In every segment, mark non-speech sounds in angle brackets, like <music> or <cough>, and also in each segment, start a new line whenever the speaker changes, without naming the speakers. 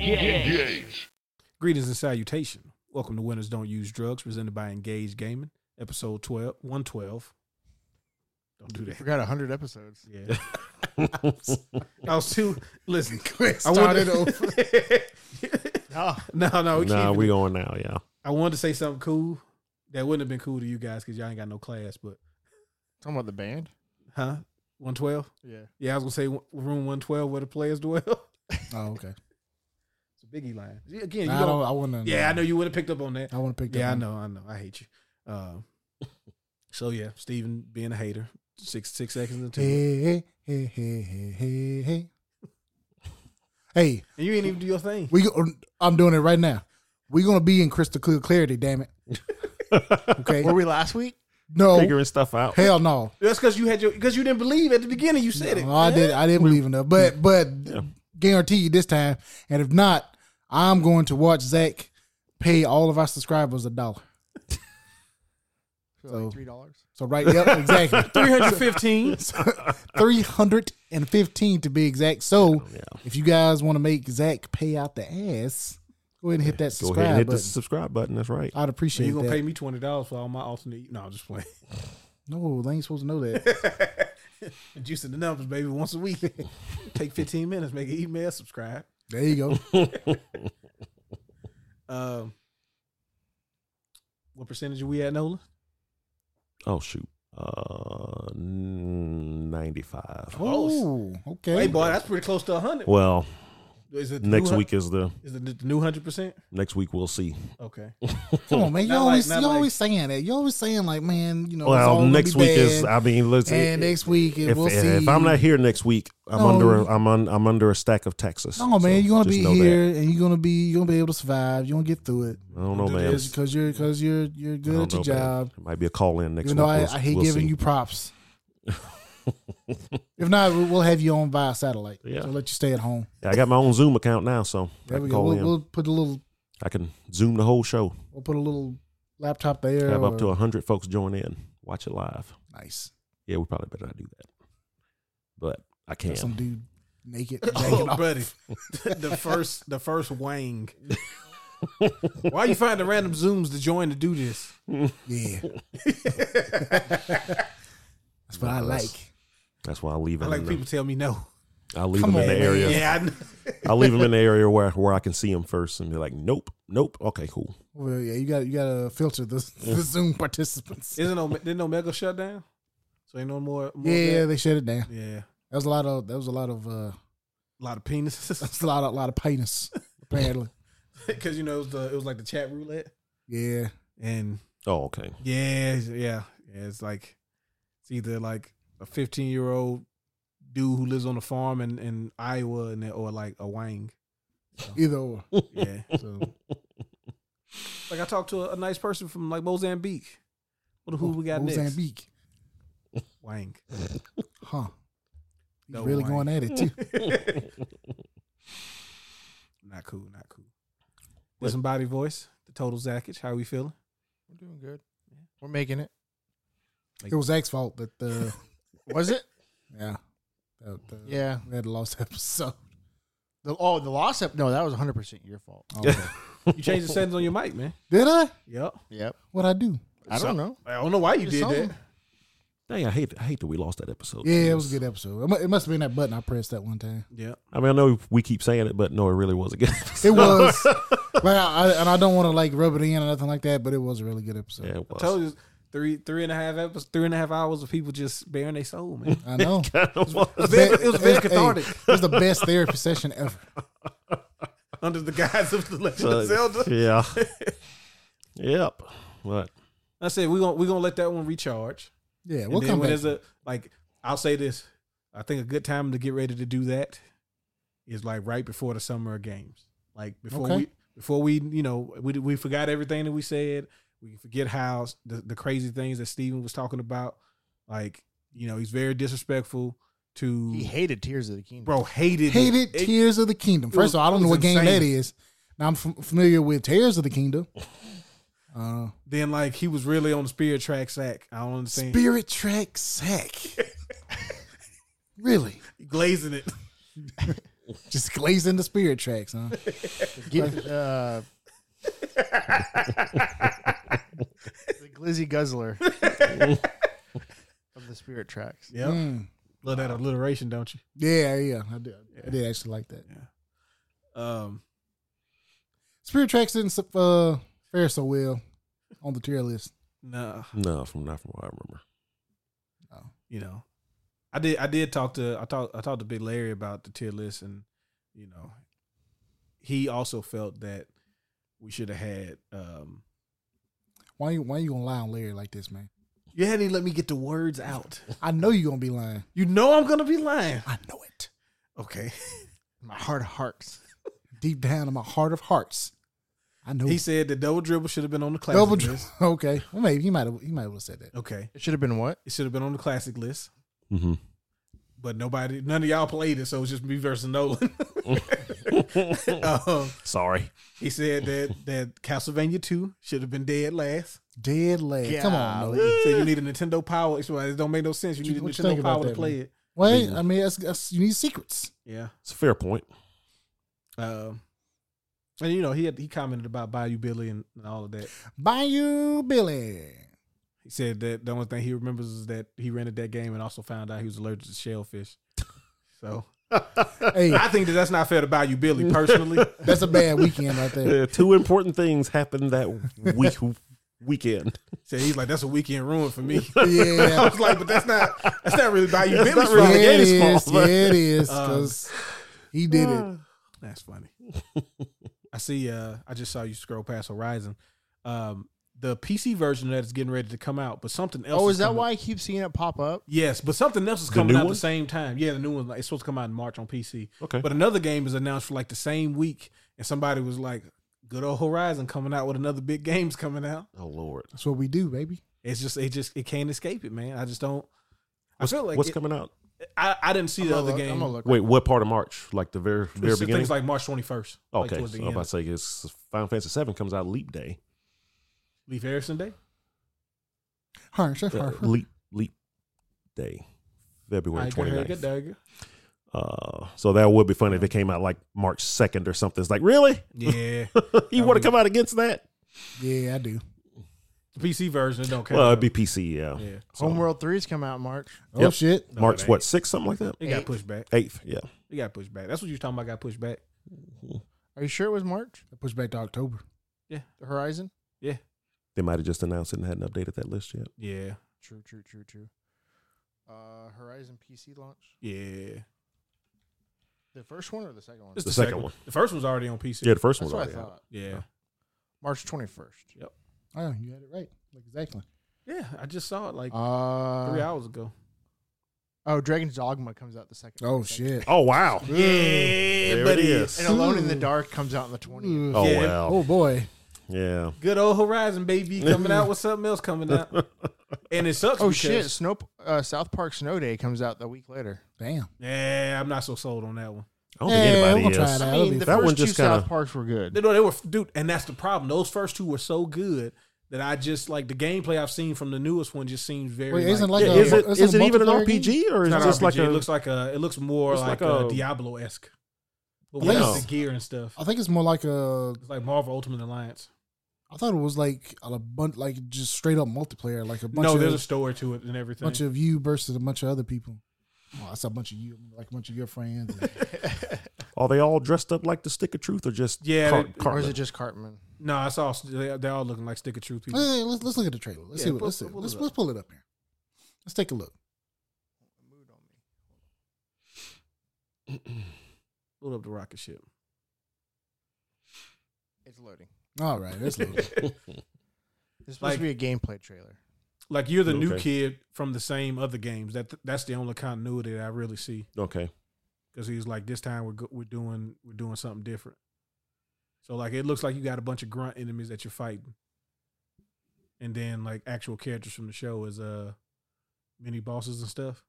Engage.
Greetings and salutation. Welcome to Winners Don't Use Drugs, presented by Engage Gaming, episode 12, 112. Don't do
We
that.
forgot
<laughs>
100 episodes.
Yeah. I was too. Listen,
Quick,
I wanted
started <laughs> over.
<laughs>
No.
no, no, we
nah,
can't.
we going now, yeah.
I wanted to say something cool that wouldn't have been cool to you guys because y'all ain't got no class, but
Talking about the band?
huh? 112?
Yeah.
Yeah, I was going to say w- room 112 where the players dwell. <laughs> it's
Oh, okay.
a biggie line. Again, you
Nah, I
don't.
don't. I wouldn't.
Yeah, I know you would have picked up on that.
I wouldn't pick that.
Yeah, I
one.
know, I know. I hate you. Um, so yeah, Steven being a hater. Six six seconds into it.
Hey, hey, hey, hey, hey, hey. Hey,
And you didn't even do your thing.
we. go- I'm doing it right now. We're gonna be in crystal clear clarity. Damn it.
<laughs>
Okay.
Were we last week? <laughs>
no.
Figuring stuff out.
Hell no.
That's because you had your because you didn't believe at the beginning. You said it.
No, I did. I didn't believe in that. But but
Yeah.
guarantee you this time. And if not, I'm going to watch Zach pay all of our subscribers a dollar.
For
So-
like $3.
So
<laughs>
right. Yep. Exactly.
Three hundred
<laughs>
fifteen.
Three hundred and fifteen to be exact. So.
Oh,
Yeah.
If you guys want to make Zach pay out the ass, go ahead and hit
Go
that subscribe
ahead and hit the
button.
subscribe button. That's right.
I'd appreciate
you gonna
that.
pay me twenty dollars for all my alternate? No, I'm just
<laughs>
playing.
no, they ain't supposed to
<laughs>
know that.
Juicing the numbers, baby. Once a
<laughs>
week, take fifteen minutes, make an email, subscribe.
there you go.
Um, what percentage are we at, Nola?
Oh shoot. Uh, ninety five.
Oh, okay.
Hey, boy, that's pretty close to hundred.
Well,
Is it the
next
new-
week is the
Is it the new hundred percent?
next week. We'll see.
Okay.
Come on, man. You
Not like-
always
not
you
like-
always saying that. You always saying like, man, you know. Oh, it's all
well,
gonna
next
be
week
bad,
is. I mean, let's.
and next week it,
if,
we'll
if,
see.
I'm not here next week, I'm
No.
under. A, I'm on. I'm under a stack of taxes.
No, man,
So
you're gonna
just
be
know that.
here and you're gonna be you're gonna be able to survive. You're gonna get through it
I don't know,
Do
man.
this.
because you're because you're you're
I
good
don't
at your
know, man.
job.
It might be a call in next
Even
week.
though I,
We'll-
I hate
we'll
giving
see. <laughs>
you props. if not, we- we'll have you on via satellite.
Yeah.
So let you stay at home.
I got my own Zoom account now, so I
There
can
we go.
call
We'll,
in.
we'll put a little.
I can Zoom the whole show.
We'll put a little laptop there.
Have up
or-
to hundred folks join in, watch it live.
nice.
Yeah, we probably better not do that, but I
Got
can.
Some dude
<laughs>
naked. jacking
Oh,
off.
buddy, the first the first wang. Why you finding random zooms to join to do this? <laughs>
Yeah. That's what I
No, that's-
like.
That's why I leave
I
it.
like
in
people
the,
tell me no.
I'll leave
Come
them in
on,
the
man.
area.
Yeah,
<laughs>
I know.
I'll leave them in the area where, where I can see them first and be like, nope, nope. Okay, cool.
Well, yeah, you got you got to
<laughs>
filter the, the Zoom participants.
isn't no didn't Omega shut down? So ain't no more. more of
Yeah,
that?
they shut it down.
yeah.
That was a lot of that was a lot of uh, <laughs>
A lot of penises <laughs>
that's a lot of lot of penis apparently.
because you know it was, the, it was like the chat roulette
Yeah,
and
Oh, okay.
yeah yeah yeah it's like it's either like a fifteen year old dude who lives on a farm in, in Iowa and or like a wang.
either or.
<laughs> Yeah.
So
Like I talked to a, a nice person from like Mozambique. What who we got next?
Oh, Mozambique,
Wang.
huh? He's
No
really
way.
going
<laughs>
at it too.
Not cool. Not cool. Disembodied voice. The total zackage. How we feeling?
We're doing good. We're making it.
It was Zach's fault that
<laughs>
the
Was <laughs> it?
yeah the, the,
Yeah.
we had a
<laughs>
lost episode.
The, oh, the loss up. No, that was 100% your fault.
Oh,
You changed the settings on your mic, man.
Did I?
Yep.
Yep.
What I do?
I don't know.
I don't know why you
It's
did that.
something.
Dang, I hate I hate that we lost that episode.
Yeah, it was a good episode. It mu- It must have been that button I pressed that one time.
Yeah.
I mean, I know we keep saying it, but no, it really was a good. <laughs> episode.
It was
<laughs>
like, I, I, and I don't want to like rub it in or nothing like that, but it was a really good episode.
yeah, it was.
Told you it's three three and a half episodes, three and a half hours of people just bearing their soul, man.
I know.
<laughs>
<laughs>
It was very, it was very
Hey,
cathartic
it was the best therapy session ever.
<laughs> under the guise of the Legend
So,
of Zelda.
<laughs> yeah.
<laughs>
yep. What?
I said we're gonna we're gonna let that one recharge.
Yeah,
And
we'll
then
come
when
back.
there's a like, I'll say this: I think a good time to get ready to do that is like right before the summer games. Like before
Okay.
we before we you know we we forgot everything that we said. We forget how the, the crazy things that Steven was talking about. Like you know he's very disrespectful to
He hated Tears of the Kingdom.
bro hated it.
Hated
It-
Tears of the Kingdom. First
was-
of all, I don't
it
know
was
what game that
insane.
is. Now I'm f- familiar with Tears of
<laughs>
the Kingdom. Uh,
Then like he was really on the spirit track sack. I don't understand.
Spirit
<laughs>
Track Sack. really?
glazing it.
Just glazing the spirit tracks, huh?
Get, uh, the Glizzy Guzzler of the Spirit Tracks.
<laughs> Yep.
Mm.
Love that alliteration, don't you?
Yeah, yeah. I did. I did actually like that.
Um,
Spirit tracks didn't uh, fare so well on the tier list.
no,
No, from not from what I remember.
you know, I did. I did talk to. I talked. I talked to Big Larry about the tier list, and you know, he also felt that we should have had. um
Why you Why you gonna lie on Larry like this, man?
You hadn't even let me get the words out.
I know you gonna be lying.
You know I'm gonna be lying.
I know it
Okay.
My heart of hearts.
deep down in my heart of hearts. I know
He said the double dribble should have been on the classic
<laughs> double.
list.
dr- <laughs> okay, well maybe he might have. He might have said that.
Okay.
It should have been what?
It should have been on the classic list,
Mm-hmm.
but nobody, none of y'all played it, so it was just me versus
<laughs>
Nolan.
Oh.
um,
Mm-hmm. <laughs> Sorry.
he said that that Castlevania 2 should have been dead
<laughs>
last.
Dead leg. Come on,
Golly.
Nolan.
So you need a Nintendo Power. It don't make no sense. You
What you-
need a
what you
Nintendo
think about
Power to
that,
play
man?
it.
Wait, I mean, that's, that's, you need secrets.
Yeah.
It's a fair point.
Um, and you know he had, he commented about Bayou Billy and, and all of that.
Bayou Billy.
He said that the only thing he remembers is that he rented that game and also found out he was allergic to shellfish. So
Hey,
I think that that's not fair to Bayou Billy personally.
that's a bad weekend right
<laughs>
there.
Uh, two important things happened that week weekend.
so he's like, that's a weekend ruin for me. <laughs> I
Yeah.
was like, but that's not that's not really Bayou
That's
Billy's
not
fault.
<laughs> Yeah,
really-
it
Gator's
is.
fault,
Yeah,
but-
it is.
Um,
Because he did it.
That's funny. I see. Uh, I just saw you scroll past Horizon. Um, the PC version of that is getting ready to come out, but something else.
Oh, is that
coming-
why I keep seeing it pop up?
Yes, but something else is
The
coming
new
out at
one?
the same time. Yeah, the new one. Like, it's supposed to come out in March on PC.
Okay.
But another game is announced for like the same week, and somebody was like, "Good old Horizon coming out with another big <laughs> game's coming out."
oh Lord.
That's what we do, baby.
It's just, it just, it can't escape it, man. I just don't.
What's,
I feel like
what's
it-
coming out?
I, I didn't see
I'm
the
gonna
other
look- I'm
game.
gonna look.
Wait, what part of March? Like the very very
It's-
beginning? Oh,
Things like March twenty first.
okay.
like
so I'm about to say it's Final Fantasy Seven comes out Leap Day.
Leave Harrison Day.
All right, sure.
Uh, leap Leap Day. February
I go ahead, get
29th.
there,
<laughs>
go.
Uh, so that would be funny if it came out like March 2nd or something. It's like, really? <laughs>
Yeah,
you
I
want
would-
to come out against that?
Yeah, I do.
the PC version it don't count.
Well, it'd be PC, yeah.
yeah,
So,
Homeworld 3's come out in March.
Oh,
Yep.
shit.
No,
March,
it
what, 6th, something like that?
ain't. It got
Eight.
pushed back.
8th, yeah.
It got pushed back. That's what you were talking about. Got pushed back.
Are you sure it was March?
I pushed back to October.
The Horizon?
They might have just announced it and hadn't updated that list yet.
Yeah,
True, true, true, true. Uh, Horizon PC launch?
yeah.
The first one or the second one?
It's
The second one.
The first one's already on PC.
Yeah, the first
That's
one
what I
already
thought.
out.
Yeah.
March 21st.
Oh, you had it right. Exactly.
Yeah, I just saw it like
Uh,
three hours ago.
Oh, Dragon's Dogma comes out the second.
Oh,
the second.
shit.
Oh, wow.
Yeah,
There
but
it is.
And Alone in the
Ooh.
Dark comes out on the 20th.
Ooh.
Oh,
Yeah.
well.
Oh, boy.
Yeah.
Good old Horizon baby coming out with something else coming out, and it sucks.
Oh
because-
shit! Snow uh, South Park Snow Day comes out the week later.
Damn.
Yeah, I'm not so sold on that one.
I don't
Yeah,
think
we'll
anybody
try
is.
that.
I
That'll
mean,
be
the
That
first
one
two
just
South
kinda-
Parks were good. <laughs>
They, no, they were dude, and that's the problem. Those first two were so good that I just like the gameplay I've seen from the newest one just seems very.
Wait, isn't
Yeah,
like a-
is it,
it's
is
a
it even an
multiplayer
RPG or
it's
is it
not
just
RPG.
like a.
it looks like a it looks more
It's
like,
like
a,
a-
Diablo esque, but
Yeah.
without the gear and stuff.
I think it's more like a.
It's like Marvel Ultimate Alliance.
I thought it was like a bunch, like just straight up multiplayer, like a bunch
No,
of
there's a story to it and everything.
bunch of you versus a bunch of other people. Oh, that's a bunch of you, like a bunch of your friends.
<laughs>
Are they all dressed up like the stick of truth or just
Yeah,
Cart-
they-
Or is
Cartman?
it just Cartman?
no, I saw they, they're all looking like stick of truth people.
Hey, let's let's look at the trailer. Let's
Yeah,
see what
pull-
let's, see.
pull it
let's
up.
let's pull it up here. Let's take a look.
Pull up the rocket ship.
It's loading.
All right,
<laughs>
let's look.
This is
Like-
supposed to be a gameplay trailer.
Like you're the new
Okay.
kid from the same other games. That that's the only continuity that I really see.
okay.
Because he's like, this time we're go- we're doing we're doing something different. So like it looks like you got a bunch of grunt enemies that you're fighting, and then like actual characters from the show is uh mini bosses and stuff.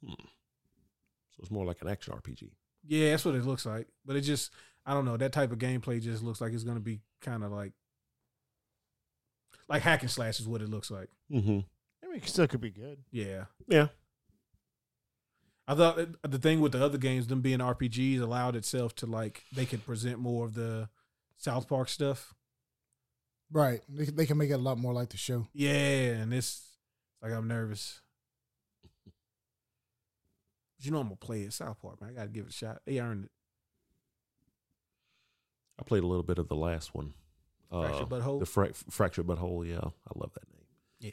So it's more like an action RPG.
Yeah, that's what it looks like. But it just, I don't know. That type of gameplay just looks like it's going to be kind of like, like hack and slash is what it looks like.
Mm-hmm.
I mean, it still could be good.
Yeah.
Yeah.
I thought it- the thing with the other games, them being RPGs, allowed itself to like they could present more of the South Park stuff.
<laughs> Right. They, can- they can make it a lot more like the show.
Yeah, and it's like I'm nervous. But you know I'm gonna play it South Park, man. I gotta give it a shot. They earned it.
I played a little bit of the last one.
Fractured
Uh,
butthole.
The fra- fractured butthole. Yeah, I love that name.
Yeah.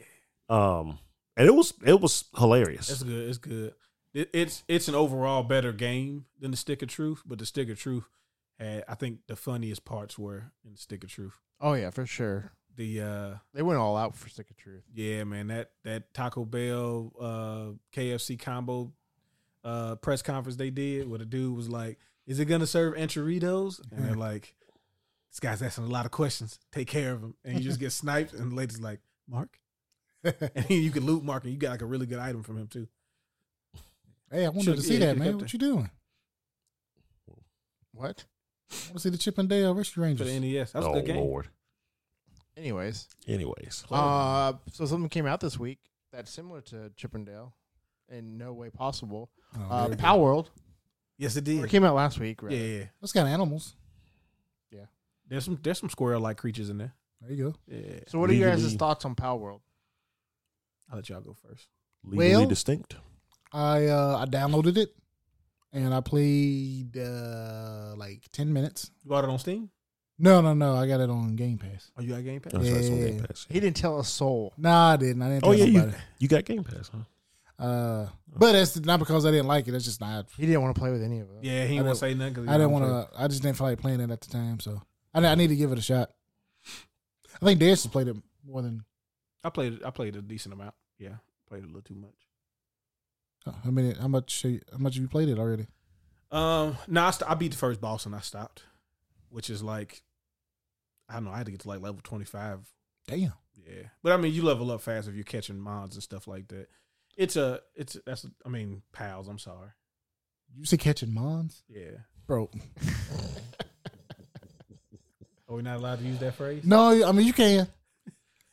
Um, and it was it was hilarious.
It's good. It's good. It, it's it's an overall better game than the Stick of Truth, but the Stick of Truth had I think the funniest parts were in the Stick of Truth.
Oh yeah, for sure.
The uh
They went all out for Stick of Truth.
yeah, man, that that Taco Bell uh KFC combo uh press conference they did where the dude was like, Is it gonna serve enchiladas? And
<laughs>
they're like, This guy's asking a lot of questions. Take care of him. And you just get
<laughs>
sniped and the lady's like, Mark? And you can loot Mark and you got like a really good item from him too.
Hey, I wanted
Should-
to see
yeah,
that,
pick
man.
up
What
the-
you doing?
What?
I want to see the Chip and Dale Rescue
For
Rangers.
the NES. That was
oh
a good game.
lord.
Anyways,
Anyways,
uh, so something came out this week that's similar to Chippendale, in no way possible.
Oh, there
Uh,
we go.
Power World.
Yes, it
Or
did.
It came out last week, right?
Yeah, yeah.
That's got animals.
There's some there's some squirrel like creatures in there.
There you go.
Yeah.
So what are your guys'
Legally-
thoughts on Power World?
I'll let y'all go first.
legally
well-
distinct.
I uh, I downloaded it and I played uh, like ten minutes.
You bought it on Steam?
No, no, no. I got it on Game Pass.
Are you got Game Pass?
That's right, it's on Game
Yeah.
Pass.
He didn't tell a soul.
Nah, I didn't. I didn't.
Oh
tell
yeah, you,
nobody.
you got Game Pass, huh?
Uh, but that's not because I didn't like it. That's just not.
He didn't want to play with any of us.
Yeah, he
I
didn't want
don't-
to say nothing. 'cause he
I didn't
don't
want
play.
to. I just didn't feel like playing it at the time. So I, I need to give it a shot. I think Darius has played it more than.
I played. it- I played a decent amount. Yeah, played it a little too much.
oh, I mean, how much? How much have you played it already?
Um, no, I, st- I beat the first boss and I stopped, which is like, I don't know. I had to get to like level twenty five.
Damn.
Yeah, but I mean, you level up fast if you're catching mods and stuff like that. It's a. It's that's. I mean, pals. I'm sorry.
You see catching mons,
Yeah.
bro?
Are we not allowed to use that phrase?
No, I mean you can.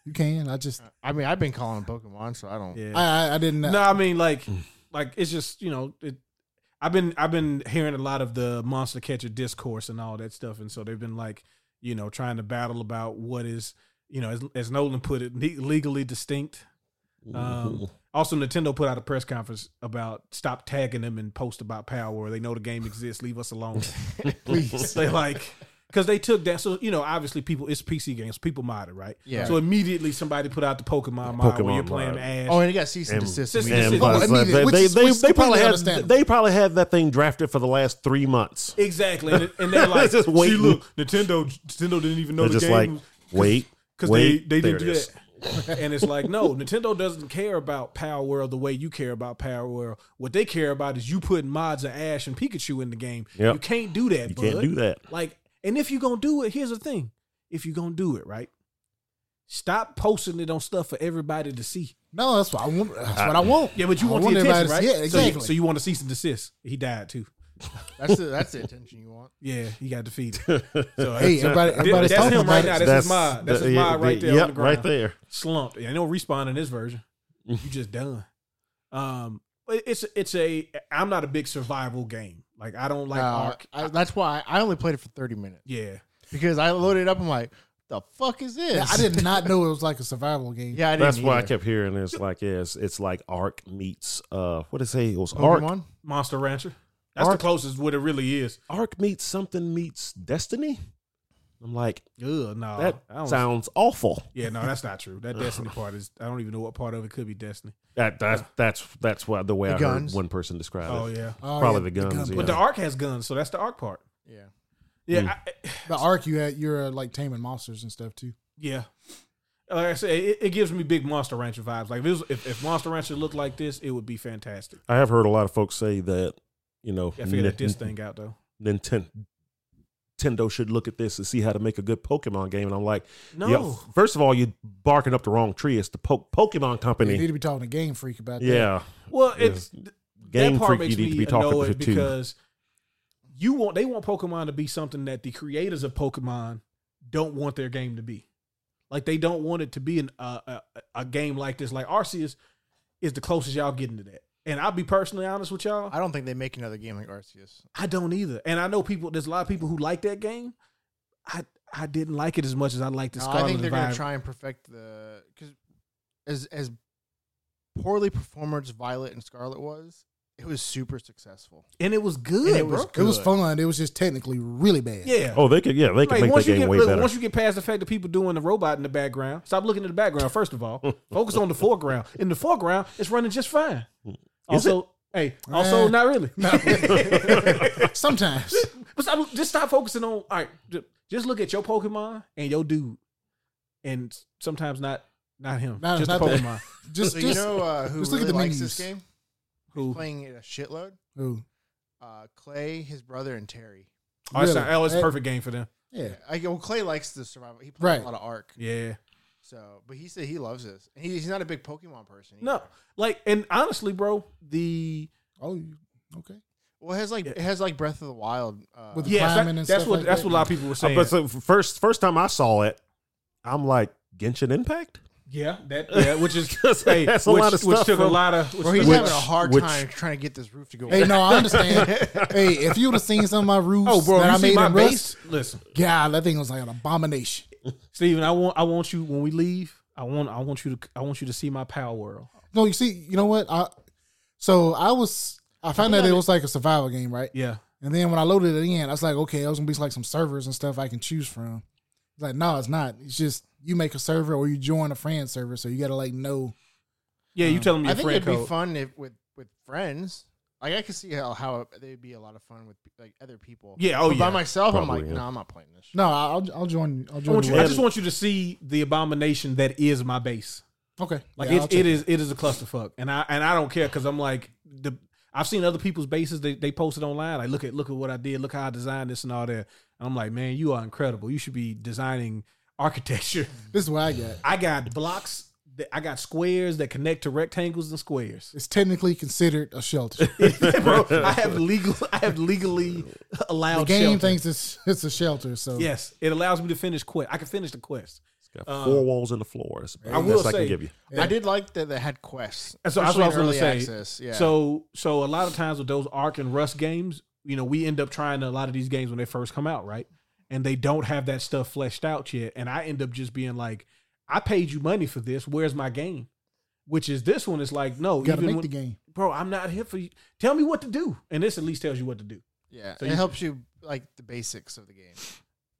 You can. I just.
I mean, I've been calling Pokemon, so I don't.
Yeah.
I, I. I didn't.
No, I mean like like it's just you know it. I've been I've been hearing a lot of the monster catcher discourse and all that stuff, and so they've been like you know trying to battle about what is you know as, as Nolan put it le- legally distinct. Um, also, Nintendo put out a press conference about stop tagging them and post about Power. Where they know the game exists. Leave us alone, please. they like because they took that. So you know, obviously, people it's PC games. People mod it, right?
Yeah.
So immediately somebody put out the Pokemon mod where
Pokemon
you're playing
mod.
Ash.
Oh, and he got cease and
And-
desist.
Cease and
immediately.
And
desist.
plus,
Oh,
like, they,
immediately, which
they,
is-
they,
which is
they probably
completely
had
understandable.
they probably had that thing drafted for the last three months.
Exactly, and, and
<laughs>
they're like,
Just
"See,
waiting.
look, Nintendo, Nintendo didn't even know
They're
the
just
game
like,
was-
wait,
they
wait,
they
there
didn't do
it is.
that." and it's like,
<laughs>
no, Nintendo doesn't care about Power World the way you care about Power World. What they care about is you putting mods of Ash and Pikachu in the game.
Yep.
You can't do that.
You
bud.
can't do <laughs> that.
Like, and if you're gonna do it, here's the thing: if you're gonna do it, right, stop posting it on stuff for everybody to see.
No, that's what I want. That's what I want.
Yeah, but you
I
want, the
everybody
attention, right? So
to see- Yeah,
you-
exactly.
So you want to cease and desist? He died too.
That's the, that's the attention you want.
Yeah, he got
<laughs>
defeated. So
hey,
that's-
everybody, everybody's
that's
talking
him right
about
now.
it.
That's his mod. That's his mod right there on
Yep,
the ground.
right there.
slumped. Ain't no respawn in this version. You just done. Um, but it's it's a. I'm not a big survival game. Like I don't like
Uh,
Ark.
I- that's why I only played it for thirty minutes
Yeah,
because I loaded it up. I'm like, the fuck is this?
Yeah, I did not know it was like a survival game.
<laughs> Yeah, I didn't.
That's why I
either.
kept hearing it's like yeah, it's, it's like Ark meets uh what did it say it
Oh,
was Ark
Pokemon.
Monster Rancher. That's
Ark-
the closest what it really is.
Ark meets something meets Destiny. I'm like
Ugh, no,
Oh, that
I don't-
sounds awful.
Yeah, no, that's not true. That
<laughs>
Destiny part is. I don't even know what part of it could be Destiny.
That that's that's that's why the way
The
I
guns.
heard one person describe
Oh
it.
yeah,
Oh,
Probably
yeah,
the guns,
gun-
but the
yeah.
Ark has guns, so that's the Ark part.
Yeah.
Yeah,
Hmm.
I, eh,
The arc you had, you're uh, like taming monsters and stuff too.
Yeah. Like I say, it, it gives me big Monster Rancher vibes. Like if, it was, if if Monster Rancher looked like this, it would be fantastic.
I have heard a lot of folks say that you know
Yeah, I figured
Nin-
that
<laughs>
this thing out though.
Ninten- Nintendo should look at this and see how to make a good Pokemon game. And I'm like,
No,
yeah, first of all, you're barking up the wrong tree. It's the po- Pokemon
You need
Company.
to be talking to Game Freak about that.
Yeah,
well,
Yeah.
it's
Game
that part
Freak. You
makes
need to
me
be talking to
annoyed
too.
because you want they want Pokemon to be something that the creators of Pokemon don't want their game to be. Like they don't want it to be an, uh, a a game like this. Like Arceus is the closest y'all getting to that. And I'll be personally honest with y'all.
I don't think they make another game like Arceus.
I don't either. And I know people. There's a lot of people who like that game. I I didn't like it as much as I liked the
No,
Scarlet
I think they're going
Violet.
to try and perfect the because as as poorly performed as Violet and Scarlet was, it was super successful.
and it was good.
and it was
bro.
It was
Good.
fun. It was just technically really bad.
yeah.
Oh, they could. Yeah, they could
Like,
make
once
that
you
game
get
way
look,
better.
once you get past the fact that people doing the robot in the background, stop looking at the background. First
<laughs>
of all, focus on the foreground. In the foreground, it's running just fine.
Is
Also, hey, also
Eh.
not really.
<laughs>
<laughs>
Sometimes.
But stop, just stop focusing on. All right, ju- just look at your Pokemon and your dude, and sometimes not not him,
No,
just the
not that.
Pokemon.
Just,
So
just
you know uh, who
just
really
look at the
likes this
menus.
game?
Who?
Playing it a shitload.
Ooh,
Uh, Clay, his brother, and Terry.
Oh, it's,
really.
oh, it's a
Eh,
perfect game for them.
Yeah.
I, well, Clay likes the survival. He plays
Right.
a lot of Arc.
Yeah.
So, but he said he loves this. And he, he's not a big Pokemon person. either.
No, like, and honestly, bro, the
Oh, you- okay.
Well, it has like it has like Breath of the Wild. Uh,
With the-
yeah,
climbing
that-
and
that's
stuff
what
like
that's
that.
what a lot of people were
Uh,
saying.
but so first first time I saw it, I'm like Genshin Impact.
yeah, that yeah, which is hey,
<laughs> That's a
which,
lot of
which
stuff
took a
from-
lot of.
Bro, he's
Which-
having a hard
which-
time trying to get this roof to go.
Hey,
up.
no,
<laughs>
I understand. hey, if you would have seen some of my rules
oh, bro,
that
you
I
see
made
my
in
base?
Rust,
Listen,
God, that thing was like an abomination.
Steven, I want I want you when we leave. I want I want you to I want you to see my power world.
No, you see, you know what? I so I was I found out it was like a survival game, right?
Yeah,
And then when I loaded it in, I was like, okay, I was gonna be like some servers and stuff I can choose from. It's like, no, it's not. It's just you make a server or you join a friend server, so you gotta like know.
yeah. You tell him
I
your
think
friend
it'd be
code.
fun if with with friends. Like I could see how how it- they'd be a lot of fun with like other people.
Yeah, oh,
But
yeah.
by myself, I'm
Probably,
like,
yeah.
no, I'm not playing this. Shit.
No, I'll I'll join. I'll
I,
join.
want
the
you, I
web.
just want you to see the abomination that is my base.
okay,
Like
Yeah, I'll
it,
check
it is it is a clusterfuck, and I and I don't care because I'm like the I've seen other people's bases they, they posted online. Like look at look at what I did, look how I designed this and all that. And I'm like, man, you are incredible. You should be designing architecture. <laughs>
This is what I got.
I got blocks. That, I got squares that connect to rectangles and squares.
It's technically considered
<laughs>
a shelter.
Bro, I have legal. I have legally allowed
the game
shelter.
thinks it's it's a shelter, so
Yes, it allows me to finish quest. I can finish the quest.
It's got
Uh,
four walls and a floor. That's about
I
the
will
best I
say-
can give you.
Yeah.
I did like that they had quests.
That's what- that's what I was
especially in
gonna
early
say.
access, Yeah.
So, so a lot of times with those Arc and Rust games, you know, we end up trying a lot of these games when they first come out, right? And they don't have that stuff fleshed out yet, and I end up just being like, "I paid you money for this. Where's my game?" Which is this one is like, no,
you gotta
even
make
when-
the game.
bro, I'm not here for you. Tell me what to do, and this at least tells you what to do.
yeah,
so
it
you-
helps you like the basics of the game.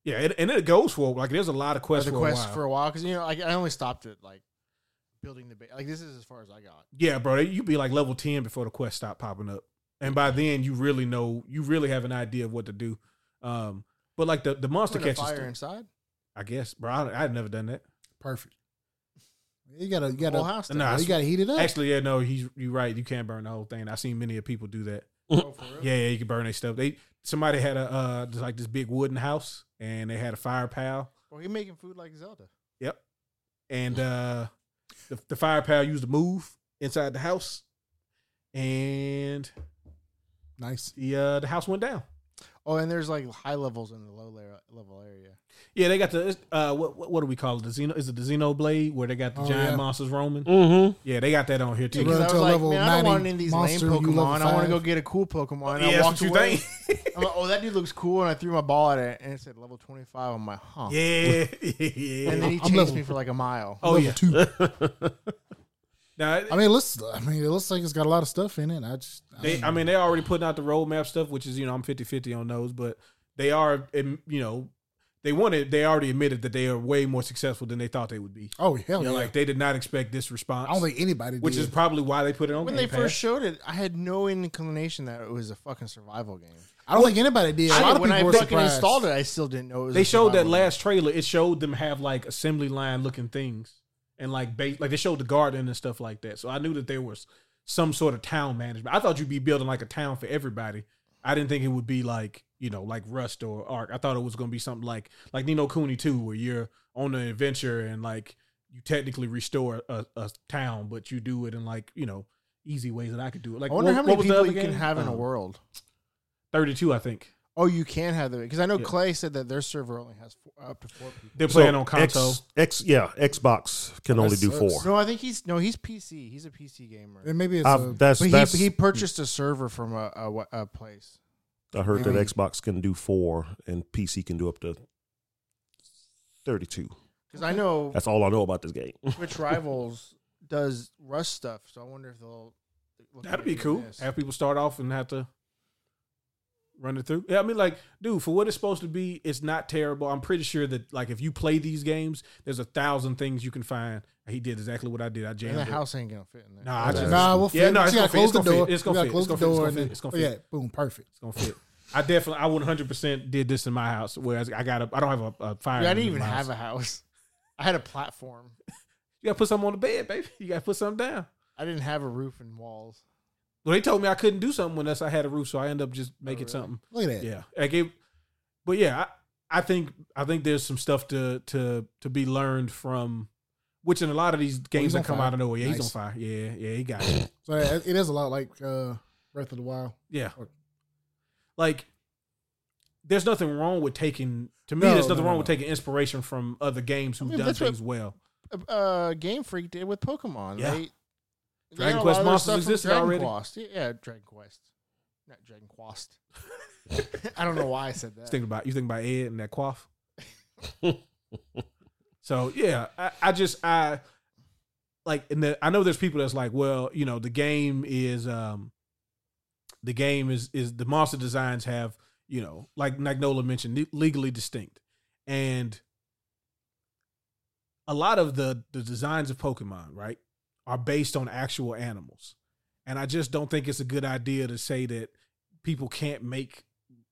Yeah, it, and it goes for like there's a lot of quests
the
for a
quest
while.
for a while because you know like I only stopped at like building the ba- like this is as far as I got.
Yeah, bro, you be like level ten before the quest stop popping up, and by then you really know you really have an idea of what to do. Um, but like the the monster
Putting a
catches,
fire
stuff,
inside.
I guess, bro. I, I've never done that.
Perfect. You gotta you gotta
Whole house.
Nah,
you gotta heat it up.
Actually, yeah, no, he's you're right. You can't burn the whole thing. I've seen many of people do that.
Oh, for real?
Yeah, yeah, you can burn their stuff. They somebody had a uh just like this big wooden house, and they had a fire pal,
Well, you're making food like Zelda.
and uh the, the fire pal used to move inside the house, and
nice.
the uh the house went down.
Oh, and there's like high levels in the low layer, level area.
Yeah, they got the uh, what what, what do we call it? The Xeno is it the Xeno Blade where they got the
Oh,
giant
yeah.
monsters roaming?
Mm-hmm.
Yeah, they got that on here
Yeah,
too.
Because
run
I was
to a
like,
level
man, I don't
90
want any of these lame
monster, you
Pokemon.
level
I want
five."
to go get a cool Pokemon. And
Yeah,
I
that's
walked
what you
away.
think.
I'm like, oh, that dude looks cool. And I threw my ball at it, and it said level 25. I'm like, huh.
Yeah,
And
<laughs> yeah.
then he
I'm
chased
level-
me for like a mile.
Oh
Level
yeah.
two.
<laughs> Now,
I mean, it looks. I mean, it looks like it's got a lot of stuff in it. I just. I
they,
don't
I mean, they're already putting out the roadmap stuff, which is you know I'm 50 50 on those, but they are um, you know they wanted they already admitted that they are way more successful than they thought they would be.
know. oh hell
You
yeah!
know, like they did not expect this response,
I don't think anybody.
which
did.
is probably why they put it on
When
Game
they first
Pass.
showed it, I had no inclination that it was a fucking survival game.
I don't think anybody did. A
Shit,
lot of
when
people
I
were
fucking
surprised.
installed it, I still didn't know it was.
They
a
showed that
survival game.
last trailer. It showed them have like assembly line looking things and like base, like they showed the garden and stuff like that. So I knew that there was some sort of town management. I thought you'd be building like a town for everybody. I didn't think it would be like you know like Rust or Ark. I thought it was going to be something like like Nino Cooney too, where you're on an adventure and like you technically restore a, a town, but you do it in like you know easy ways that I could do it. Like
I wonder
what-
how
what
many
was the
Oh.
people
other
you can
game?
have in a
Um,
world.
Thirty-two, I think.
Oh, you can have them because I know
Yeah.
Clay said that their server only has four, up to four people.
They're playing
So,
on console.
X, X, yeah, Xbox can
That
only do
sucks.
four.
No, I think he's no, he's PC. He's a PC gamer.
And maybe it's a,
I've, that's
But
that's.
he, he purchased a server from a, a, wa- a place.
I heard that
Mm.
Xbox can do four and PC can do up to thirty-two.
Because I know
That's all I know about this game. <laughs>
Twitch Rivals does Rust stuff, so I wonder if they'll. look
That'd
at
be
doing
cool.
this.
Have people start off and have to run it through. Yeah, I mean, like, dude, for what it's supposed to be, it's not terrible. I'm pretty sure that, like, if you play these games, there's a thousand things you can find. He did exactly what I did. I
And
jammed.
the
it.
house ain't gonna fit in there.
Nah, I just,
nah, we'll fit.
Yeah, no,
You
it's
gotta
gonna fit. It's
close the
gonna
door.
fit. It's
You
gonna
gotta
fit.
close
It's
the
gonna fit. It's
door.
gonna
and
fit.
then-
It's gonna
oh,
fit.
Yeah, boom, perfect.
It's gonna fit. I definitely, I 100% did this in my house. Whereas I got a, I don't have a, a fire.
Dude, I
engine
didn't
in
even
my
have
house.
a house. <laughs> I had a platform.
You gotta put something on the bed, baby. <laughs> You gotta put something down.
I didn't have a roof and walls.
Well, they told me I couldn't do something unless I had a roof, so I ended up just making
really?
something.
Look at that.
Yeah, like it, but yeah, I, I think I think there's some stuff to to to be learned from, which in a lot of these games
Oh, he's on
that come
fire.
out of nowhere. Yeah, he's on
Nice.
fire. Yeah, yeah, he got
<clears throat>
it.
So it it is a lot like uh, Breath of the Wild.
Yeah,
Okay.
like there's nothing wrong with taking. To me,
No,
there's nothing
no, no,
wrong with
no.
taking inspiration from other games who've
mean,
done
that's what-
things well.
Uh, Uh, Game Freak did with Pokemon.
Yeah.
They- they
Dragon
had a
Quest
lot of their
monsters
stuff from
existed
Dragon
already.
Quest. Yeah, yeah, Dragon Quest, not Dragon
<laughs>
Quest. <laughs> I don't know why I said
You
that.
thinking about you thinking about Ed and that quaff. so yeah, I, I just I like and the, I know there's people that's like, well, you know, the game is um the game is is the monster designs have, you know, like like Nola mentioned, le- legally distinct. And a lot of the the designs of Pokemon, right, are based on actual animals. And I just don't think it's a good idea to say that people can't make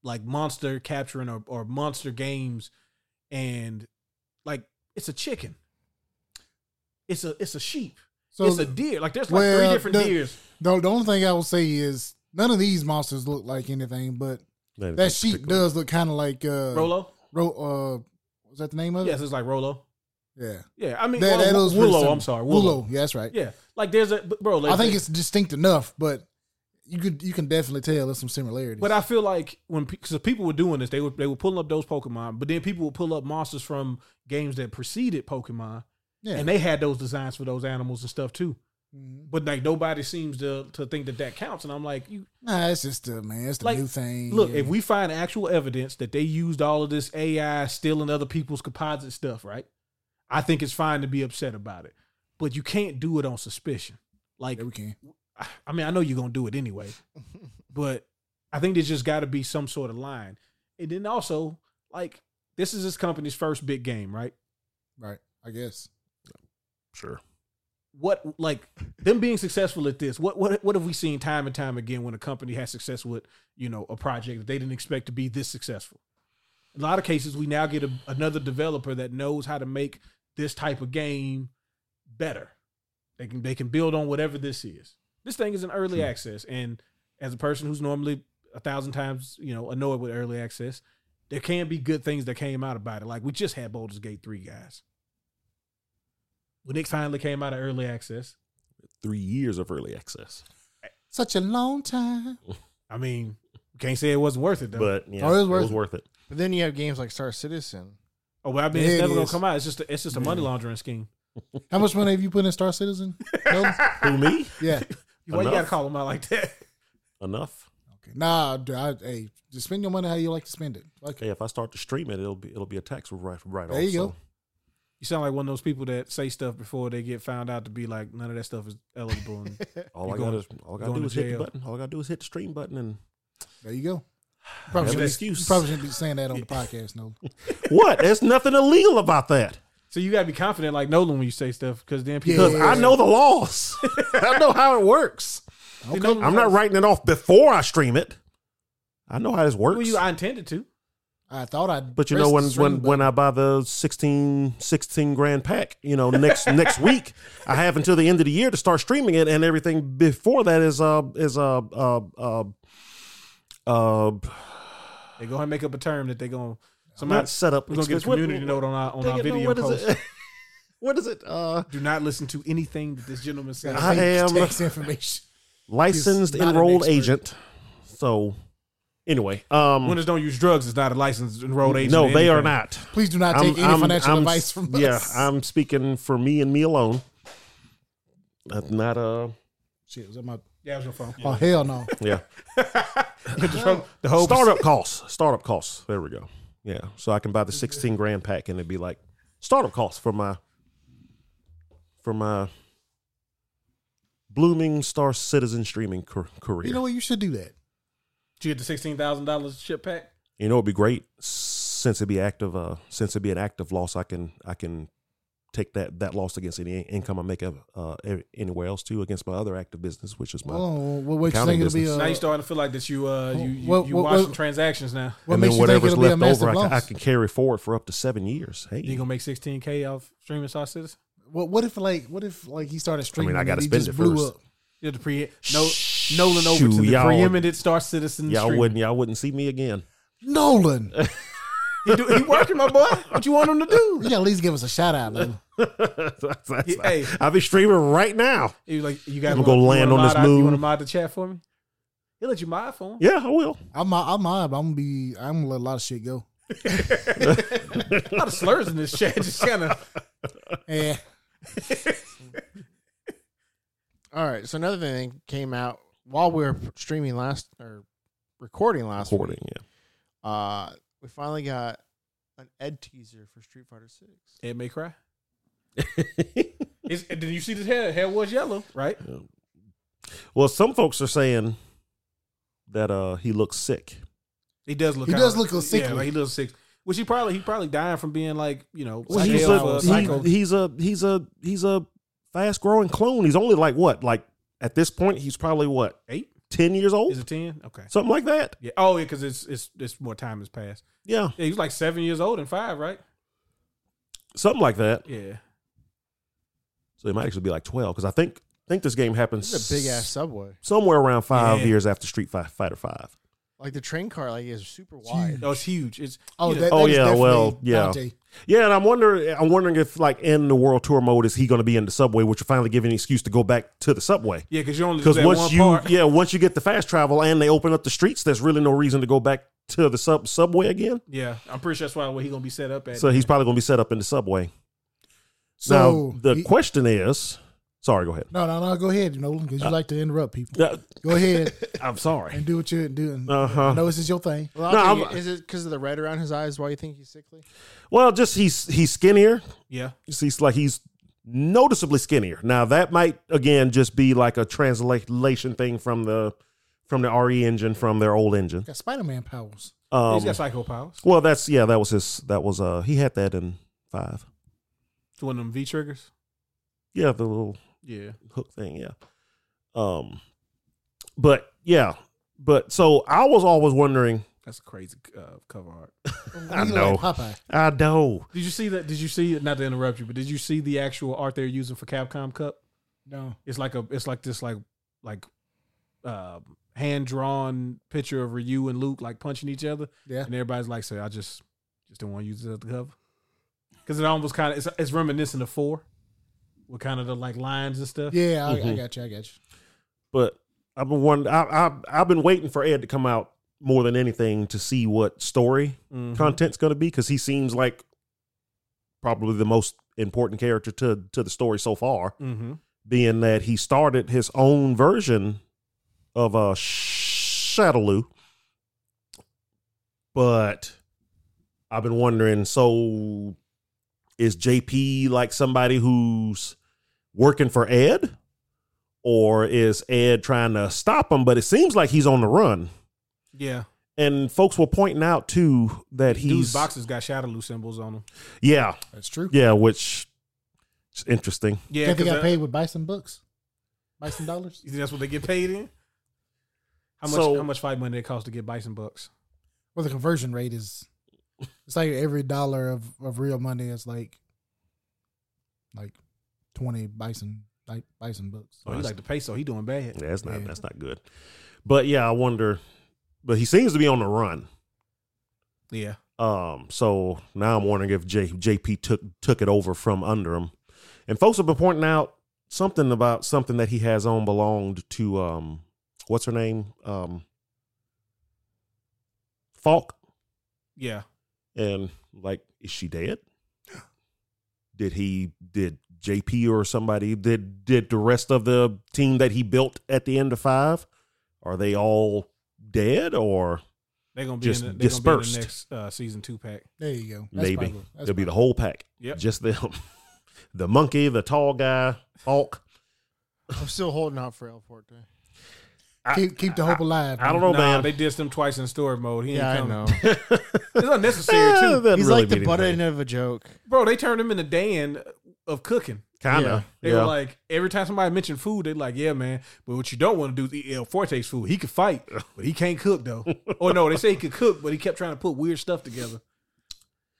like monster capturing or, or monster games and like it's a chicken. It's a it's a sheep.
So
it's a deer. Like there's like
well,
three different
the-
deers.
the, the only thing I will say is none of these monsters look like anything, but that sheep does look kind of like uh,
Rolo?
Ro- uh, was that the name of it?
Yes, it's like Rolo.
Yeah.
Yeah. I mean
That- that
well,
looks pretty
Willow,
similar.
I'm sorry. Willow.
Willow. Yeah, that's right.
Yeah. Like there's a but bro, like
I think
they-
it's distinct enough, but you could you can definitely tell there's some similarities.
But I feel like when because people were doing this, they were they were pulling up those Pokemon, but then people would pull up monsters from games that preceded Pokemon,
yeah.
and they had those designs for those animals and stuff too.
Mhm.
But like nobody seems to to think that that counts, and I'm like, you
Nah, it's just uh, man, it's the
Like,
new thing.
Look,
and-
if we find actual evidence that they used all of this AI stealing other people's composite stuff, right? I think it's fine to be upset about it, but you can't do it on suspicion. Like,
yeah, we can.
I- I mean, I know you're gonna do it anyway, but I think there's just got to be some sort of line. And then also, like, this is this company's first big game, right?
Right. I guess.
Sure.
What like them being successful at this? What what what have we seen time and time again when a company has success with you know a project that they didn't expect to be this successful? In a lot of cases, we now get a, another developer that knows how to make this type of game better. They can they can build on whatever this is. This thing is an early
Hmm.
access, and as a person who's normally a thousand times you know annoyed with early access, there can be good things that came out about it. Like we just had Baldur's Gate three guys. When it finally came out of early access,
Three years of early access,
Such a long time.
I mean, you can't say it wasn't worth it though.
but yeah,
Oh, it was
it
worth
was
it.
worth it.
But then you have games like Star Citizen.
oh, but I mean, it's
Yeah, it
never gonna
is.
come out. It's just a, it's just a money laundering scheme.
How much money have you put in
<laughs>
Star Citizen? No?
Who me?
Yeah.
Why you
Enough.
gotta call them out like that?
Enough.
Okay. Nah, dude, I, hey, just spend your money how you like to spend it. Like,
Okay, if I start to stream it, it'll be it'll be a tax right right
There
off.
you go.
so.
<laughs> You sound like one of those people that say stuff before they get found out to be like none of that stuff is eligible.
<laughs>
And
All
You
I
going-
got is all I got to
going
do
to
is hit the
jail.
button. All I got to do is hit the stream button, and
there you go.
Have an
Probably shouldn't, be, you
excuse.
probably shouldn't be saying that on the podcast, no.
<laughs> what? There's nothing illegal about that
so you gotta be confident like Nolan when you say stuff because then people
because
Yeah.
I know the laws. <laughs> I know how it works.
See,
Okay.
Nolan
I'm not
knows-
writing it off before I stream it. I know how this works.
Well, you I intended to.
I thought I'd.
But you
press
know
the
when
stream
when, when I buy the 16, 16 grand pack, you know next <laughs> next week I have until the end of the year to start streaming it, and everything before that is uh is uh uh uh, uh
They go ahead and make up a term that they gonna somebody
not set up.
we're gonna get a
expense- what-
community note on our on
dang
our
it, no,
video
what is
post.
it? <laughs> what is it? Uh,
Do not listen to anything that this gentleman said.
button.
I
<laughs> Text-
am-
Text information.
licensed
not an
enrolled
expert.
agent. So Anyway, um,
Winners don't use drugs. It's not a licensed enrolled agent.
no,
or
they are
anything.
not.
Please do not take any financial advice from us.
yeah, I'm speaking for me and me alone. Not, not uh,
<laughs> Shit, was that my?
Yeah, it was your phone.
Oh hell no!
yeah.
Just from <laughs> the whole
startup costs. Startup costs. There we go. Yeah. So I can buy the sixteen grand pack and it'd be like startup costs for my for my blooming star citizen streaming car- career.
You know what? You should do that.
Did you get the sixteen thousand dollars ship pack?
it'd be great since it'd be active. Uh, since it'd be an active loss, I can I can take that that loss against any income I make of uh e- anywhere else too against my other active business, which is my.
Well, what, what you
accounting
think it'll be?
business.
A,
now you starting to feel like that you uh you you,
What-
you
what-
watching
what-
transactions now.
what
and
makes
then
you think
whatever's
it'll be a
left
massive
over, I,
loss?
can- I can carry forward for up to seven years. Hey,
You gonna make sixteen k off streaming Star Citizen?
What, what if like what if like he started streaming?
I gotta
and he
spend
just
it
blew
first.
up?
You're the pre no Nolan Overton,
Shoo,
the
y'all-
preeminent Star Citizen.
y'all
streamer.
wouldn't y'all wouldn't see me again. <laughs>
Nolan,
He, do, he working, my boy. What you want him to
you
do?
gotta at least give us a shout out. Man.
<laughs> That's- that's-
Hey.
I'll be streaming right now.
He was like, you guys
I'm
want
gonna
you
land
wanna
on this
mod out- You
moon.
want to mod the chat for me? He'll let you mod for him.
Yeah, I will.
I'm I'm I'm gonna be I'm gonna let a lot of shit go.
A lot of slurs in this chat. Just kind of
Yeah,
All right. So another thing that came out while we were streaming last or recording last
Recording,
week.
yeah.
Uh, we finally got an Ed teaser for Street Fighter Six.
it may cry.
<laughs>
It's, did you see this hair? Hair was yellow, right?
Well, some folks are saying that uh he looks sick.
He does look.
He
kinda
does look a
yeah,
sickly.
like he looks sick. Which he probably he probably dying from being like you know
Well,
psycho,
he's,
uh,
Psycho-
a,
psycho.
he, he's a he's a he's a fast growing clone. He's only like what? Like at this point, he's probably what
eight
ten years old,
is it ten? Okay.
something like that.
Yeah. Oh yeah, because it's it's it's more time has passed.
Yeah,
Yeah, he was like seven years old and five, right?
something like that.
Yeah.
So he might actually be like twelve because I think think this game happens
This is a big ass subway.
somewhere around five
Yeah.
years after Street Fi- Fighter Five.
Like the train car, like is super wide.
Oh, it's huge. It's
oh,
yeah.
that,
Oh,
that is
yeah,
definitely
well, yeah.
Dante.
Yeah, and I'm wondering I'm wondering if like in the world tour mode is he going to be in the subway, which will finally give an excuse to go back to the subway.
yeah, because you only do
Because
that
once
one
you
part.
yeah, once you get the fast travel and they open up the streets, there's really no reason to go back to the sub subway again.
Yeah, I'm pretty sure that's why where he gonna be set up at.
So he's probably going to be set up in the subway.
So
now the
he-
question is, sorry, go ahead.
no no no go ahead Nolan because you like to interrupt people.
Uh,
Go ahead
I'm sorry.
and do what you're doing.
Uh huh.
I know this is your thing.
Well,
No,
I'll tell
I'm-
you, is it because of the red around his eyes? Why you think he's sickly?
Well, just he's he's skinnier.
yeah,
He's like he's noticeably skinnier. Now that might again just be like a translation thing from the from the RE engine from their old engine.
Got Spider Man powers.
Um,
he's got psycho powers.
well, that's yeah, that was his. That was uh, he had that in five.
It's One of them V triggers.
Yeah, the little
Yeah,
hook thing. Yeah. Um, but yeah, but so I was always wondering.
that's a crazy uh, cover art.
I
You
know.
like Popeye.
I know.
Did you see that? Did you see? Not to interrupt you, but did you see the actual art they're using for Capcom Cup?
No,
It's like a it's like this like like uh, hand drawn picture of Ryu and Luke like punching each other,
yeah.
and everybody's like, "So I just just didn't want to use it as the cover because it almost kind of it's, it's reminiscent of four with kind of the like lines and stuff."
Yeah, I, I
Mhm.
got you. I got you.
but I've been wondering. I, I I've been waiting for Ed to come out more than anything to see what story
Mhm.
content's going to be because he seems like probably the most important character to to the story so far,
Mm-hmm.
being that he started his own version of uh, Shadaloo. But I've been wondering. So is JP like somebody who's working for Ed? Or is Ed trying to stop him? But it seems like he's on the run.
Yeah,
And folks were pointing out too that
dude's
he's
boxes got Shadaloo symbols on them.
yeah,
That's true.
yeah, which is interesting.
Yeah,
Can't they
'cause
got
that-
paid with bison bucks, bison dollars?
you think that's what they get paid in. How much?
So-
how much fight money it costs to get Bison bucks?
Well, the conversion rate is it's like every dollar of, of real money is like like twenty bison like bison bucks.
Oh.
So Oh, he like the peso. He doing bad.
Yeah, that's not
Yeah.
that's not good. But yeah, I wonder. But he seems to be on the run.
Yeah.
Um, so now I'm wondering if J, JP took took it over from under him. And folks have been pointing out something about something that he has on belonged to um, what's her name? Um, Falk,
Yeah.
and like, is she dead? Did he did JP or somebody did did the rest of the team that he built at the end of five? Are they all dead or
They're gonna be
Just
in the, they're gonna be in
dispersed.
the next uh, season two pack.
There you go.
maybe
probably-
it'll
that's
be the whole pack?
Yep.
just them. <laughs> The monkey, the tall guy, Falk.
I'm still holding out for El Forte.
I-
keep keep the hope alive.
I don't
Oh, man.
know,
nah,
man.
they dissed him twice in story mode. He ain't
Yeah, I
coming.
know.
It's unnecessary
Eh,
too,
doesn't
He's
really
like the
mean
butt
anything.
end of a joke.
bro. They turned him into Dan of cooking.
Kinda.
They
Yeah.
were like, every time somebody mentioned food, they're like, yeah, man. But what you don't want to do is eat El Forte's food. He could fight, but he can't cook, though. or no, they say he could cook, but he kept trying to put weird stuff together.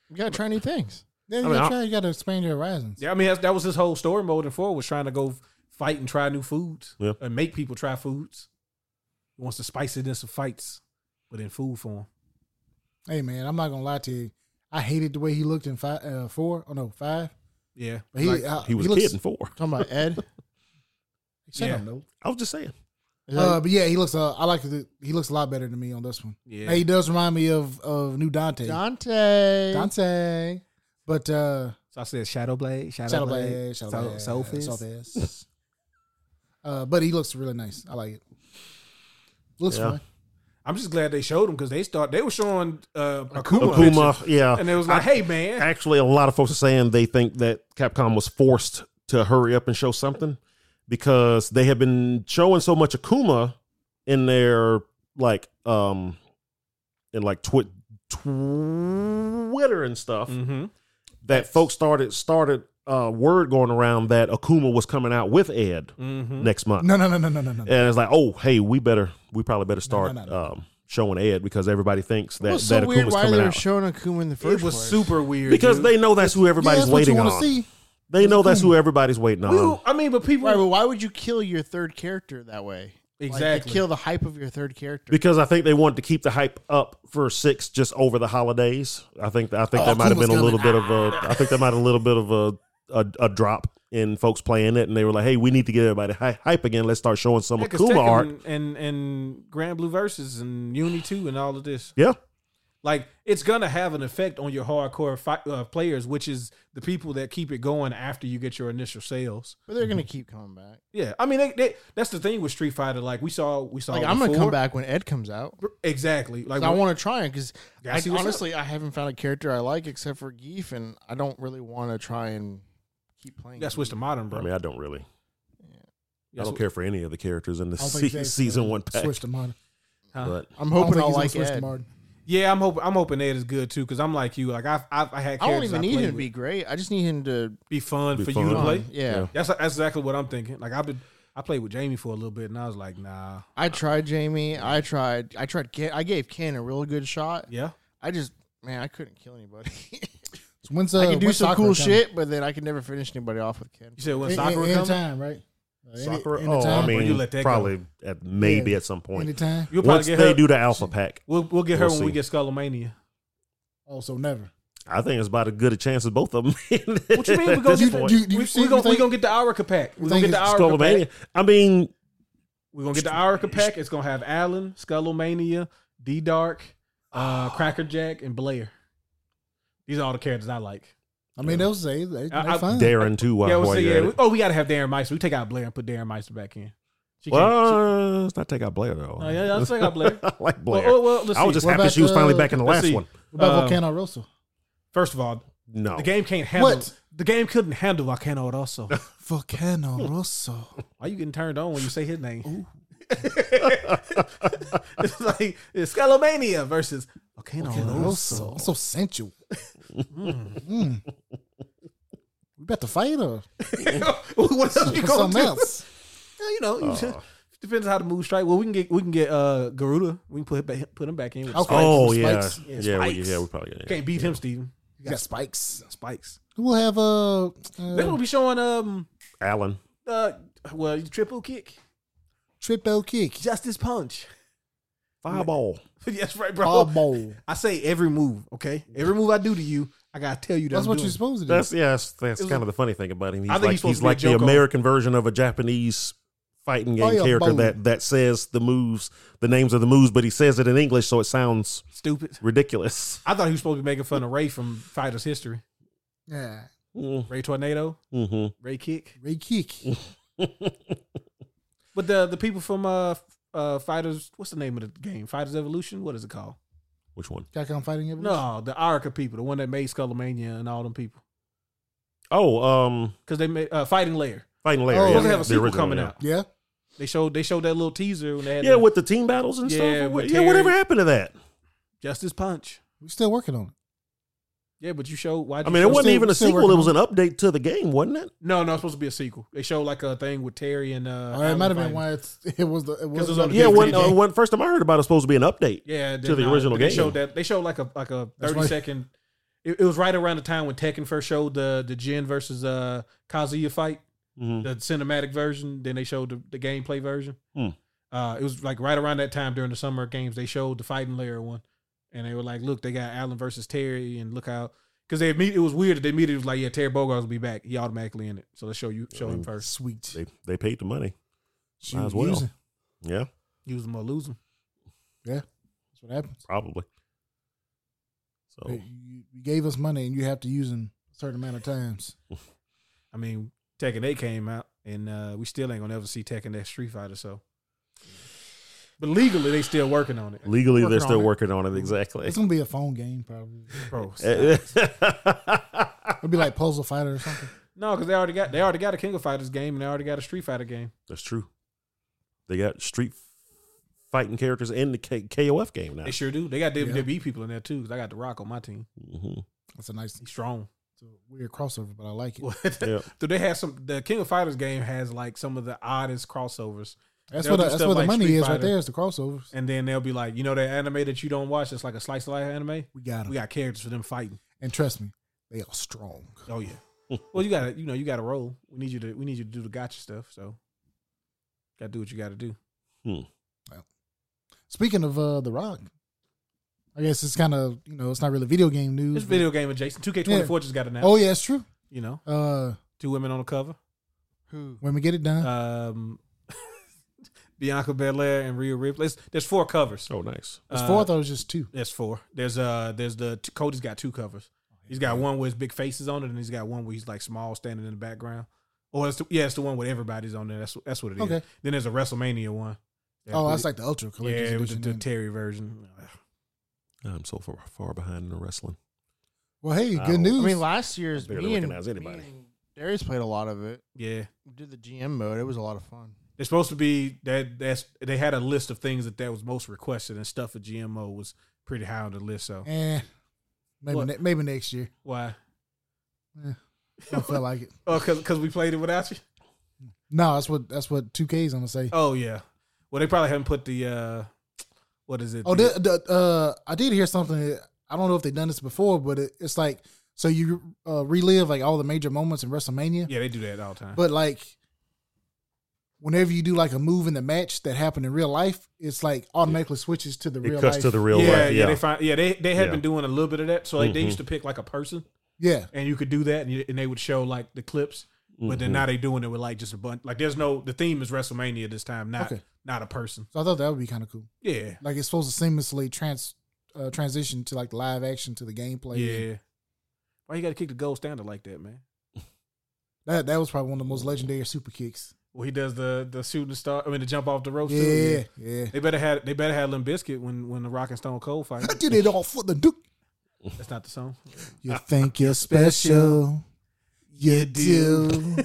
You gotta try new things.
Yeah, you,
I mean,
gotta
I-
try, you gotta expand your horizons.
Yeah, I mean, that's, that was his whole story mode and four was trying to go fight and try new foods
Yeah.
and make people try foods. He wants to spice it in some fights, but in food form.
Hey man, I'm not gonna lie to you. I hated the way he looked in five, uh, four. Oh no, five.
Yeah.
But he,
Like,
uh,
he was
looks-
kidding for.
Talking about Ed.
Shut
Yeah.
up, no.
I was just saying.
Is that-
Uh, but yeah, he looks. Uh, I like. The, he looks a lot better than me on this one.
Yeah.
Hey, he does remind me of of new Dante.
Dante.
Dante. But uh,
So I said Shadow Blade, Shadow,
Shadow
Blade,
Blade, Shadow
Soul-
Blade,
Soulfist.
Soulfist. <laughs> uh, but he looks really nice. I like it. Looks
Yeah.
fun.
I'm just glad they showed him because they start they were showing uh, Akuma,
Akuma, yeah.
and it was like, hey man,
Actually, a lot of folks are saying they think that Capcom was forced to hurry up and show something because they have been showing so much Akuma in their like um in like twi- Twitter and stuff
mm-hmm.
that folks started started uh word going around that Akuma was coming out with Ed
Mm-hmm.
next month.
No, no, no, no, no, no, no.
and it's like, oh, hey, we better, we probably better start
no, no.
Um, showing Ed because everybody thinks that
It
that
was so weird
Akuma's
why
coming
they were
out
showing Akuma in the first
It was
place.
super weird
because
dude.
they know that's who everybody's
that's what you
waiting
wanna
on.
see.
They know that's who everybody's waiting on.
We were- I mean, but people
Right, but why would you kill your third character that way? Like, to
exactly
kill the hype of your third character.
because I think they wanted to keep the hype up for six just over the holidays. I think I think
Oh,
that might have
Akuma's
been a little
coming.
bit of a I think that might have a little bit of a, a a drop in folks playing it, and they were like, hey, we need to get everybody hy- hype again. Let's start showing some
Yeah, 'cause
Akuma
Tekken
art.
and, and and Grand Blue Versus and Uni Two and all of this.
Yeah,
Like it's gonna have an effect on your hardcore fi- uh, players, which is the people that keep it going after you get your initial sales.
but they're gonna keep coming back.
Yeah, I mean they, they, that's the thing with Street Fighter. Like we saw, we saw.
Like
it
I'm gonna come
before.
back when Ed comes out. 'Cause
exactly. Like
I want to try it because
Gotta see what's up.
honestly I haven't found a character I like except for Geef, and I don't really want to try and keep playing.
that's what's the
Geef.
modern, bro.
I mean, I don't really, I
That's
don't
what-
care for any of the characters in the
I don't think
se-
they- uh,
season one pack.
Switch to Martin.
Huh?
But
I'm
I don't
hoping I'll
think he's gonna
like
switch to
Ed.
Martin.
Yeah, I'm hoping I'm hoping Ed is good too because I'm like you. Like I've, I've I had
I don't
characters
even need
played
him to
with.
be great. I just need him to
be fun
Be
for
fun.
you to
Uh,
play.
fun. Yeah.
Yeah.
That's that's exactly what I'm thinking. Like I've been I played with Jamie for a little bit and I was like, nah,
I tried Jamie. I tried. I tried. Ken, I gave Ken a real good shot.
yeah,
I just man, I couldn't kill anybody. <laughs>
So when's, uh,
I can do
when's
some
Sakura
cool
coming?
shit, but then I can never finish anybody off with Ken.
You said when
Any-
Sakura
any-
comes,
anytime, right? Uh, any-
Sakura,
anytime.
oh, I
Or
mean,
you let that go.
probably at maybe
Yeah.
at some point.
anytime.
you'll probably
Once
get
they
her.
do the alpha pack,
we'll we'll get her
We'll
when we
see.
get
<laughs>
Skullomania.
Also, Oh, never.
I think it's about as good a chance as both of <laughs> them.
What you mean? We
<laughs>
gonna
Do <laughs> you,
get
do,
point.
you- do you
we,
see?
we gonna we
anything?
gonna get the Arica pack. We gonna
think
get the
it's
Arica
Skullomania.
pack.
I mean,
We gonna get the Arica pack. It's gonna have Allen, Skullomania, D Dark, uh, Cracker Jack, and Blair. These are all the characters I like.
I mean, they'll say they, they're
I- I-
fine.
Darren too. While,
yeah, we'll
while
say,
you're
yeah.
at
we-
it.
oh, we gotta have Darren Meister. We take out Blair and put Darren Meister back in. She can't-
Well, let's not take out Blair though.
she- oh, yeah, yeah, let's take out
<laughs>
Blair.
<laughs> I like
Well,
Blair.
oh, well, let's
I
see.
was just
What
happy
about
she was finally
the-
back in the
let's
last
see.
one.
What about
Uh,
Volcano Rosso?
First of all,
No,
the game can't handle.
Oh. What?
The game couldn't handle Volcano also.
<laughs> Hmm. Volcano Rosso.
Why you getting turned on when you say his name? <laughs> it's like it's Scalomania versus Volcano Rosso.
Rosso.
<laughs>
So sensual. Mm. We about to fight or
<laughs> what else you going
something
to?
else? Oh.
Yeah, You know, you just- depends how the mood strike. Well, we can get we can get uh Garuda. We can put back, put him back in. With
Okay.
spikes.
Oh yeah,
Spikes.
Yeah,
yeah, yeah, we,
spikes.
yeah. We probably yeah.
can't beat him, Steven.
<laughs> You got spikes.
Spikes.
We'll have uh,
They're gonna
uh
be showing um
Alan.
uh well triple kick,
triple kick.
justice punch.
Fireball.
yes, right, <laughs> bro.
Ball.
I say every move. Okay, every move I do to you, I gotta tell you that
That's
I'm
what
doing
you're
it.
supposed to do.
That's yeah. That's, that's
It was-
kind of the funny thing about him. He's
think
like
he's
he's,
supposed to be a
like the
Joko.
American version of a Japanese fighting game
Fire
character
Bowl.
that that says the moves, the names of the moves, but he says it in English, so it sounds
Stupid.
ridiculous. <laughs>
I thought he was supposed to be making fun of Ray from Fighters History.
Yeah.
Mm-hmm.
Ray Tornado, Ray Kick.
Ray Kick.
But the the people from uh uh Fighters, what's the name of the game? Fighters Evolution. What is it called?
Which one?
Capcom Fighting Evolution.
No, the Arica people, the one that made Skullomania and all them people,
Oh, um,
because they made uh, Fighting Layer.
Fighting Lair.
Oh,
yeah,
Supposed to
yeah.
have a
the
sequel
original,
coming
yeah.
out.
Yeah.
They showed they showed that little teaser when they had
Yeah,
the
with the team battles and
Yeah,
stuff.
with
yeah, whatever
Terry.
happened to that?
Justice Punch.
We're still working on it.
Yeah, but you showed why?
I mean, it wasn't
still-
even a
still
sequel.
working
It was an update to the game, wasn't it?
No, no, it's supposed to be a sequel. They showed like a thing with Terry and uh.
Or Oh, it might have been
fighting.
why it's, <laughs> it was the. It was,
it was on the
Yeah,
different
when,
game.
uh, when first time I heard about it, it was supposed to be an update.
Yeah,
to the
uh,
original
they
game.
Showed that they showed like a like a
That's
thirty
right.
second. It, it was right around the time when Tekken first showed the the Jin versus uh Kazuya fight,
Mhm.
the cinematic version. Then they showed the, the gameplay version.
Hmm.
Uh, it was like right around that time during the summer games. They showed the fighting layer one, and they were like, "Look, they got Allen versus Terry, and look how." Because they imme- it was weird that they immediately was like, "Yeah, Terry Bogarts will be back. He automatically in it." So let's show you show him first.
Sweet.
They they paid the money.
She
Might as
was
well.
using.
Yeah,
Use him or lose him.
That's what happens.
probably. So
You, you gave us money and you have to use them a certain amount of times.
I mean, Tekken 8 came out, and uh, we still ain't gonna ever see Tekken that Street Fighter. So, but legally, they still working on it,
legally,
Working
they're still
on it.
working on it. Exactly. <laughs>
It's gonna be a phone game probably.
bro.
It'll be like Puzzle Fighter or something.
no, because they already got they already got a King of Fighters game, and they already got a Street Fighter game.
That's true. They got street fighting characters in the K- KOF game now.
They sure do. They got WWE people in there too. Because I got The Rock on my team.
Mhm.
<laughs>
That's a nice,
He's strong. <laughs>
it's a weird crossover, but I like it.
Yeah.
Do they have some? The King of Fighters game has like some of the oddest crossovers,
That's
They'll
what
do
that's
stuff
where the
like
money
Street
is right
Fighter.
there. Is the crossovers.
and then they'll be like, you know, that anime that you don't watch. It's like a slice of life anime.
We got
We
them,
got characters for them fighting.
and trust me, they are strong.
Oh yeah. well, you gotta, you know, you gotta roll. We need you to, we need you to do the gotcha stuff. So, gotta do what you gotta do.
Speaking of uh, the Rock, I guess it's kind of you know it's not really video game news.
This
but-
video game adjacent. Two K twenty four just got announced.
Oh yeah, it's true.
You know,
Uh,
two women on the cover.
Who?
when we get it done,
Um, <laughs> Bianca Belair and Rhea Ripley. It's, there's four covers.
Oh, nice.
it's
Uh,
four. I thought it was just two.
There's four. There's uh, there's the t- Cody's got two covers. He's got one where his big face is on it, and he's got one where he's like small standing in the background. Or it's the, yeah, it's the one with everybody's on there. That's that's what it is.
Okay.
Then there's a WrestleMania one.
Oh, that's like the Ultra Collector's
yeah, with the,
Edition.
the
then.
Terry version.
I'm so far, far behind in the wrestling.
well, hey,
I
good
don't-
news.
I mean, last year's
barely
me and,
recognize anybody.
me and Darius played a lot of it.
Yeah,
We did the GM mode. It was a lot of fun.
they're supposed to be that. That's they had a list of things that that was most requested, and stuff for GMO was pretty high on the list. So
eh, maybe
What?
ne- maybe next year.
why?
I don't feel like it.
Oh, cause, cause we played it without you.
No, that's what that's what two K's gonna say.
Oh yeah. Well, they probably haven't put the uh, what is it?
Oh,
the,
the, the, uh, I did hear something. that- I don't know if they've done this before, but it, it's like so you uh, relive like all the major moments in WrestleMania,
yeah, they do that all the time.
but like whenever you do like a move in the match that happened in real life, it's like automatically switches to the
It
real
cuts
life.
to the real
yeah,
life.
yeah,
Yeah.
they find yeah they they had
Yeah.
been doing a little bit of that. So like, they
Mhm.
used to pick like a person,
yeah,
and you could do that, and, you, and they would show like the clips. But then
Mhm.
now they doing it with like just a bunch. Like there's no the theme is WrestleMania this time, not
Okay.
not a person.
so I thought that would be kind of cool.
Yeah,
Like it's supposed to seamlessly trans uh, transition to like live action to the gameplay.
yeah. Why you got to kick the gold standard like that, man?
that that was probably one of the most legendary super kicks.
Well, he does the the shooting star. I mean, the jump off the ropes. too.
Yeah, yeah.
They better had they better had Limp Biscuit when when the Rock and Stone Cold <laughs> fight.
I did it all for the Duke.
That's not the <laughs> song.
You think you're special. You do.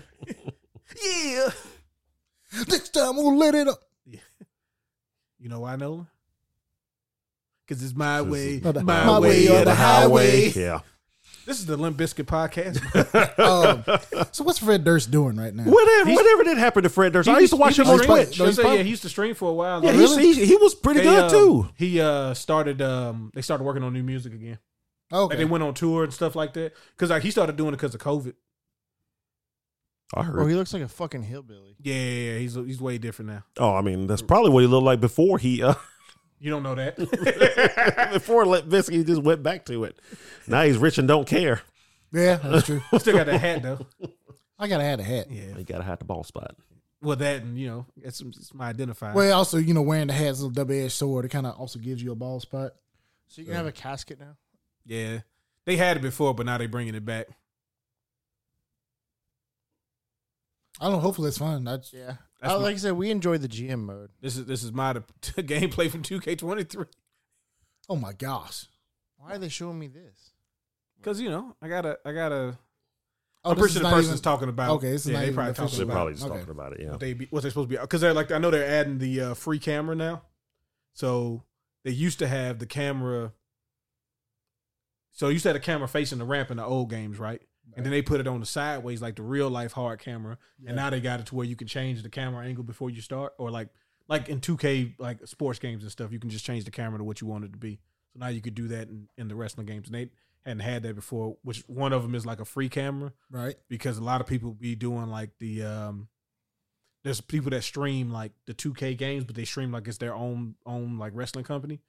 <laughs> yeah.
Next time we'll let it up.
You know why, Nolan? Because it's my way,
My,
my,
my
way,
way
or
or
the
the
highway.
Yeah.
This is the Limp Biscuit <laughs> podcast.
Um, so what's Fred Durst doing right now?
Whatever, whatever did happen to Fred Durst, I used to watch him on
he's playing-
Twitch.
no,
They
he's
say, yeah,
playing.
he used to stream for a while.
Yeah,
though.
he's- he, he was pretty
They,
good
uh,
too.
He uh, started. Um, they started working on new music again. Like
Okay.
they went on tour and stuff like that. Because like he started doing it because of COVID.
Bro,
I heard.
Oh, he looks like a fucking hillbilly.
Yeah, yeah, yeah, he's he's way different now.
Oh, I mean, that's probably what he looked like before he uh, <laughs>
You don't know
<laughs>
that.
before let Vince, he just went back to it. Now he's rich and don't care.
Yeah, that's true.
Still got that hat though.
I gotta add a hat.
Yeah,
He got to hide the ball spot.
Well, that and you know, it's, it's my identifier.
Well, also, you know, wearing the hat is a double edged sword. It kind of also gives you a bald spot.
So you can have a casket now.
yeah, they had it before, but now they bringing it back.
I don't know. Hopefully, it's fun. I,
Yeah.
That's
Uh,
my-
like I said, we enjoy the GM mode.
This is this is my <laughs> gameplay from 2K23
oh my gosh.
Why are they showing me this?
because you know I gotta I gotta.
Oh,
I'm
this
pretty
is
sure the
not
person's
even-
talking about.
Okay, this is
yeah,
not
they
even
probably
official.
talking
They're
about
probably just
Okay.
talking about it. Yeah.
what they be, what they supposed to be because they're like I know they're adding the uh, free camera now, so they used to have the camera. So you used to have a camera facing the ramp in the old games, right? And then they put it on the sideways like the real life hard camera, and now they got it to where you can change the camera angle before you start, or like like in 2K like sports games and stuff, you can just change the camera to what you want it to be. So now you could do that in, in the wrestling games, and they hadn't had that before. Which one of them is like a free camera,
Right.
because a lot of people be doing like the um there's people that stream like the 2K games, but they stream like it's their own own like wrestling company,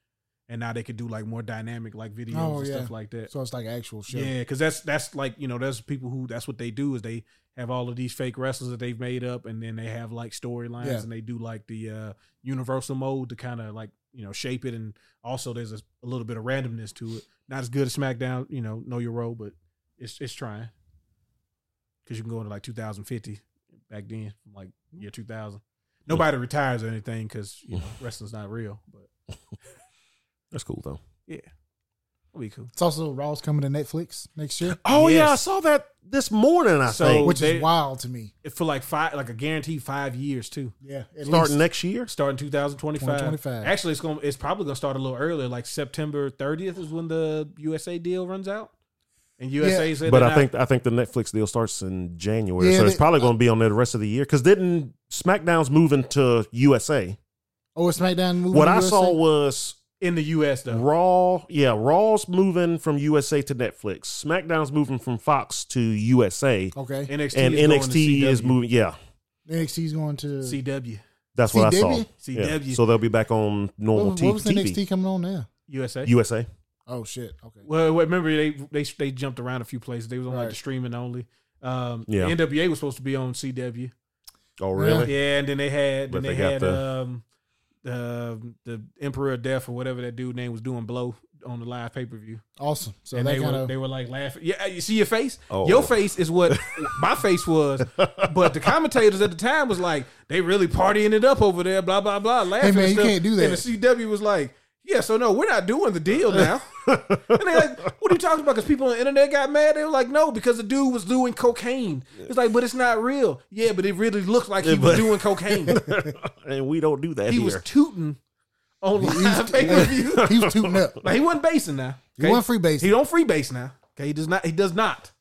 and now they could do like more dynamic like videos
Oh,
and
yeah.
stuff like that.
So it's like actual shit.
Yeah, because that's that's like you know there's people who that's what they do is they have all of these fake wrestlers that they've made up, and then they have like storylines
Yeah.
and they do like the uh universal mode to kind of like you know shape it, and also there's a, a little bit of randomness to it. Not as good as SmackDown, you know, know your role, but it's it's trying because you can go into like 2050 back then, from like year 2000. Nobody retires or anything because you know wrestling's not real, but
That's cool though.
it'll be cool.
It's also Raw's coming to Netflix
<laughs>
next year,
Oh yeah, I
Yes.
saw that this morning. I
So-
think
which
Oh, they-
is wild to me.
For like five, like a guaranteed five years too.
Yeah. At
starting
least.
next year.
Starting 2025.
2025.
Actually, it's going. to It's probably going to start a little earlier. Like September 30th is when the USA deal runs out, and USA said.
But
they're
I
not-
think I think the Netflix deal starts in January,
Yeah,
so it's
they- uh,
probably going to be on there the rest of the year. Because didn't SmackDown's moving to USA?
Oh, it's SmackDown movie.
What I saw was
in the US though.
Raw. Yeah, Raw's moving from USA to Netflix. SmackDown's moving from Fox to USA,
Okay.
NXT
and
is going to
NXT is
CW.
moving. Yeah,
NXT's going to.
CW
that's what I saw.
CW?
Yeah.
CW
So they'll be back on
what,
normal
was-
t-
Oh, what was the
TV.
NXT coming on now?
USA.
USA.
Oh, shit. Okay.
well, well, remember they they they jumped around a few places. They was on like
Right.
the streaming only. Um,
Yeah.
the NWA was supposed to be on CW.
Oh
really?
Yeah, and then they had then
But
they,
they got
had
the-
um the the Emperor of Death or whatever that dude name was doing blow on the live pay per view.
Awesome. So
and
they
they
kind
were,
of. <laughs>
they were like laughing. Yeah, you see your face.
Oh.
Your face is
<laughs>
what my face was. But the commentators at the time was like, they really partying it up over there. Blah blah blah. Laughing.
man,
and
you
stuff.
can't do that.
And the CW was like, yeah, so no, we're not doing the deal
<laughs>
now. and they like, what are you talking about? Because people on the internet got mad. They were like, no, because the dude was doing cocaine. It's like, but it's not real. Yeah, but it really looked like he
Yeah,
was
but-
doing
<laughs>
cocaine.
<laughs> and we don't do that
He
here.
was tooting on <laughs> live pay per view.
he was
<laughs>
tooting up.
Like he wasn't basing now.
He wasn't free
He don't freebase now. Okay, he does not. He does not.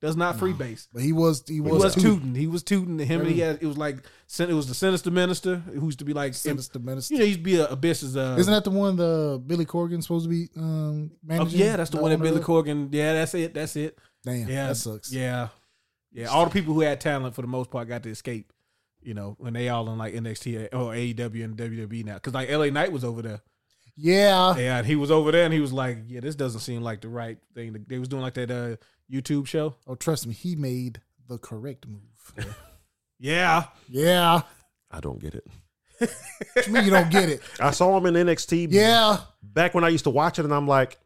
Does not freebase.
But he was he
He
was,
was
too
tooting. He was tooting. Him and he had. It was like sin- it was the sinister minister who used to be like.
sinister minister.
You know, he used to be a abyss's. Uh,
Isn't that the one the Billy Corgan supposed to be um
oh,
managing?
yeah, that's the
The
one that
owner
Billy
of?
Corgan. Yeah, that's it. That's it.
Damn,
Yeah,
that sucks.
Yeah, yeah. All the people who had talent for the most part got to escape. You know, when they all in like NXT or AEW and WWE now, because like LA Knight was over there.
Yeah.
Yeah, and he was over there, and he was like, "Yeah, this doesn't seem like the right thing." to- They was doing like that uh, YouTube show.
Oh, trust me, he made the correct move.
Yeah,
yeah.
I don't get it.
What you mean you don't
<laughs>
get it?
I saw him in NXT
Yeah.
back when I used to watch it, and I'm like,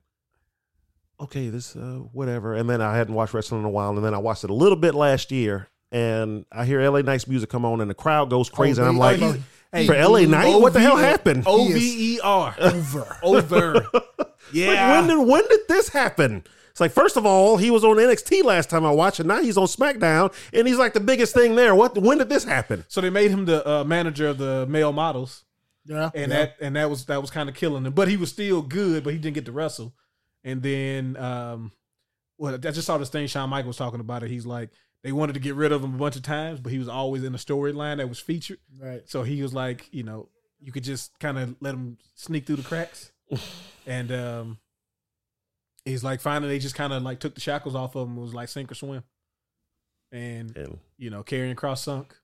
okay, this uh, whatever. And then I hadn't watched wrestling in a while, and then I watched it a little bit last year, and I hear LA Knight's music come on, and the crowd goes crazy, and I'm
they-
like,
oh,
hey,
for LA Knight, what the hell happened?
O V E R
Over.
over. Yeah,
Like, when did when did this happen? It's like first of all, he was on NXT last time I watched, and now he's on SmackDown, and he's like the biggest thing there. What? When did this happen?
so they made him the uh, manager of the male models,
Yeah.
and
yeah.
that and that was that was kind of killing him. But he was still good, but he didn't get to wrestle. And then, um, well, I just saw this thing Shawn Michaels was talking about it. He's like, they wanted to get rid of him a bunch of times, but he was always in a storyline that was featured.
right.
So he was like, you know, you could just kind of let him sneak through the cracks. and um he's like, finally, they just kind of like took the shackles off of him. It was like sink or swim. And
And
you know, carrying cross sunk.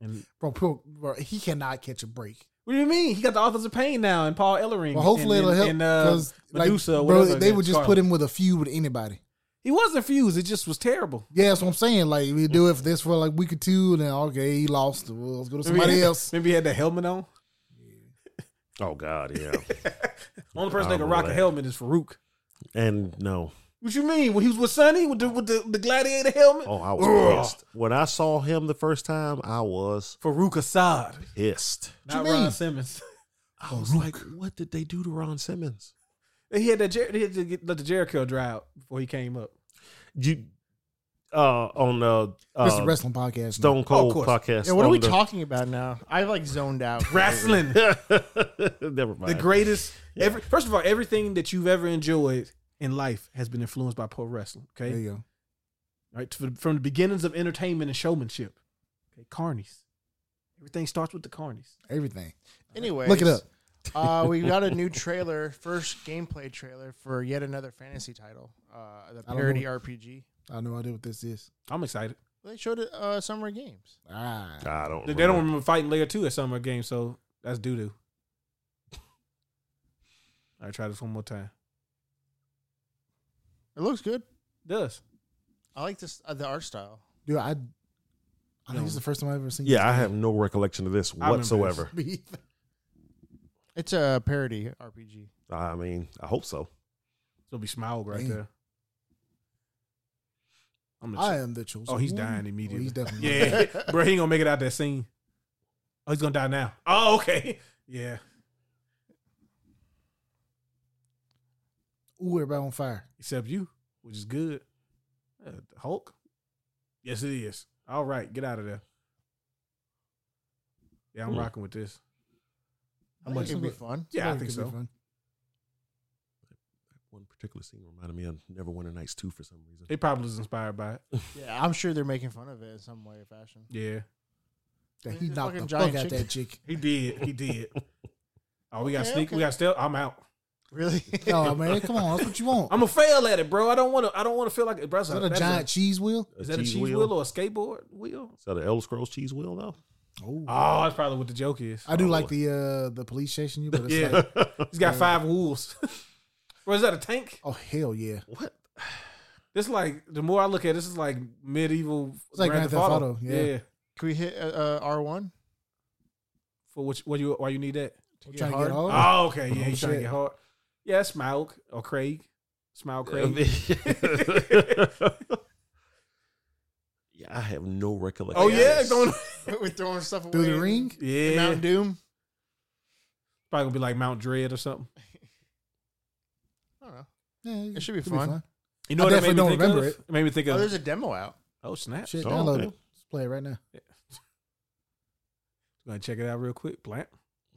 And
Bro, bro, bro, he cannot catch a break.
what do you mean? He got the authors of pain now and Paul Ellering.
Well, hopefully
and,
it'll help
and, uh,
because like,
Medusa or
bro,
whatever
they
that
would just
Scarlet.
put him with a feud with anybody.
He was infused. It just was terrible.
Yeah, that's what I'm saying. Like we do it for this for like week or two, and then okay, he lost. Well, let's go
he
to somebody
had,
else.
Maybe he had the helmet on.
Oh
<laughs>
God, yeah.
Only person that
Oh,
can rock a
man.
helmet is Farouk.
and no.
What you mean? When he was with Sonny with the with the, the gladiator helmet?
Oh, I was
Ugh.
pissed. When I saw him the first time, I was
Farouk Assad.
pissed.
Not
you mean?
Ron Simmons. <laughs>
I was like, what did they do to Ron Simmons?
He had that. Jer- He had to get, let the Jericho dry out before he came up.
You uh on uh,
This is a
uh
wrestling podcast. man.
Stone Cold
Oh, course.
podcast.
Yeah, what are
on
we
the-
talking about now? I like zoned out.
<laughs>
Wrestling,
Never mind.
the greatest. Every first of all, everything that you've ever enjoyed in life has been influenced by pro wrestling. Okay,
There you go.
right? From, from the beginnings of entertainment and showmanship. Okay, carnies. Everything starts with the carnies.
Everything.
Anyway,
Look it up.
<laughs> uh, we got a
<laughs>
new trailer, first gameplay trailer for yet another fantasy title, uh, the
don't
parody
know.
RPG.
I have no idea what this is.
I'm excited.
They showed it uh, Summer Games.
Ah,
I don't
They, they don't remember fighting layer two at summer game, so that's doo doo. <laughs> All right, try this one more time.
It looks good.
Does
I like this uh, the art style.
dude, I. I think this is the first time I've ever seen.
Yeah, I have no recollection of this
remember this.
whatsoever.
this.
It's a parody RPG.
I mean, I hope so.
it'll be smiled right
Damn.
there. I'm gonna
<laughs> I am the chosen.
Oh, he's
one.
dying
Oh,
immediately.
he's definitely.
Yeah, bro, he ain't gonna make it out that scene. Oh, he's gonna die now. Oh, okay. <laughs> Yeah,
Ooh, everybody on fire.
except you, which is good. Uh, Hulk. Yes, it is. All right, get out of there. Yeah, I'm
Hmm.
rocking with this.
I
much
think it'd be
is it?
fun.
Yeah, I
That
think
could
so.
be fun.
One particular scene reminded me of Neverwinter Nights 2 for some reason.
They probably was inspired by it. <laughs>
Yeah, I'm sure they're making fun of it in some way or fashion.
Yeah,
That
He's
he
a
knocked the
fucking
fuck
giant
out
chicken.
that chick.
he did. He did. Oh, we got
Okay,
sneak. We
okay.
got stealth. I'm out.
<laughs> Really?
<laughs>
No, man, come on, that's what you want.
I'm a fail at it, bro. I don't want to. I don't want to feel like bro.
Is that a giant cheese wheel?
is that a cheese wheel. or a skateboard wheel?
Is that an Elder Scrolls cheese wheel
<laughs>
though?
Oh,
Oh, that's probably what the joke is.
I do like
probably.
the uh the police chasing you, but it's
Oh, Yeah.
like,
He's got five wolves. <laughs> bro, is that a tank?
oh hell yeah,
What?
This like the more I look at this is like medieval.
It's like Grand Theft Auto, yeah.
Can we hit uh, uh, R1?
For which? What you? Why you need that?
To
I'm trying to get hard.
Oh, okay. Yeah, he's trying to
shit.
get hard. Yeah, that's Smaug or Craig.
<laughs>
Smile Craig.
yeah, I have no recollection.
oh
yeah,
yeah,
it's-
going.
<laughs> We're throwing stuff away.
through the ring.
Yeah,
Mount Doom.
probably gonna be like Mount Dread or something.
I don't know.
Yeah,
It should be
could
fun.
You
I
know what that made me think
definitely don't
of?
remember
It made me think
Oh,
of.
there's a demo out.
oh snap!
Shit,
Oh,
download
okay.
it. Let's play it right now.
Gonna check it out real quick. Plant.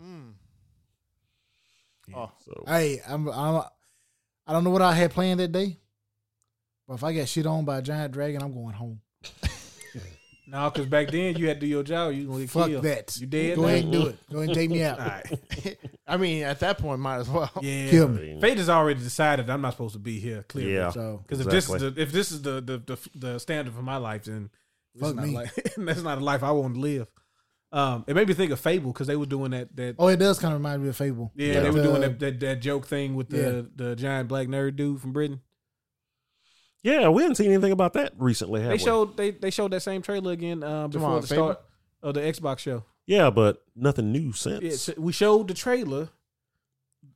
Mm.
Yeah,
Oh.
so
Hey, I'm, I'm I don't know what I had planned that day, but if I get shit on by a giant dragon, I'm going home.
No, because back then you had to do your job. You gonna get
Fuck
killed.
that.
You dead?
Go
now?
ahead and do it. Go ahead and take me
All <laughs>
out.
right.
<laughs> I mean, at that point, might as well.
Yeah.
Kill
I
me.
mean,
Fate has already decided I'm not supposed to be here. Clearly.
<laughs> yeah,
So
Because if this is the if this is the the, the, the standard for my life, then this is
Fuck
not
me.
like, <laughs> that's not a life I want to live. Um, it made me think of Fable because they were doing that that
oh, it does kind of remind me of Fable.
yeah,
Yeah.
they were
Uh,
doing that, that that joke thing with the the giant black nerd dude from Britain.
yeah, we haven't seen anything about that recently, have
They
we?
showed they they showed that same trailer again um, before
on,
the
Fable?
start of the Xbox show.
yeah, but nothing new since.
Yeah, so we showed the trailer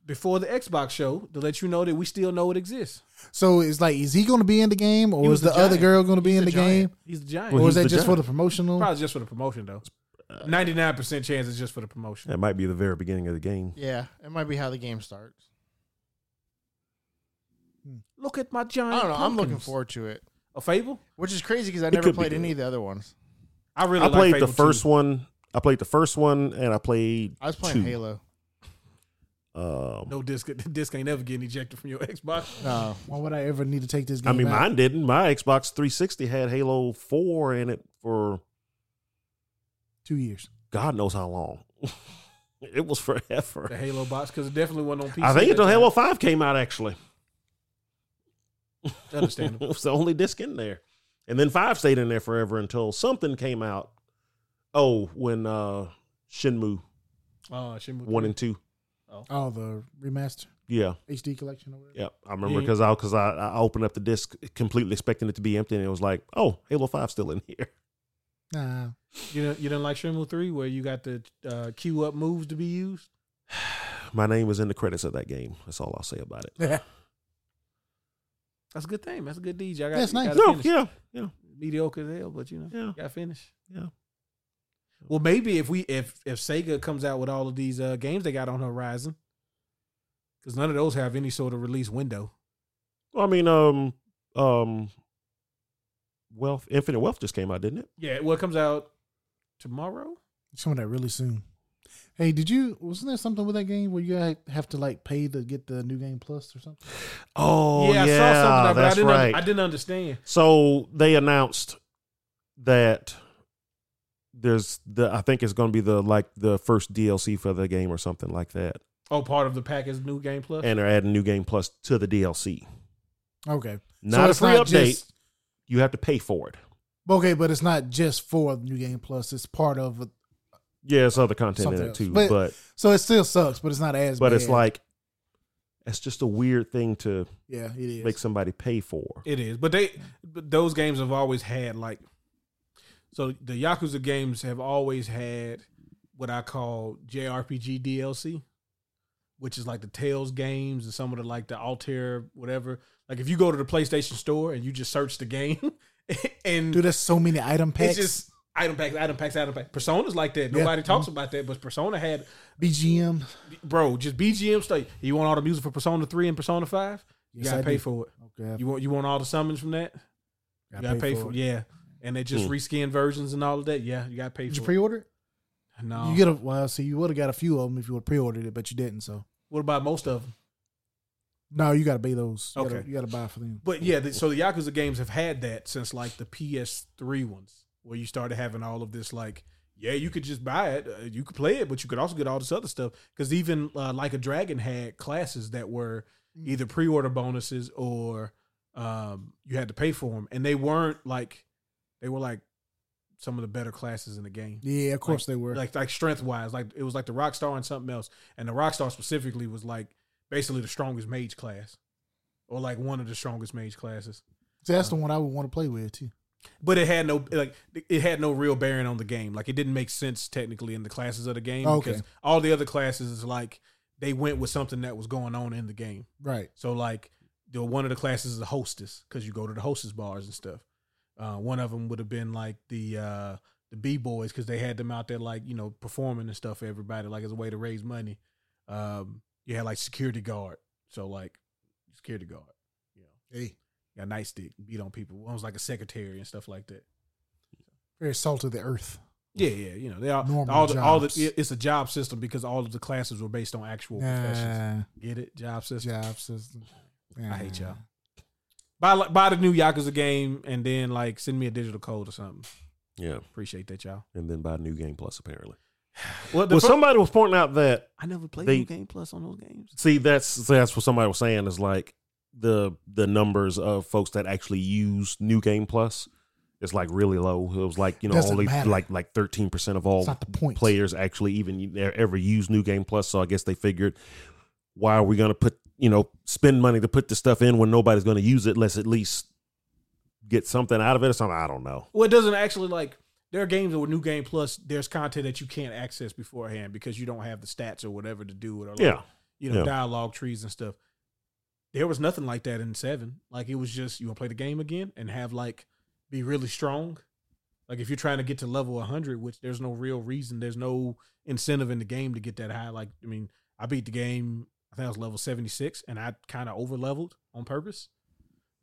before the Xbox show to let you know that we still know it exists.
So it's like, is he going to be in the game, or
He
is
was
the
a
other
giant.
girl going to be in
a
the
giant.
game,
He's the giant.
Well,
or
he's
is that
the
just for
giant.
the promotional?
Probably just for the promotion though.
Uh,
Ninety nine percent chance it's just for the promotion.
that might be the very beginning of the game.
Yeah, it might be how the game starts.
Look at my giant.
I don't know. I'm looking
pumpkins.
forward to it,
a Fable.
which is crazy because I never
could be
played
good.
any of the other ones.
I really
I
like
played the
Fable
first
2.
one. I played the first one, and I played
I was playing
two.
Halo.
Um,
No disc, disc ain't ever getting ejected from your <laughs> Xbox.
No,
Why would I ever need to take this game?
I mean,
out?
mine didn't. My Xbox 360 had Halo 4 in it for
two years.
God knows how long. <laughs> it was
The
forever.
Halo box because it definitely wasn't on PC.
I think
at
until
that
Halo 5 came out, actually.
time. Understandable.
<laughs> it was the only disc in there. And then 5 stayed in there forever until something came out. Oh, when uh, Shinmu
Oh, Shenmue.
1 and 2.
Oh, the remaster
Yeah,
HD collection or whatever.
yeah. I remember
Yeah.
because I because I, I opened up the disc completely expecting it to be empty, and it was like, oh, Halo Five still in here. <laughs>
Nah,
You didn't, you didn't like Shenmue 3 where you got the uh, queue up moves to be used?
My name was in the credits of that game. That's all I'll say about it.
That's a good thing. That's a good DJ. I got,
That's
you
nice.
gotta
No,
finish.
yeah,
Mediocre as hell, but you know,
Yeah.
you gotta finish.
Yeah.
Well, maybe if we if if Sega comes out with all of these uh, games they got on the horizon, because none of those have any sort of release window.
Well, I mean, um, um, wealth, infinite wealth just came out, didn't it?
Yeah, well, it comes out tomorrow.
it's coming out really soon. Hey, did you? Wasn't there something with that game where you had- have to like pay to get the new game plus or something?
Oh, yeah,
like- but I
that's
didn't. un-
right.
I didn't understand.
so they announced that there's the I think it's going to be the like the first DLC for the game or something like that,
Oh, part of the pack is new game plus.
and they're adding new game plus to the DLC.
Okay,
Not a
it's
free update.
just-
you have to pay for it.
okay, but it's not just for new game plus. It's part of. A,
Yeah, it's other content
Something
in it
else.
too,
But-
but
so it still sucks, but it's not as.
but it's
bad.
like it's just a weird thing to
yeah, it is.
make somebody pay for.
It is, but they but those games have always had like so the Yakuza games have always had what I call JRPG DLC, which is like the Tales games and some of the like the Altair whatever. Like if you go to the PlayStation store and you just search the game <laughs> and
Dude, there's so many item packs. Mm-hmm.
it's just item packs, item packs, item packs. Persona's like that. Nobody talks about that, but Persona had
BGM.
bro, just BGM stuff. You want all the music for Persona 3 and Persona 5? You
Yes,
gotta
I
pay
do.
for it.
Okay,
You want you want all the summons from that? You gotta pay, for, it. yeah. And they just
Hmm.
reskin versions and all of that. Yeah, you gotta pay
Did you
for
pre-order it?
it. No.
You get a well. See, you would have got a few of them if you would pre-ordered it, but you didn't. So
what about most of them?
no, you got to pay those. You
Okay.
gotta, you got to buy for them.
But yeah, the, so the Yakuza games have had that since like the PS3 ones, where you started having all of this like, yeah, you could just buy it, uh, you could play it, but you could also get all this other stuff. Because even uh, like a Dragon had classes that were either pre-order bonuses or um, you had to pay for them, and they weren't like, they were like some of the better classes in the game.
Yeah, of course they were.
like like strength wise, like it was like the rock star and something else, and the rock star specifically was like basically the strongest mage class, or like one of the strongest mage classes.
See, that's the one I would want to play with too.
But it had no like it had no real bearing on the game. Like it didn't make sense technically in the classes of the game
Okay.
because all the other classes is like they went with something that was going on in the game.
Right.
So like the one of the classes is a hostess because you go to the hostess bars and stuff. Uh, one of them would have been like the uh, the b boys because they had them out there like you know performing and stuff for everybody like as a way to raise money. Um, you had like security guard, so like security guard, you know,
Hey,
got nightstick, beat on people. One was like a secretary and stuff like that.
very salt of the earth.
Yeah, yeah, you know they all
Normal
all the, all the
jobs.
it- it's a job system because all of the classes were based on actual professions.
Nah,
Get it? Job system.
job system.
I hate
Nah.
y'all. buy like, buy the new Yakuza game and then like send me a digital code or something.
Yeah,
Appreciate that, y'all.
and then buy New Game Plus apparently.
Well,
Well, somebody was pointing out that
I never played
they-
New Game Plus on those games.
see that's that's what somebody was saying is like the the numbers of folks that actually use new game plus is like really low it was like you know
Doesn't
only
matter.
like like 13% of all
It's not the point.
players actually even e, ever use new game plus so i guess they figured why are we going to put you know spend money to put this stuff in when nobody's going to use it let's at least get something out of it or something i don't know
Well, it doesn't actually like there are games that with New Game Plus. There's content that you can't access beforehand because you don't have the stats or whatever to do it or like,
yeah
you know
Yeah.
dialogue trees and stuff. There was nothing like that in seven. Like it was just you want to play the game again and have like be really strong. Like if you're trying to get to level 100, which there's no real reason, there's no incentive in the game to get that high. Like I mean, I beat the game. I think I was level 76, and I kind of over leveled on purpose,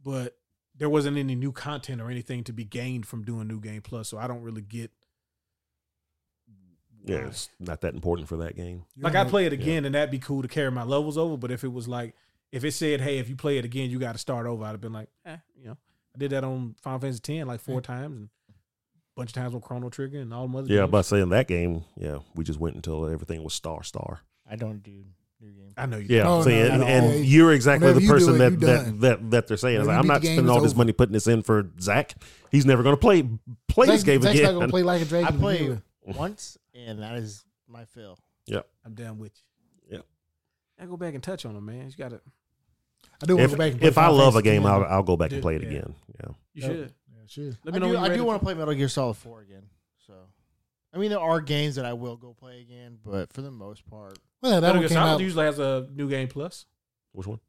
but there wasn't any new content or anything to be gained from doing New Game Plus. So I don't really get.
yeah
why.
it's not that important for that game
You
Like
don't
I
know-
play it again, and that'd be cool to carry my levels over. But if it was like, if it said, "Hey, if you play it again, you got to start over," I'd have been like, eh, you know, I did that on Final Fantasy Ten like four times and a bunch of times on Chrono Trigger and all the other.
yeah
games.
but saying that game yeah we just went until everything was star star
I don't do new game.
I know you.
Yeah,
Oh,
see,
no,
and,
no.
and
Yeah,
you're exactly
whenever
the
you do
person
it,
that,
you
that
done.
that that they're saying. It's
When
Like, I'm
you beat
not
the game,
spending all
it's
this
over.
money putting this in for Zach. He's never going to play play
Zach's,
this game
Zach's not
again.
gonna play like a dragon.
I
<laughs>
to begin
play
with.
once, and that is my fill.
I'm done with you.
Yeah.
I go back and touch on them, man. You got to.
I do want
If,
to go back. And play
if I
Final
love a
Fantasy
game,
X.
I'll, I'll go back
Yeah.
and play it
Yeah.
again. Yeah.
You
Yep.
should.
Yeah, shit.
Let me know.
I do,
when you're
I do
ready.
want to play Metal Gear Solid 4 again. So, I mean, there are games that I will go play again, but for the most part,
Well, yeah, that
Metal
one
Gear
came
Solid
out.
usually has a new game plus.
Which one?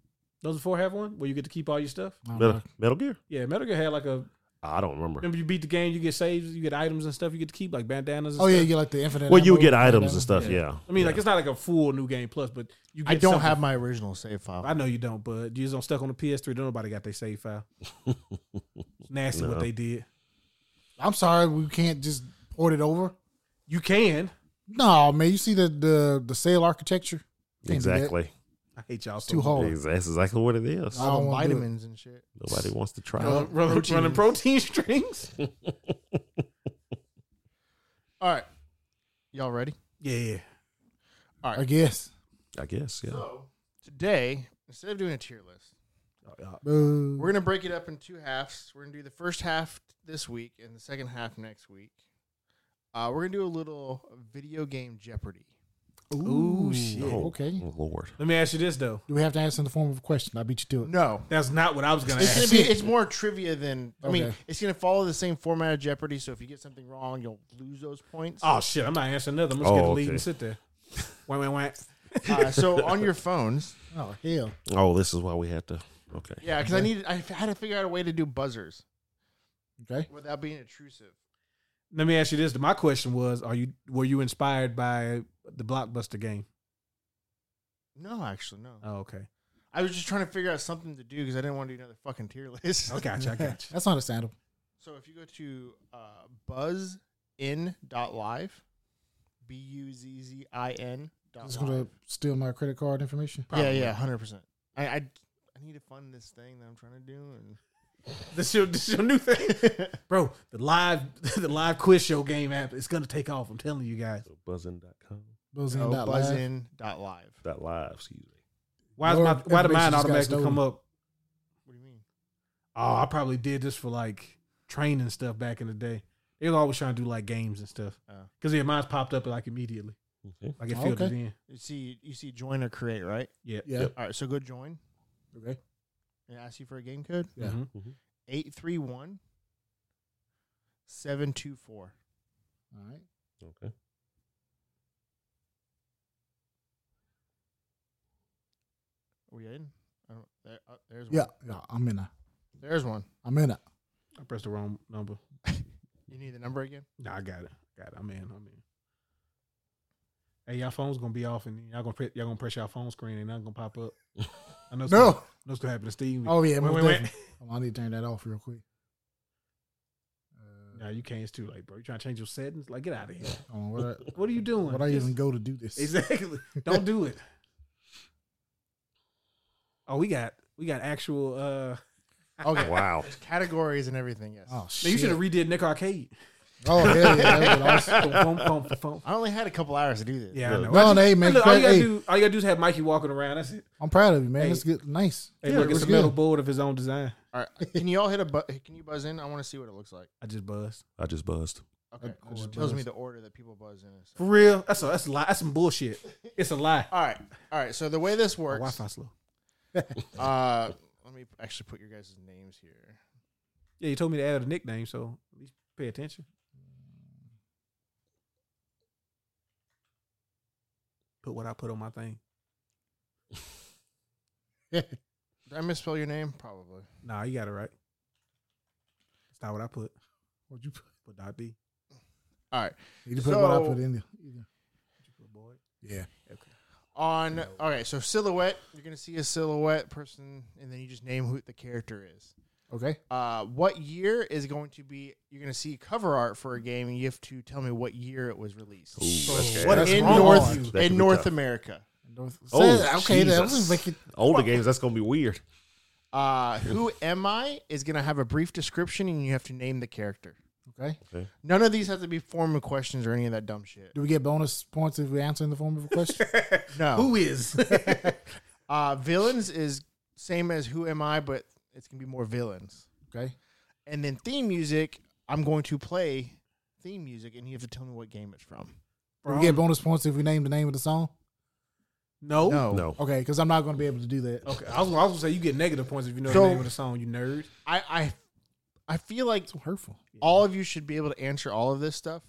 Those four have one where you get to keep all your stuff.
I don't know.
Metal, Metal Gear? Ah,
Yeah, Metal Gear had like a.
I don't remember.
Remember, you beat the game, you get saves, you get items and stuff. You get to keep like bandanas. And
Oh
stuff.
yeah, you get like the infinite.
Well, you
ammo,
would get
like
items
that.
and stuff.
Yeah.
Yeah.
I mean, like
Yeah.
it's not like a full new game plus, but you. Get
I don't have
something.
my original save file.
I know you don't, but you just don't stuck on the PS3. Don't nobody got their save file. It's nasty what
No.
they did.
I'm sorry, we can't just port it over.
You can.
No, man, you see the the the sale architecture. Can't do that.
exactly.
I hate y'all so
Too
much.
hard.
Ex- That's exactly what it is.
I
All
don't
the
wanna do it.
vitamins and shit.
Nobody wants to try.
Running,
it.
running-
Protein.
running protein <laughs> strings.
All right. Y'all ready?
yeah.
I guess.
I guess. Yeah.
So, today, instead of doing a tier list,
Boo.
we're going to break it up in two halves. We're going to do the first half this week and the second half next week. Uh, we're going to do a little video game Jeopardy.
Ooh, shit.
Oh,
Okay.
Lord.
Let me ask you this though.
Do we have to answer in the form of a question? I beat you to it.
No.
That's not what I was gonna
It's
ask.
gonna be. It's more trivia than. I mean,
Okay.
it's gonna follow the same format of Jeopardy. So if you get something wrong, you'll lose those points.
Oh shit! I'm not answering nothing. I'm just
Oh,
gonna lead
okay.
and sit there. <laughs> Wait, wait, wait.
Uh, so on your phones,
Oh hell.
Oh, this is why we had to. Okay.
yeah, because I needed. I had to figure out a way to do buzzers
Okay.
without being intrusive.
Let me ask you this. My question was: Are you were you inspired by the blockbuster game?
No, actually, no.
Oh, okay.
I was just trying to figure out something to do because I didn't want to do another fucking tier <laughs> list.
I got you. I got you.
That's understandable.
So if you go to uh, buzzin.live, b u z z i n dot
Just gonna
live.
steal my credit card information.
Yeah, yeah, hundred percent. I, I I need to fund this thing that I'm trying to do and.
This your this your new thing,
<laughs>
bro. The live <laughs> the live quiz show game app. It's gonna take off. I'm telling you guys.
So buzzin.com.
Buzzin.
No,
dot live.
buzzin dot live.
That live, excuse me.
Why is
Your
my why did
information
mine
just got
automatically come
stolen.
up?
What do you mean?
Oh, I probably did this for like training stuff back in the day. They were always trying to do like games and stuff.
Oh.
Because yeah, mine's popped up like immediately.
Okay.
Like it
Oh,
filled it
okay.
in.
You see, you see, join or create, right?
Yeah.
Yeah.
All right, so go join.
Okay.
It asks you for a game code
Yeah.
Mhm.
Mm-hmm.
eight three one seven two four.
All right.
Okay.
Are we in? I don't, there, uh, there's one.
Yeah. Yeah. I'm in a.
There's one.
I'm in a.
I pressed the wrong number.
You need the number again?
Nah, I got it. Got it. I'm in. I'm in. Hey, y'all phone's gonna be off, and y'all gonna pre- y'all gonna press y'all phone screen, and nothing gonna pop
<laughs>
up. I know. it's
No.
Gonna, I know it's gonna happen to Steve.
Oh yeah.
wait,
most
wait, wait.
definitely. Oh, I need to turn that off real quick. Uh,
Nah, you can't. It's too late, bro. You trying to change your settings? Like, get out of here.
hold on, what, I,
<laughs> What are you doing?
what I
Just- <laughs>
even go to do this?
Exactly. Don't do it. Oh, we got we got actual. uh
Okay.
Wow.
There's categories and everything. Yes.
Oh
man,
shit.
You should have redid Nick
<laughs>
Arcade.
Oh hell yeah. That would
<laughs>
awesome.
Boom, boom, boom, boom, boom.
I only had a couple hours to do this.
Yeah, I know.
No,
I just-
they make
look, all you gotta
hey.
do, all you gotta do is have Mikey walking around. That's it.
I'm proud of you, man.
Hey.
It's good. Nice.
Hey,
Yeah,
look,
it
it's
was
a metal
good.
board of his own design.
All right. Can you all hit a? Bu- can you buzz in? I want to see what it looks like.
I just buzzed.
I just buzzed.
Okay.
I
Cool.
just
It tells me
buzzed.
the order that people buzz in. So.
For real? That's a that's a lie. That's some bullshit. It's a lie.
All right. All right. So the way this works.
Wi Fi slow.
Uh, let me actually put your guys' names here.
Yeah, you told me to add a nickname, so at least pay attention. Put what I put on my thing.
Did I misspell your name? Probably.
Nah, you got it right. It's not what I put.
What'd you put?
Put dot B.
All right.
You didn't put what I
So-
put in there. either.
Put boy.
Yeah.
On okay, so silhouette, you're gonna see a silhouette person, and then you just name who the character is.
Okay.
Uh, what year is going to be? You're gonna see cover art for a game, and you have to tell me what year it was released.
Ooh, okay.
what
That's
is
in
wrong
wrong
North
with you?
That could
in
be
North
tough.
America.
North-
Oh,
Says- okay. That
Jesus.
was making.
Older games, that's gonna be weird.
Uh, who am I is gonna have a brief description, and you have to name the character.
Okay.
None of these have to be formal questions or any of that dumb shit.
Do we get bonus points if we answer in the form of
<laughs>
a question?
No.
Who is?
<laughs> Uh, villains is same as Who Am I, but it's gonna be more villains.
Okay.
And then theme music, I'm going to play theme music, and you have to tell me what game it's from.
Do we get bonus points if we name the name of the song?
No.
No.
No.
Okay, because I'm not going to be able to do that.
Okay. I was, I was gonna say you get negative points if you know
So-
the name of the song, you nerd.
I, I I feel like
It's so hurtful.
all of you should be able to answer all of this stuff.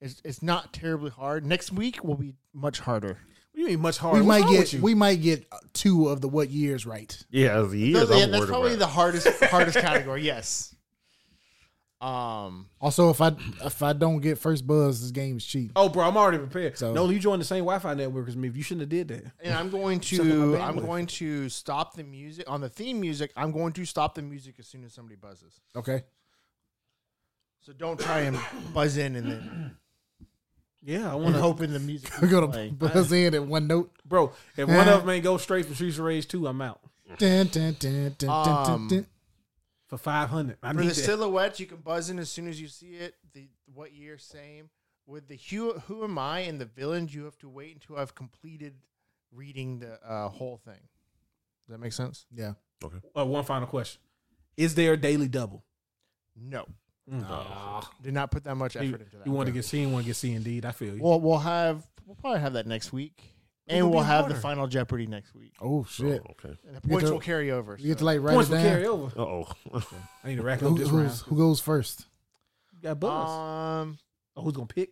It's, it's not terribly hard. Next week will be much
What
harder.
do you mean much harder?
We
What's
might
wrong
get
with you?
we might get uh, two of the what years right.
Yeah, the
No,
years.
yeah,
I'm
that's
worried
probably
about.
the hardest
<laughs>
hardest category. Yes. Um.
Also, if I if I don't get first buzz, this game is cheap.
Oh, bro, I'm already prepared.
So-
no, you joined the same Wi-Fi network as me. You shouldn't have did that.
And I'm going
Something
to
about
I'm
bandwidth.
going to stop the music on the theme music. I'm going to stop the music as soon as somebody buzzes.
Okay, <laughs>
So don't try
<coughs>
and buzz in and then
Yeah, I
I'm
want to.
hoping the
<laughs>
music.
we're gonna
play.
buzz in at one note.
<laughs> Bro, if one of them ain't go straight for Streets of Rage two, I'm out
Dun, dun, dun, dun, dun, dun, dun.
Um,
for five hundred. I
For
need
the
that.
silhouette, you can buzz in as soon as you see it. The what year? Same. With the who, who am I and the villain, you have to wait until I've completed reading the uh, whole thing. Does that make sense?
Yeah,
Uh, one final question: Is there a daily double?
No,
Mm.
did not put that much effort
you
into that.
you want to get seen, want to get seen. Indeed, I feel you.
We'll we'll have we'll probably have that next week, and
gonna
we'll
be
have the
harder.
final Jeopardy next week.
Oh shit!
Oh, okay.
And the
get
points
to-
will carry over.
You
so-
get to like write
Points
it
will
down.
carry over.
Uh oh.
I need to rack
Who,
up this round.
who's, who goes first?
You got buzz.
Um,
oh, who's gonna pick?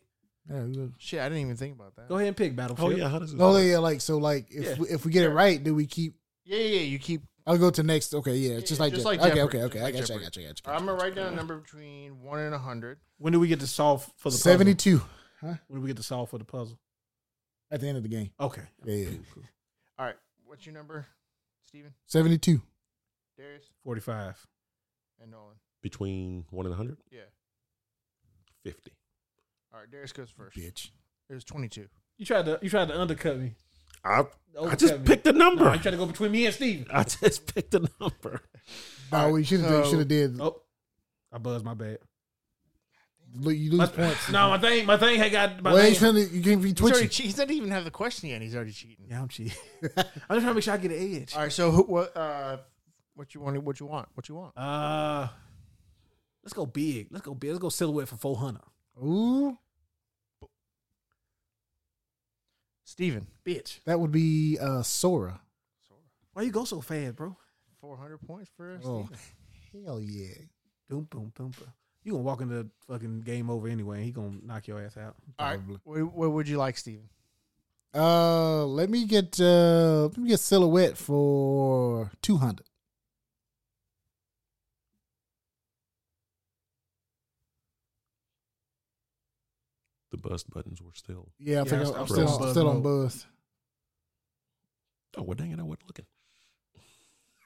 Yeah, who goes-
shit, I didn't even think about that.
Go ahead and pick Battlefield.
<laughs> oh yeah. How does it?
Oh yeah, like so, like if
Yeah.
we, if we get it right, do we keep?
Yeah, yeah, yeah, you keep.
I'll go to next. Okay, yeah, it's
Yeah,
just like,
just
Jeopardy.
like
okay,
Jeopardy,
okay, okay.
just
I
like
got you,
Jeopardy.
I got you, I got you. I
I'm
got
gonna write down a number between one and a hundred.
When do we get to solve for
you.
the puzzle?
Seventy-two
When do we get to solve for the puzzle?
at the end of the game.
Okay.
Yeah, yeah.
All right, what's your number, Steven?
seventy-two.
Darius
Forty five.
and Nolan.
Between one and a hundred.
Yeah.
Fifty.
All right, Darius goes first.
Bitch.
It was 22.
You tried to you tried to undercut me.
I I
Overcut
just
me.
picked a number.
Oh, No, you tried to go between me and Steve.
I just <laughs> picked a number.
Oh, we should have
so-
should have did.
Oh, I buzzed. My
<laughs>
bad.
Look, You
My-
lose points.
No, my thing, my thing had got. My
Well,
thing-
he's finna, you can't be
He's, already
twitchy.
che- he's not even have the question yet. He's already cheating.
yeah, I'm
<laughs>
cheating. I'm just trying to make sure I get an edge.
All right, so who, what? Uh, what you want? What you want? What you want?
Uh, let's go big. Let's go big. Let's go silhouette for four hundred.
Ooh,
Steven.
Bitch,
that would be uh, Sora.
why you go so fast, bro?
400 points for
Oh.
Steven.
Hell yeah!
Boom, boom, boom, boom. You gonna walk into fucking game over anyway? and He gonna knock your ass out.
All right.
Probably.
What, what would you like, Steven? <laughs>
Uh, let me get uh, let me get silhouette for two hundred.
The buzz buttons were still.
Yeah, I
Yeah,
think
I'm
I'm, I'm
still on
still on,
Buzz
still on
mode.
buzz.
Oh well, dang it! I wasn't looking.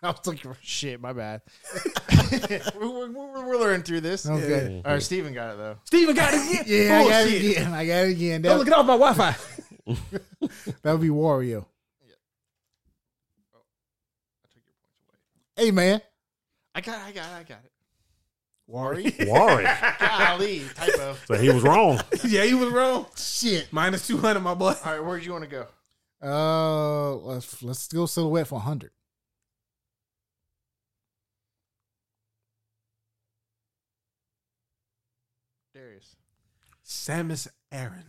I was like, shit, my bad. <laughs> we're, we're, we're, we're learning through this.
Okay.
All right, Steven got it, though.
Steven got it. <laughs>
Yeah,
Yeah,
I got
Bullshit.
it again. I got it again.
Don't
That,
look it off my Wi-Fi.
that would be Wario.
I took your points away.
Hey man,
I got it, I got it, I got it.
Worry.
Worry.
Golly, typo.
so he was wrong.
<laughs> yeah, you was wrong.
shit.
<laughs> Minus two hundred, my boy.
All right, where do you want to go?
Uh, let's let's go silhouette for hundred.
Darius.
Samus Aaron.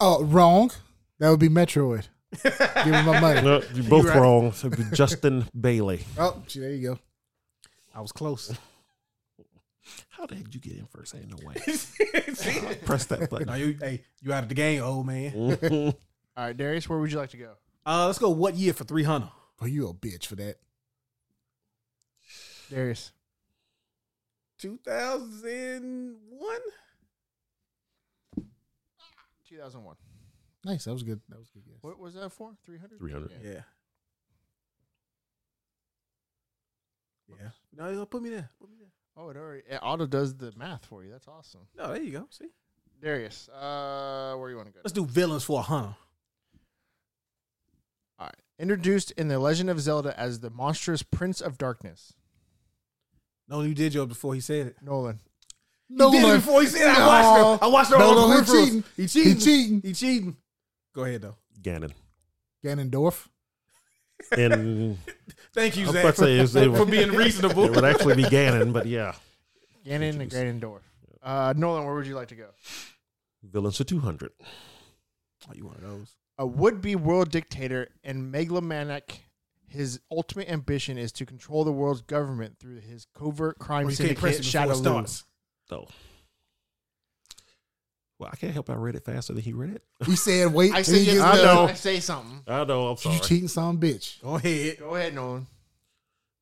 Oh, wrong. That would be Metroid. Give me my money.
<laughs> No, you're both
You're right.
wrong. So it'd be Justin Bailey.
Oh, gee, there you go.
I was close. <laughs>
How the heck did you get in first? Ain't no way. Press that button.
No, you, hey, you out of the game, old man.
Mhm.
All right, Darius, where would you like to go?
Uh, let's go. What year for three hundred?
Oh, you a bitch for that.
Darius.
Two thousand one.
2001.
Nice. That was good. That was a good. Guess.
What was that for? 300?
300.
Yeah.
Yeah. Yeah. No, you gonna put me there. Put me there.
Oh, it already it auto does the math for you. That's awesome.
No, there you go. See,
Darius, uh, where you want to go?
let's do villains for a hundred.
All right. Introduced in The Legend of Zelda as the monstrous Prince of Darkness.
No, you did yours before he said it.
Nolan.
No,
he did it
Nolan.
before he said it. I
No.
watched him. I watched him
No,
on
no,
the
he
peripherals.
cheating.
He
He
cheating.
cheating.
He cheating. Go ahead though.
<laughs> Gannon.
Ganondorf.
And
Thank
I
you,
was about
Zach,
to say, it, was- it
for
would,
being
<laughs> it
reasonable.
would actually be Gannon, but yeah.
Gannon and Ganondorf. Uh, Nolan, where would you like to go?
Villains to 200.
Oh, you one of those?
a would-be world dictator and megalomaniac. His ultimate ambition is to control the world's government through his covert crime
Or you can't press it
syndicate,
before
Shadow
it
Lou.
starts.
Though. Well, I can't help. I read it faster than he read it.
You said wait.
I
till
say yes,
you get
I
I
the-
know.
I say something.
I know. I'm
You cheating some bitch.
Go ahead.
Go ahead, Nolan.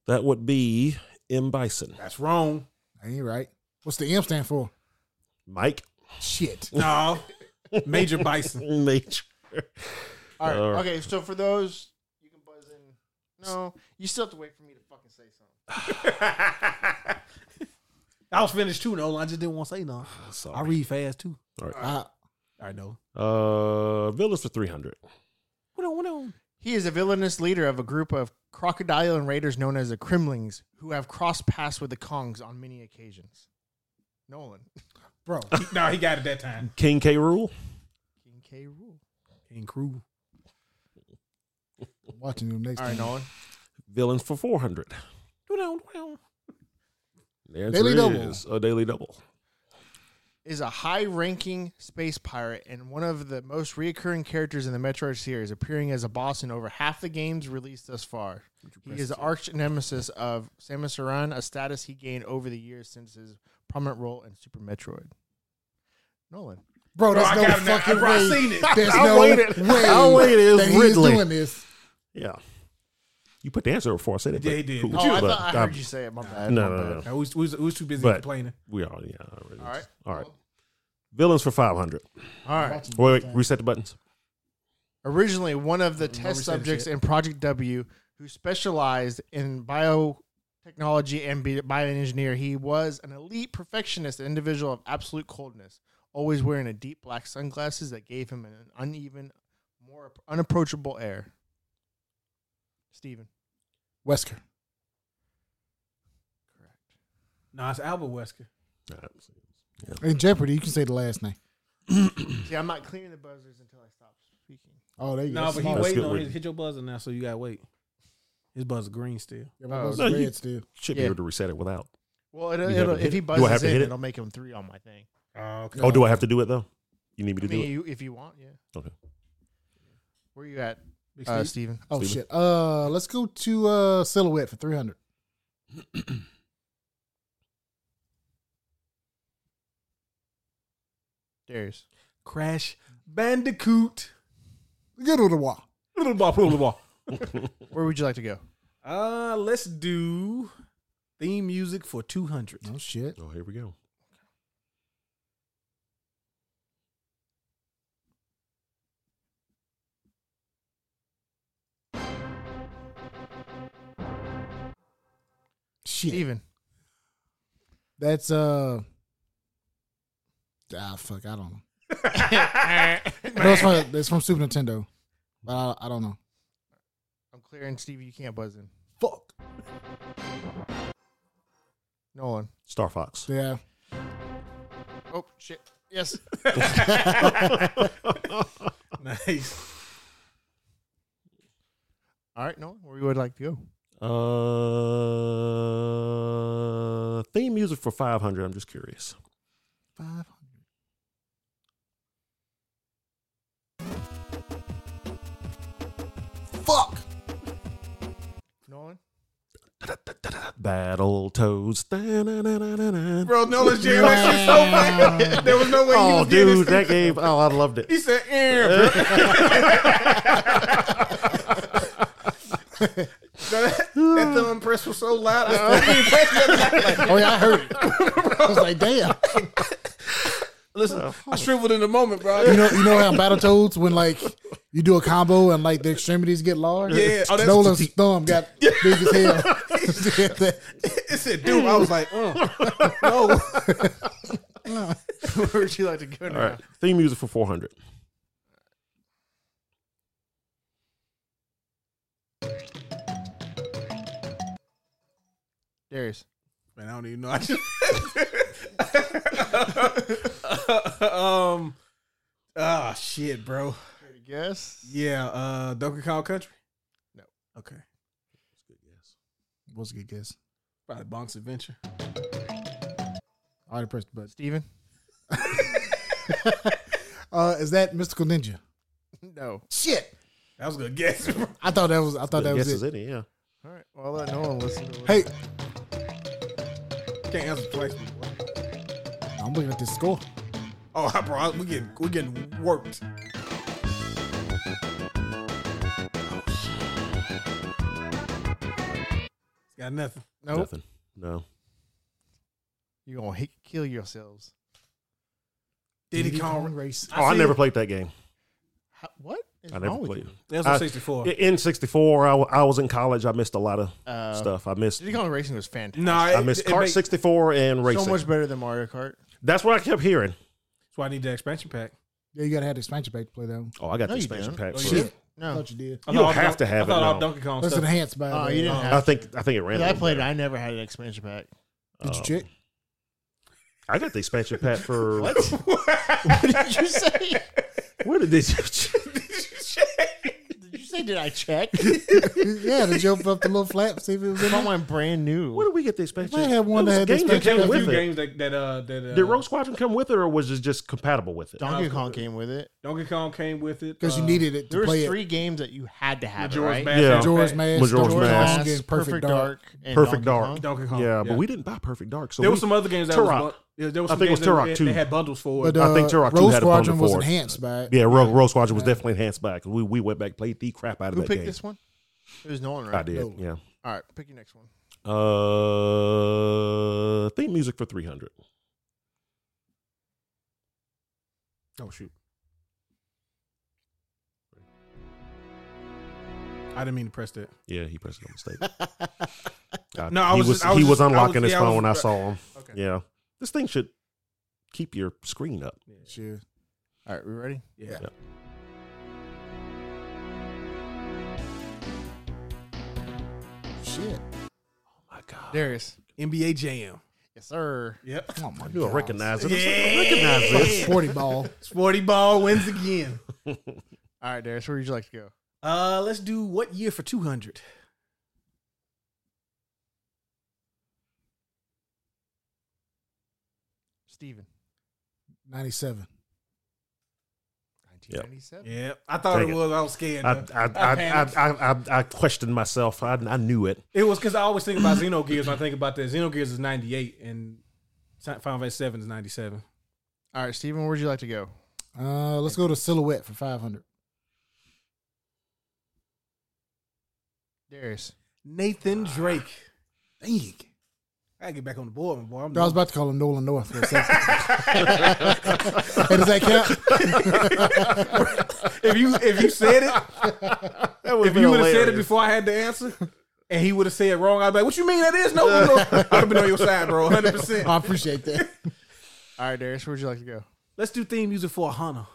That would be M. Bison.
That's wrong.
That Ain't right. What's the M stand for?
<laughs> Mike
Shit.
No. Major Bison.
Nature.
All right.
All right.
Okay. So for those, you can buzz in. No, you still have to wait for me to fucking say something.
<laughs> I was finished too, Nolan. I just didn't want to say nothing. I
Sorry.
read fast too.
I,
Oh, I know.
Uh, Villas for three hundred.
What on, what on?
He is a villainous leader of a group of crocodilian raiders known as the Kremlings, who have crossed paths with the Kongs on many occasions. Nolan,
bro.
no, he got it that time.
King K. Rule.
King K. Rule.
King Crew.
Watching them next
All right,
time.
Nolan.
Villains for four hundred.
What on, what on?
Daily Double.
a daily double.
Is a high-ranking space pirate and one of the most reoccurring characters in the Metro series, appearing as a boss in over half the games released thus far. He is the arch nemesis of Samus Aran, a status he gained over the years since his prominent role in Super Metroid. Nolan.
Bro, there's
I
no
got him now.
fucking
Bro, <laughs> I
way.
seen it.
There's
I
no
waited.
way.
I waited. It was
that he is
Ridley.
doing this.
Yeah. You put the answer before I said it.
Yeah,
but
he did.
cool.
Oh,
Oh, I
But,
thought I heard
um,
you say it. My bad.
No,
my
no,
bad.
no, no.
No, we was, we was, we was too busy
But-
complaining.
We are. Yeah. I already-
All right.
All right. Villains for five hundred.
All right.
Wait, wait. Reset the buttons.
Originally, one of the
Nobody said
test subjects
shit.
in Project W, who specialized in biotechnology and bi- bioengineer, he was an elite perfectionist, an individual of absolute coldness, always wearing a deep black sunglasses that gave him an uneven, more unapproachable air. Steven.
Wesker.
Correct.
No, it's Albert Wesker.
All right.
In Jeopardy, you can say the last name.
See, I'm not clearing the buzzers until I stop speaking.
Oh, there you
No,
go.
but he
Smart.
That's
waiting
good
on
with
his.
you.
Hit your buzzer now, so you gotta wait. His buzzer green still.
Yeah, my brother's
No, Oh, you-
red still.
Should
Yeah.
be able to reset it without.
Well, it'll,
You have
it'll,
to hit
if he
it. Do I have
buzzes
to
in,
hit it?
it'll make him three on my thing.
Oh, okay.
Oh, do I have to do it though? You need me
I
to
mean,
do it.
you, if you want, yeah.
Okay.
Where you at,
Big
uh,
Steve?
Steven?
Oh
Steven.
shit. Uh, let's go to uh silhouette for three hundred.
Darius.
Crash Bandicoot.
Good with the wall.
Little ball, little ball.
Where would you like to go?
Uh, let's do theme music for two hundred.
Oh shit.
Oh, here we go.
Shit.
Steven.
That's uh. Ah fuck, I don't
<laughs>
know. No, it's from, it's from Super Nintendo, but I, I don't know.
I'm clearing Steven. You can't buzz in.
Fuck.
Nolan.
Star Fox.
Yeah.
Oh, shit. <laughs> Yes.
<laughs> nice.
All right, Nolan. Where you would like to go?
Uh, theme music for five hundred. I'm just curious.
Five hundred. Fuck.
Nolan.
Battle Toads. Oh,
Bro, no,
<laughs>
let's jam. That shit so bad. There was no way you was getting this
dude, that
thing. <laughs>
game. Oh, I loved it.
He said, eh, <laughs> bro. that, that thumb press was so loud. I <laughs> still being pressed.
Oh yeah, I heard it. I was like, damn.
Listen, I shriveled in the moment, bro.
You know, you know how Battletoads when like you do a combo and like the extremities get large.
Yeah, oh, that's-
Nolan's
<laughs>
thumb got big as hell. Did that.
<laughs> It said, dude, I was like, uh, no.
Where would you like to go now?
All right, theme music for four hundred.
Darius.
Man, I don't even know. I just <laughs> um, ah, shit, bro.
Care to Guess.
Yeah, uh, Donkey Kong Country.
No.
Okay.
was a good guess.
Probably Bonk's Adventure.
I already pressed the button.
Steven.
Uh, is that Mystical Ninja?
<laughs> No.
Shit.
I was gonna guess. <laughs>
I thought that was I thought that
I guess is
was it.
it. Yeah.
All right. Well, I'll let no one listen to it.
Hey,
Can't answer twice. Before.
I'm looking at this score.
Oh, bro, I- we getting we getting worked. Got nothing.
nope.
Nothing. No.
You're gonna hate, kill yourselves.
Diddy Kong.
race.
Oh, I
see
never
it.
played that game.
How, what? is
I never
wrong with
played.
you?
That was on
I-
sixty four.
I- In '64, I, w- I was in college. I missed a lot of
Uh,
stuff. I missed.
Diddy Kong Racing was fantastic.
Nah,
I missed Kart
makes-
64 and racing.
So much better than Mario Kart.
That's what I kept hearing.
That's why I need the expansion pack.
Yeah, you gotta have the expansion pack to play that one.
Oh, I got
No,
the
you
expansion
didn't.
pack.
Oh,
for
you
it.
didn't?
No.
I thought you did.
I
You
thought
don't
all
have
Dun-
to have
I thought
it,
all
no.
Donkey Kong
That's
stuff.
enhanced by.
Oh,
the-
you didn't
uh,
have.
I think I think it ran.
Yeah,
a
I
little
played it.
better.
I never had an expansion pack.
Did you
Um,
check?
I got the expansion pack for.
<laughs>
what did you say?
Where did this?
<laughs>
Did you say? Did I check?
yeah, to jump up the little flap, see if it was in there.
Someone brand new.
Where did we get the expansion?
might have one
There was
that had the
games
expansion
came
There was a
pack.
with
few
it.
games that that uh that
Did
uh,
Rogue Squadron come with it, or was it just compatible with it?
Donkey Kong came with it.
uh, Donkey Kong came with it
Because
uh,
you needed it
There
to
was
play it.
three games that you had to have. it,
Majora's
right?
Mask.
Yeah.
and
Majora's
Fa-
Mask,
Majora's
Majora's
Mask.
Mask, and Perfect Dark.
and
Perfect
Donkey
Dark.
Donkey Kong.
Yeah, but we didn't buy Perfect Dark. So
There
we,
were some other games that
Turok.
was. bu- yeah, There was
I
some
think it was
games that
Turok
they had-
2.
They had bundles for it.
But,
I
uh,
think Turok 2
Rogue
had a
Squadron
bundle
was
for it.
enhanced by it.
yeah, Rogue, Rogue Squadron was definitely enhanced back. We we went back and played the crap out of
Who
that
picked
game.
this one? It was Nolan, right?
I did.
No.
Yeah.
All right, pick your next one.
Uh, theme music for 300.
Oh shoot! I didn't mean to press that.
Yeah, he pressed it on mistake. I,
No, I
he
was
was,
just- I was just-
he was
I was-
unlocking his
yeah, I was-
phone. I, saw him.
Okay.
Yeah, this thing should keep your screen up.
Sure.
All right, we ready? <sighs>
Yeah.
Yeah.
Shit.
Oh my god,
Darius.
NBA Jam.
Yes, sir.
Yep.
Oh my
I knew I
God.
recognized it. I was like,
Yeah.
I recognize this.
Forty ball.
Sporty Ball wins again.
All right, Darius, where would you like to go?
Uh, let's do what year for two hundred?
Steven.
97.
1997.
Yeah, I thought
Dang
it
it.
was. I was scared.
<laughs> I,
though.
I,
I
I,
panicked.
I, I, I, I questioned myself. I, I knew it.
It was because I always think about Xenogears. when I think about that Xenogears is ninety eight and Final Fantasy Seven is ninety seven.
All right, Steven, where would you like to go?
Uh, let's go to Silhouette for 500.
Darius.
Nathan Drake. Dang. I gotta get back on the board, my boy. I'm
I was about to call him Nolan North for
<laughs>
a second. hey, does that count?
if you if you said it, if you would have said it before I had the answer, and he would have said it wrong, I'd be like, "What you mean that is no?" no. I'd have been on your side, bro, hundred percent.
I appreciate that.
All right, Darius, where would you like to go?
Let's do theme music for Hana.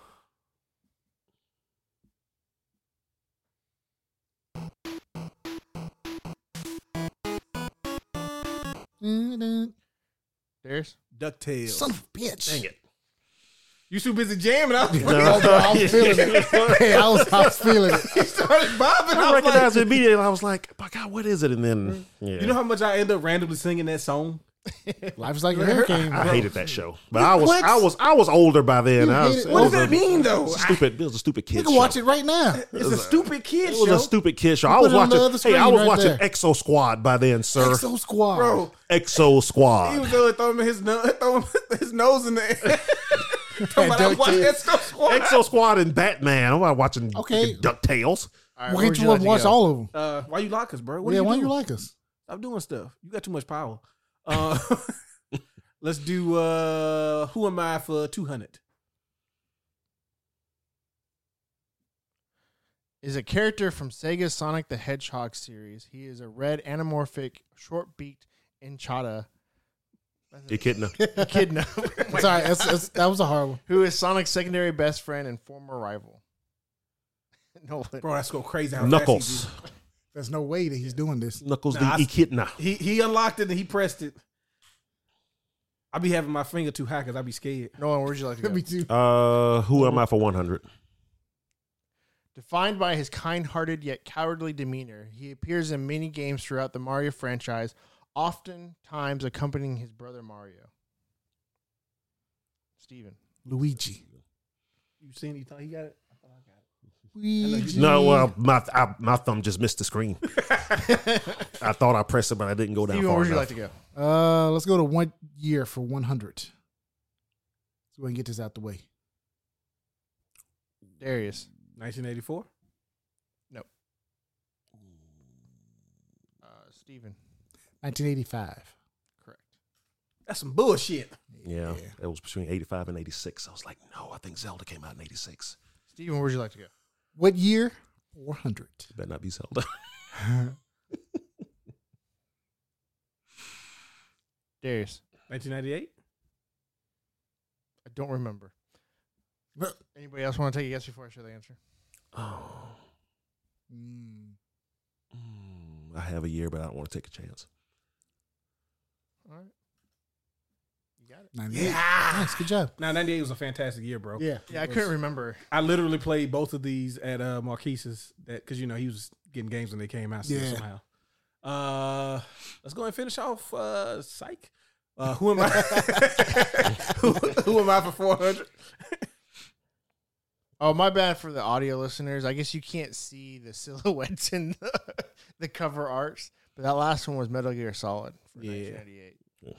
Darius?
Ducktales.
Son of a bitch.
Dang it.
you too busy jamming. I was,
Oh, bro, I
<laughs>
<laughs>
was feeling it. Hey, I was, I was feeling it.
he started bobbing.
I
I was like,
recognized it immediately. I was like, my God, what is it? And then, yeah.
you know how much I end up randomly singing that song.
Life is like a hurricane.
I
bro.
hated that show, but I was
What?
I was I was older by then.
You
I was,
hated-
it
what
was
does
a-
that mean, though?
it was a Stupid. It was a stupid kid.
You can
show.
watch it right now.
It's a stupid kid
It was
show,
a stupid kid show. I was
put it on the
watching.
other
Hey,
screen
I was
right
watching
there.
Exo Squad by then, sir. Exo,
Exo Squad.
bro. He
Squad.
was uh, throwing his nose, <laughs> throwing his nose in the air. <laughs> Talking about, I watched
Ducktales.
that stuff squat.
Exo Squad and Batman. I'm not watching okay.
Okay.
Ducktales.
All right,
Why
where
can't
would
you
you like to
watch
go?
all of them?
Uh, why you like us, bro? What
yeah,
do you
why
do?
you like us?
Stop doing stuff. You got too much power. Uh, <laughs> let's do uh, who am I for two hundred?
is a character from Sega's Sonic the Hedgehog series. He is a red anamorphic, short-beaked <laughs> enchada.
Echidna.
Echidna.
It's all right. It's, it's, that was a hard one.
who is Sonic's secondary best friend and former rival. <laughs> no,
Bro, that's go crazy. How fast
Knuckles.
There's no way that he's doing this.
Knuckles
Nah, I-
the Echidna.
He, do- he he unlocked it and he pressed it. I be having my finger too high because I be scared.
Nolan, where'd you like to go?
<laughs> Me too.
Uh, who am I for 100?
Defined by his kind-hearted yet cowardly demeanor, he appears in many games throughout the Mario franchise, oftentimes accompanying his brother Mario. Steven.
Luigi.
You seen? You thought he got it?
Ouija.
No,
Mm.
well, my I, my thumb just missed
<laughs>
the screen. I thought I pressed it, but I didn't go down
Steven, where
far
would you
enough.
like to go?
Uh, let's go to one year for one hundred. So we can get this out the way.
Darius.
1984.
Uh, Steven.
Nineteen eighty-five.
Correct.
That's some bullshit.
yeah, it was between eighty five and eighty six. I was like, no, I think Zelda came out in eighty six.
Steven, where would you like to go?
What year? Four hundred.
Better not be Zelda. <laughs>
Darius.
1998.
I don't remember.
But-
Anybody else want to take a guess before I share the answer?
Oh,
<laughs> Mm,
mm, I have a year, but I don't want to take a chance.
All right. You got it.
98. Yeah. Nice. Good job.
Now 98 was a fantastic year, bro.
Yeah.
Yeah, I couldn't remember.
I literally played both of these at uh, Marquise's that because you know he was getting games when they came out still
Yeah.
somehow. Uh, let's go and finish off uh, Psych. Uh, who am I? <laughs> who, who am I for four hundred?
Oh, my bad for the audio listeners. I guess you can't see the <laughs> silhouettes in the, the cover arts, but that last one was Metal Gear Solid for
Yeah.
1998.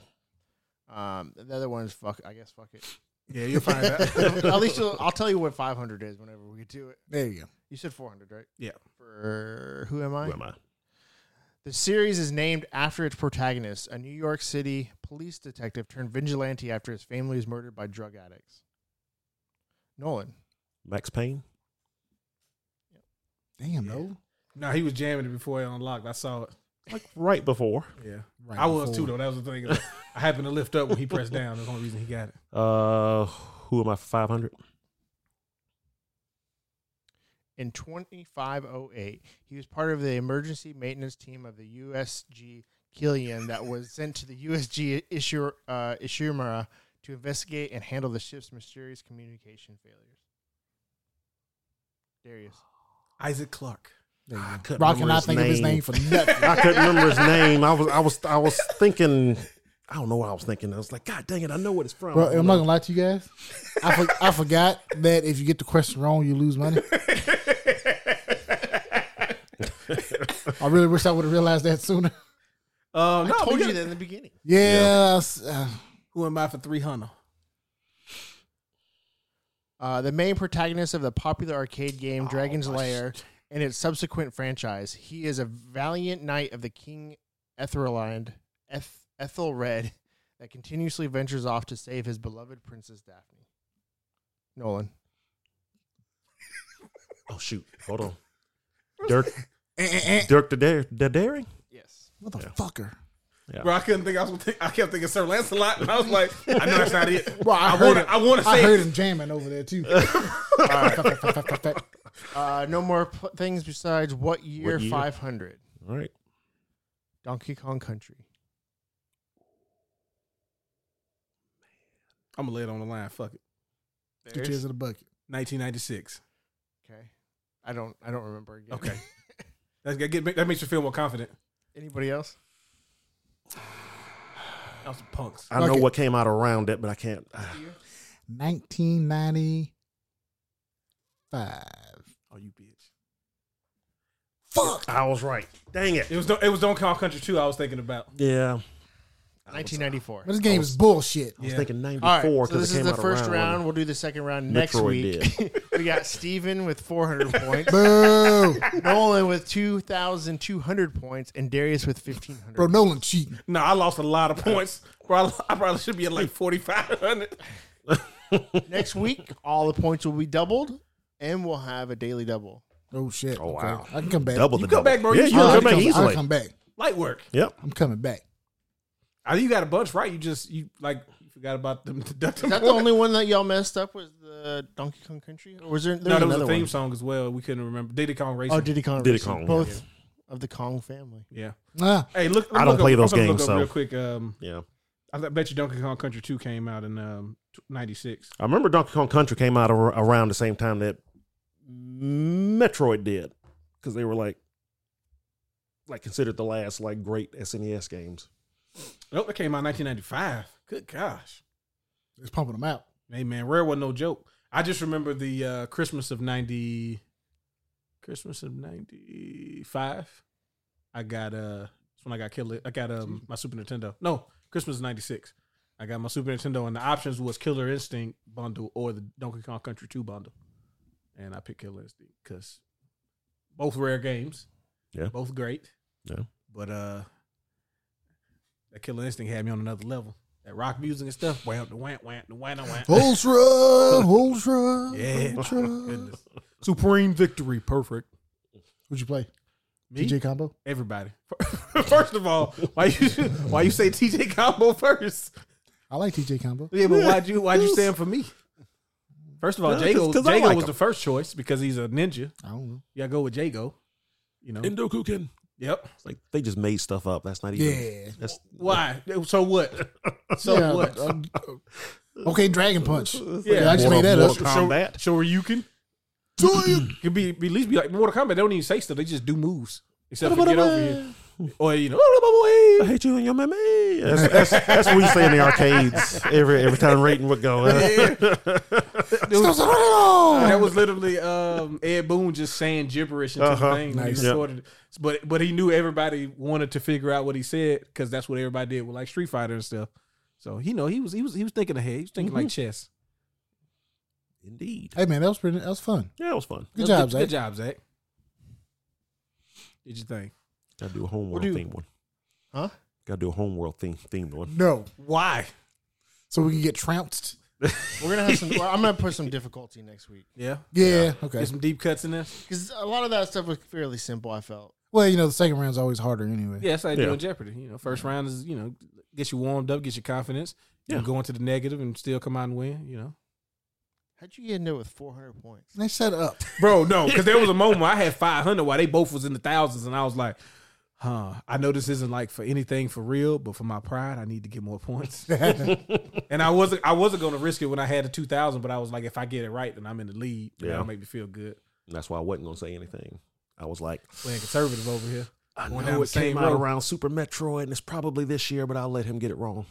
Um, the other one's fuck. I guess fuck it.
Yeah, you'll find out.
<laughs> At least you'll- I'll tell you what 500 is whenever we do it.
There you go.
You said 400, right?
Yeah.
For who am I?
Who am I?
The series is named after its protagonist, a New York City police detective turned vigilante after his family was murdered by drug addicts. Nolan.
Max Payne.
Damn, no.
<laughs> no, he was jamming it before it unlocked. I saw it.
Like right before.
Yeah,
Right
I was
before.
too though. That was the thing. Like, <laughs> I happened to lift up when he pressed down. That's the only reason he got it.
<laughs> Uh, who am I? Five hundred.
In 2508, he was part of the emergency maintenance team of the USG Killian that was <laughs> sent to the USG Ishur, uh, Ishimura to investigate and handle the ship's mysterious communication failures. Darius.
Isaac Clark. Ah,
There you
I
go.
couldn't
Rock and
remember
I
his
think of his
name.
name for nothing.
I couldn't remember his name. I was, I was, I was thinking. I don't know what I was thinking. I was like, God dang it! I know what it's from.
<laughs> Bro, I'm not gonna lie to you guys. I, for, I forgot that if you get the question wrong, you lose money. I really wish I would have realized that sooner.
Uh, no,
I
we
told you
got-
that in the beginning.
Yes. Yeah.
Who am I for three hundred?
Uh, the main protagonist of the popular arcade game Dragon's Lair and its subsequent franchise. He is a valiant knight of the King Ethelrind, Eth- Ethelred, that continuously ventures off to save his beloved Princess Daphne. Nolan.
Oh shoot! Hold <laughs> on. Dirk, eh, Dirk the Dare, the <laughs> Daring.
Yes.
Motherfucker.
Bro, I couldn't think I was gonna think. I kept thinking Sir Lancelot, and I was like, I know that's not it.
Bro, I
I
heard
want
him.
to. I want to
I
say.
heard
it.
him jamming over
<laughs>
there too.
Uh, no more pl- things besides what year,
What year?
500?
All right.
Donkey Kong Country.
I'm gonna lay it on the line. Fuck it.
Two cheers in the bucket.
1996.
Okay. I don't I don't remember again.
Okay. That's that, get, that makes you feel more confident.
<laughs> Anybody else?
That was punks.
I know
Okay.
what came out around it, but I can't. <sighs> Oh,
1995.
Oh, you bitch.
Fuck.
I was right. Dang it.
It was. Don- It was Don't Call Country too. I was thinking about.
Yeah. I was-
1994.
This game is
I
bullshit.
was
Oh, Yeah.
thinking
All right,
'94
so this
because it
is
came
the
out
first
around
round. We'll do the second round next
Metroid <laughs>
week. we got Steven with 400 points,
Boo.
<laughs>
Nolan with 2,200 points, and Darius with 1,500.
Bro, Nolan cheating.
No, I lost a lot of points. Bro, I, I probably should be at like 4,500.
Next week, all the points will be doubled, and we'll have a daily double.
Oh shit.
Oh, wow.
I can come back.
double
You
the
come
double.
back, bro.
Yeah,
You
you
can
can
I'll
come back
come- I'll
easily.
come back.
Light work.
Yep.
I'm coming back.
I think you got a bunch right. You just you like you forgot about them. <laughs> them
Is that the only one that y'all messed up? Was the Donkey Kong Country, or was there, there
No,
was
there was
another
a theme
one?
song as well. We couldn't remember. Diddy Kong Racing.
Oh, Diddy Kong,
Diddy
Racing.
Kong, yeah.
both of the Kong family.
yeah.
Ah,
Hey, look.
I don't
look
play
up-
those
I'm gonna
games,
Look up
so-
real quick. Um,
Yeah.
I bet you Donkey Kong Country 2 came out in um, t- 96.
I remember Donkey Kong Country came out ar- around the same time that Metroid did because they were like, like considered the last like great SNES games.
Nope, it came out in 1995. Good gosh.
it's pumping them out.
Hey, man, Rare wasn't no joke. I just remember the uh, Christmas of 90, Christmas of '95. I got uh, that's when I got Killer. I got um, my Super Nintendo. No, Christmas '96. I got my Super Nintendo, and the options was Killer Instinct bundle or the Donkey Kong Country 2 bundle. And I picked Killer Instinct because both rare games,
Yeah.
both great,
Yeah.
But uh, that Killer Instinct had me on another level. That rock music and stuff, wham, the wham, wham, the wham, wham.
Ultra, ultra,
Yeah. <laughs>
ultra.
Goodness. Supreme victory, perfect.
Would you play
Me?
TJ combo?
Everybody. <laughs> First of all, why you <laughs> why you say TJ Combo first?
I like TJ combo.
Yeah, but why'd you why'd you stand for me? First of all,
Yeah, 'cause-
Jago
'cause I
Jago
like
was
him.
the first choice because he's a ninja.
I don't know.
Yeah, go with Jago. You know.
Indokuken.
Yep.
It's like they just made stuff up. That's not even.
Yeah.
That's
Why? So what? So
Yeah,
what?
um, okay, Dragon Punch.
<laughs> Yeah.
I just made that up.
Mortal Kombat.
So Ryuken
Shoryuken.
could be be at least be like Mortal Kombat. They don't even say stuff. They just do moves. Except for
What
get
about-
over here. Or you know,
I hate you and your mama. That's, that's, that's what we say in the arcades every every time rating would go.
that was literally um, Ed Boone just saying gibberish into
Uh-huh.
the thing. when he
Nice.
recorded it. But but he knew everybody wanted to figure out what he said because that's what everybody did with like Street Fighter and stuff. So you know he was he was he was thinking ahead. He was thinking like
Mm-hmm.
chess.
Indeed.
Hey man, that was pretty. That was fun.
Yeah, it was fun.
That's
Good job, Zach.
Good job, Zach. Did you think?
Got to do a homeworld
What do you-
themed one.
Huh?
Got to do a homeworld theme themed one.
No,
Why?
so we can get trounced.
We're gonna have some. well, I'm gonna put some difficulty next week
Yeah.
Yeah. Okay.
There's some deep cuts in this.
because a lot of that stuff was fairly simple. I felt.
Well, you know, the second round's always harder anyway.
Yeah, that's how you
Yeah.
do in Jeopardy. You know, first round is you know get you warmed up, get your confidence. You
Yeah.
can go into the negative and still come out and win. You know.
How'd you get in there with 400 points?
They shut up.
Bro, no, because there
<laughs>
was a moment where I had 500 while they both was in the thousands, and I was like, huh, I know this isn't like for anything for real, but for my pride, I need to get more <laughs> points. and I wasn't I wasn't gonna risk it when I had the 2000, but I was like, if I get it right, then I'm in the lead. Yeah.
Yeah.
That'll make me feel good.
And that's why I wasn't gonna say anything. I was like,
Playing conservative over here.
I
Going
know
down
it
the same
came out
road.
around Super Metroid, and it's probably this year, but I'll let him get it wrong.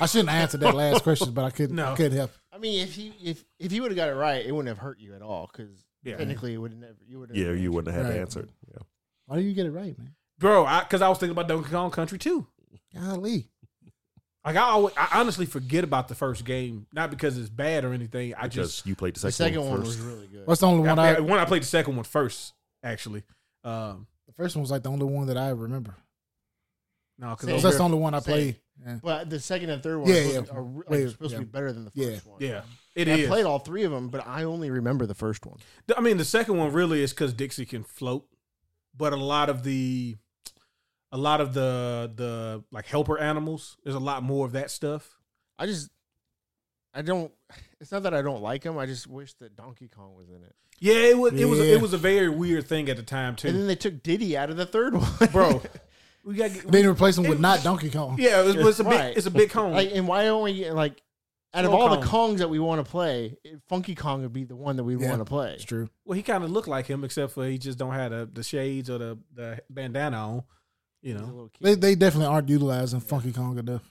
I shouldn't have answered that last question, but I couldn't.
No.
I could help.
I mean, if you if if you would have got it right, it wouldn't have hurt you at all because
Yeah.
technically it would have never. You would have.
Yeah, you wouldn't have had
Right.
to answer it. Yeah.
Why do you get it right, man?
Bro, I cause I was thinking about Donkey Kong Country too.
Golly.
Like I always, I honestly forget about the first game, not because it's bad or anything. I
Because
just
you played the
The
second,
second one
first.
was really good.
That's the only
when
one
I,
I.
when I played the second one first, actually. Um
The first one was like the only one that I remember.
no, 'cause
Same.
'Cause
over-
that's the only one I
Same.
played. Yeah.
But the second and third one
Yeah,
are,
yeah.
supposed to- are re-
Way-
like, supposed
yeah.
to be better than the
Yeah.
first one.
yeah, it
And
is.
I played all three of them, but I only remember the first one.
I mean, the second one really is because Dixie can float, but a lot of the, a lot of the the like helper animals. There's a lot more of that stuff.
I just, I don't. It's not that I don't like them. I just wish that Donkey Kong was in it.
Yeah, it was it was
Yeah.
it was a very weird thing at the time
And
too,
then they took Diddy out of the third one, <laughs>
bro. We got
They didn't replace him with
It-
not Donkey Kong.
yeah, it was, it's a
Right.
big it's a big home.
like, and why don't we like? Out of
Slow
all the
Kong.
Kongs that we want to play, Funky Kong would be the one that we would
Yeah.
want to play.
It's true.
well, he kind of looked like him except for he just don't have the, the shades or the the bandana on. You
He's a
know, <laughs>
little kid.
They they definitely aren't utilizing Funky Kong enough.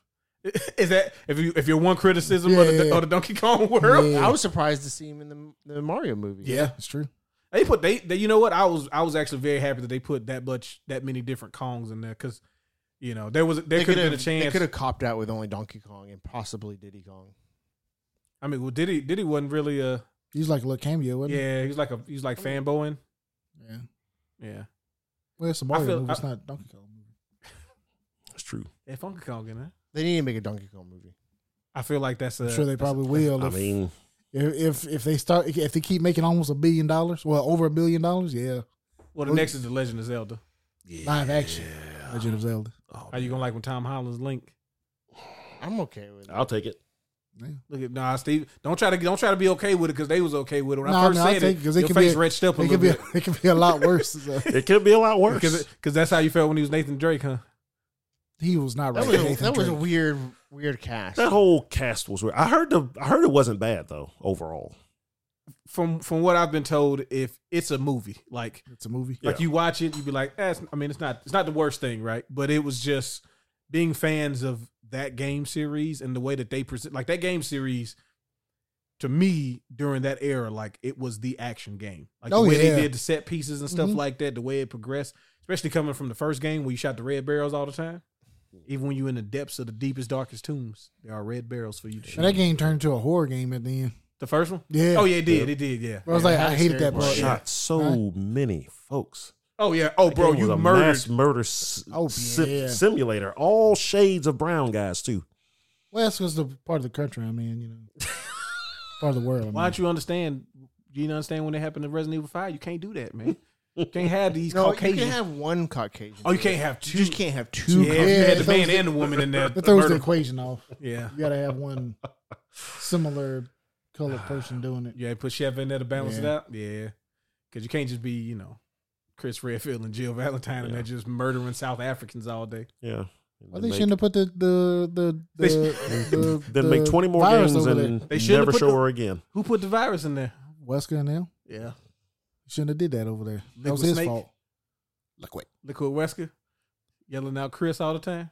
is that if you if your one criticism of,
Yeah,
the,
yeah.
of the Donkey Kong world?
I was surprised to see him in the, the Mario movie.
Yeah, it's true.
They put they, they you know what I was I was actually very happy that they put that much that many different Kongs in there because you know there was there
They
could
could
have been a
They
chance.
could have copped out with only Donkey Kong and possibly Diddy Kong.
I mean, well, Diddy Diddy wasn't really a
He's like a little cameo, wasn't
yeah he's like a he's like fanboying
he? Yeah.
yeah.
Well, it's a Mario
feel-
movie. It's
I-
not Donkey Kong movie.
That's true.
Hey, Funky Kong in there.
They need to make a Donkey Kong movie.
I feel like that's a
I'm sure they probably will.
I
if,
mean,
if if they start if they keep making almost a billion dollars, well over a billion dollars, yeah,
well the next is the Legend of Zelda.
live action Legend of Zelda.
Oh,
How you gonna like when Tom Holland's Link?
I'm okay with it.
I'll take it.
Look at nah Steve. Don't try to don't try to be okay with it because they was okay with it when
Nah,
I
I
first
mean, I'll
said
take it
it.
'cause it
your
could be
face
a-
renched up a
It
little
could be
bit <laughs>
a, it could be a lot worse. So,
<laughs> It could be a lot worse.
because because that's how you felt when he was Nathan Drake, huh?
<laughs> he was not right.
That was a,
Nathan
that was a
Drake.
weird weird cast.
that whole cast was weird. I heard the I heard it wasn't bad though overall.
From from what I've been told, if it's a movie like
It's a movie.
Like
Yeah.
you watch it, you'd be like, eh, it's- I mean, it's not it's not the worst thing, right? But it was just being fans of that game series and the way that they present like that game series to me during that era, like it was the action game. Like
Oh,
the way
yeah.
they did the set pieces and stuff
Mhm.
like that, the way it progressed, especially coming from the first game where you shot the red barrels all the time. Even when you're in the depths of the deepest, darkest tombs, there are red barrels for you to shoot.
Now, that game turned into a horror game at the end.
the first one?
Yeah.
Oh yeah, it did. It did, yeah.
Bro, I was like, I hated that
Well,
part.
Shot so many folks.
Oh yeah. Oh bro,
It was
you
a
murdered
mass murder s-
Oh,
sim-
yeah.
simulator. All shades of brown guys too.
Well, that's because the part of the country I'm in, you know, part of the world.
Why
I mean.
don't you understand? You don't understand when it happened to Resident Evil Five? You can't do that, man. You <laughs> can't have these
No,
Caucasian.
you can have one Caucasian.
oh, you can't have
You
two.
just can't have two.
yeah,
Caucasian.
if you
Yeah,
had the
that
man
was-
and the woman in there.
That throws the
murder-
equation off.
yeah,
You gotta have one similar colored person doing it.
yeah. Put Chef in there to balance it
Yeah.
out. Yeah, because you can't just be you know Chris Redfield and Jill Valentine and they're just murdering South Africans all day.
Yeah.
Why they shouldn't have put the the the,
They
the, the
<laughs> then
the
make twenty more
virus
games
over there.
and
They shouldn't
never
have put
show
the-
her again.
Who put the virus in there?
Wesker and them
Yeah,
shouldn't have did that over there. That
Liquid
was his
Snake?
fault. Liquid.
Liquid Wesker yelling out Chris all the time.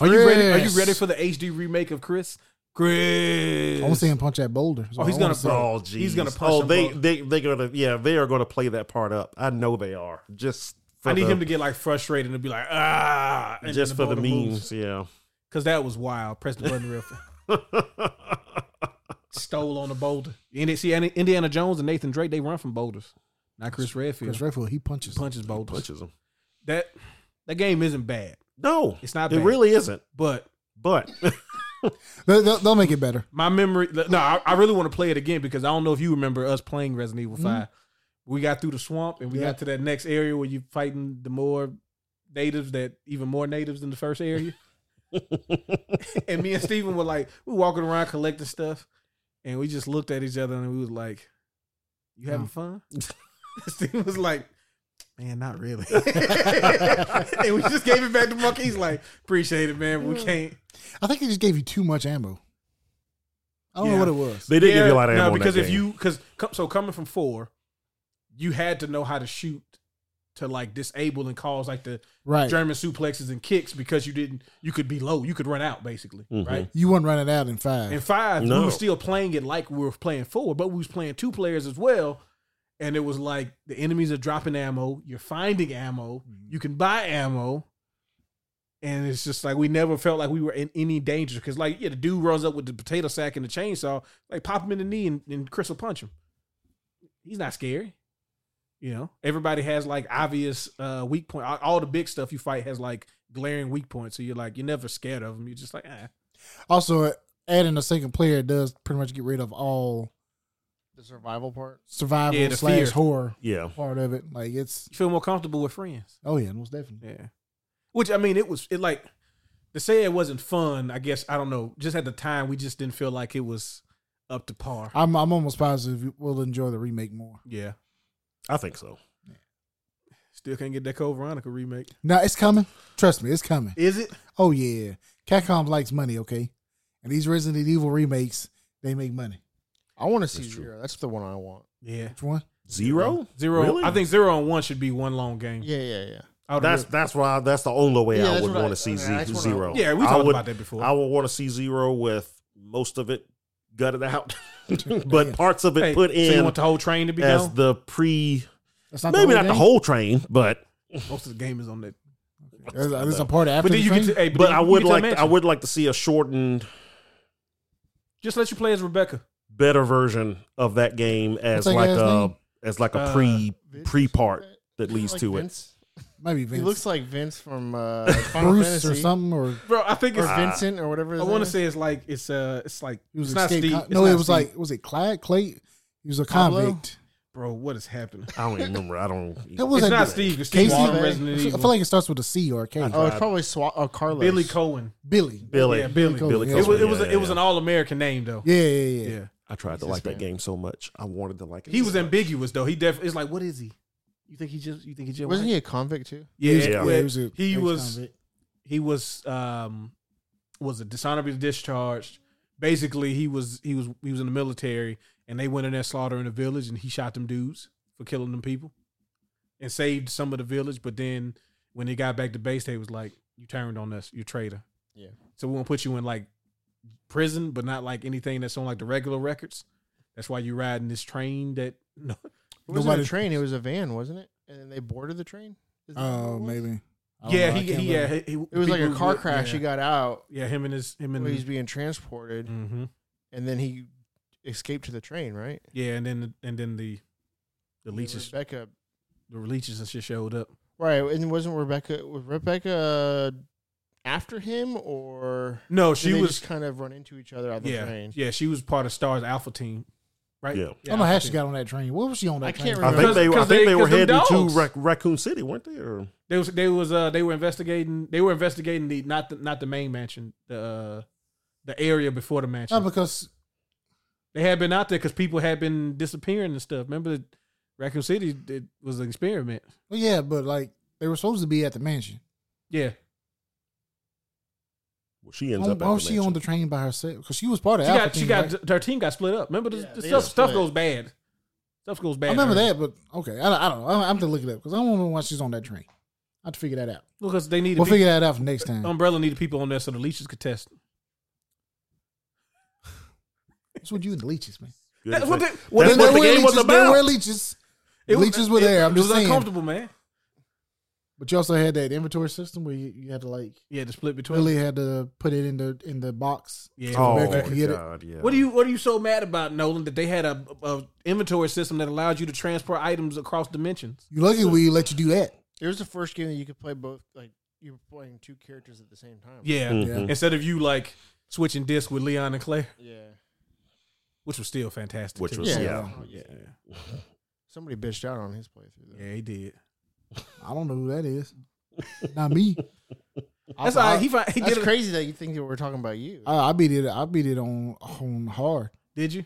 Are you ready? Are you ready for the HD remake of Chris? Chris.
I want to see him punch that boulder. That's
Oh,
what
he's
I
gonna
wanna see.
brawl.
Oh, geez.
He's gonna punch
Oh,
them
they
both.
they they gonna yeah they are gonna play that part up. I know they are. Just for
I need
the,
him to get like frustrated and be like ah, and then
just for the
boulder moves.
memes. Yeah.
Cause that was wild. Press the button real fast.
<laughs>
Stole on the boulder. And it- see, Indi- Indiana Jones and Nathan Drake, they run from boulders. Not Chris Redfield.
Chris Redfield, he punches.
punches boulders.
Punches him.
That that game isn't bad,
No,
It's not
It
bad.
really isn't.
but <laughs>
But <laughs>
They'll, they'll- they'll make it better.
my memory. No, I, I really want to play it again because I don't know if you remember us playing Resident Evil Five. We got through the swamp and we
Yeah.
got to that next area where you fighting the more natives that even more natives than the first area. and me and Steven were like, we walking around collecting stuff, and we just looked at each other and we was like, "You having fun?" Steven was like, <laughs> "Man, not really." and we just gave it back to Monkey. He's like, "Appreciate it, man. but We can't."
<laughs> I think they just gave you too much ammo. I don't
Yeah.
know what it was.
they did give you a lot of ammo. in that
because if
game.
you because so coming from four, you had to know how to shoot to like disable and cause like the
right.
German suplexes and kicks because you didn't you could be low you could run out basically
Mhm.
right.
You wouldn't run it out in five.
And five, we
No.
were still playing it like we were playing four, but we was playing two players as well. And it was like the enemies are dropping ammo, you're finding ammo, you can buy ammo. And it's just like we never felt like we were in any danger. Cause like, yeah, the dude runs up with the potato sack and the chainsaw, like pop him in the knee and, and Chris will punch him. He's not scary. You know, everybody has like obvious uh weak point. All, all the big stuff you fight has like glaring weak points. So you're like, you're never scared of them. You're just like, ah.
also, adding a second player does pretty much get rid of all
The survival part.
survival
Yeah, the
slash
fear.
horror
yeah.
part of it. Like it's
You feel more comfortable with friends.
oh yeah, most definitely.
Yeah. Which I mean, it was it like to say it wasn't fun. I guess I don't know. Just at the time, we just didn't feel like it was up to par.
I'm I'm almost positive we'll enjoy the remake more.
yeah.
I think so.
Still can't get that Code Veronica remake.
No, it's coming. Trust me, it's coming.
Is it?
Oh yeah, Capcom likes money. Okay, and these Resident Evil remakes they make money.
I want to see
That's true.
zero. That's the one I want.
Yeah.
Which one?
Zero?
Zero.
Really?
I think zero and one should be one long game.
Yeah, yeah, yeah.
I would
That's
really-
that's why that's the only way
Yeah,
I
that's
would
what I-
want to see
okay,
Z
that's what I-
zero.
yeah. We
I
talked
would-
about that before.
I would want to see zero with most of it gutted
<laughs>
out,
Yeah.
<laughs> but parts of it
Hey,
put
so you
in
want the whole train to be
as
gone?
the pre.
That's not
maybe
the
not the whole train, but
Most of the game is on that.
There's, there's a part after.
But then
the
you get
train?
to, hey, but,
but
then
I
you
would
get to
like
mansion.
I would like to see a shortened,
just let you play as Rebecca.
better version of that game as
that
like
guy's
a
name?
as like a
Uh,
pre
Vince
pre
or something
part
like
that leads
Like
to it.
Vince?
might be Vince.
He looks like Vince from <laughs> uh, Final
Bruce
Fantasy
or something, or
Bro, I think
or
it's.
Ah.
Vincent or whatever.
I
his
want
name
to say it's like it's uh it's like
he was
it's not
escaped
Steve.
con-
It's
No,
not
it was
Steve.
like was it Clyde Clay? He was a
Pablo?
convict.
bro, what is happening?
I don't even remember. I don't.
That was
It's
like
not
the-
Steve. It's Steve
Casey.
Walker,
Walker.
Resident
I
Evil.
feel like it starts with a C or a K.
Oh, it's probably Swa- oh, Carlos.
Billy Cohen.
Billy.
Billy.
Yeah, Billy.
Billy
Billy
Cohen.
It
Cohen.
was, it
Yeah,
was,
yeah,
it was
yeah.
an all American name though.
Yeah, yeah, yeah.
Yeah.
I tried to
Jesus,
like that
man.
game so much. I wanted to like it.
he
so
was
much.
ambiguous though. He definitely is like, what is he? You think he just? You think he just?
Wasn't he a convict too?
Yeah,
was-
yeah.
yeah, he was a
he was.
ex-convict.
He was. Um, was a dishonorably discharged. Basically, he was. He was. He was in the military, and they went in there slaughtering the village, and he shot them dudes for killing them people, and saved some of the village. But then when he got back to base, they was like, "You turned on us. You're a traitor."
Yeah.
So we are gonna put you in like prison, but not like anything that's on like the regular records. That's why you riding this train that <laughs> no,
It wasn't
Nobody-
a train. It was a van, wasn't it? And then they boarded the train. Is that what
Oh,
it was?
maybe. I don't
yeah,
know. I
he,
can't
he, yeah,
remember.
he,
It was like a car crash.
Yeah,
He got out.
yeah, him and his him and
When he was being transported,
hmm
and then he escaped to the train. Right.
yeah, and then and then the the
And
leeches
Rebecca.
the leeches and shit showed up.
Right. And wasn't Rebecca? Was Rebecca after him, or
No,
did
she
they
was
just kind of run into each other on the
yeah
train?
yeah she was part of Star's Alpha team, right?
Yeah.
I don't know how
Alpha
she
Team.
got on that train. What was she on that
I
train?
can't
I
remember.
think they, I
'Cause
think
they-
they, were
'cause them
heading to
dogs.
Rac- Raccoon City, weren't they? Or
They was they was uh they were investigating they were investigating the not the not the main mansion the uh, the area before the mansion.
No, because
they had been out there because people had been disappearing and stuff. Remember, that Raccoon City it was an experiment.
well, yeah, but like they were supposed to be at the mansion.
Yeah,
Well, she ends
Why
up.
why
at
was Oh, she on
mansion.
the train by herself? Because she was part of
she
Alpha
got she
Team,
got
right?
her team got split up. Remember, the,
Yeah,
the
they
stuff
got
stuff
split.
goes bad. Stuff goes bad.
I remember that, but okay, I, don't- I don't. know. I'm to look it up because I don't remember why she's on that train. I have to figure that out.
because they needed
We'll
people,
figure that out for next time.
Umbrella needed people on there so the leeches could test.
That's what you and the leeches, man.
Good
That's what
effect.
they- what
That's
There
what the
were
game was
leeches, There were
about.
leeches, leeches were there. I'm
it
just
was
saying.
uncomfortable, man.
but you also had that inventory system where you, you had to like
Yeah, the split between.
really had to put it in the in the box.
Yeah.
Oh
Rebecca could
my
get it.
God, yeah.
What are you What are you so mad about, Nolan? That they had a, a inventory system that allowed you to transport items across dimensions.
You lucky we let you do that.
It was the first game that you could play both. Like you were playing two characters at the same time.
Yeah.
Mhm.
Instead of you like switching disc with Leon and Claire,
Yeah.
which was still fantastic.
Which
too.
was
Yeah.
yeah.
Oh,
yeah.
Somebody bitched out on his playthrough. Though.
Yeah, he did.
I don't know who that is. Not
<laughs>
me.
That's
I-
all right. He, fi- he
That's
did it.
crazy that you think that we're talking about you.
I, I beat it. I beat it on on hard.
Did you?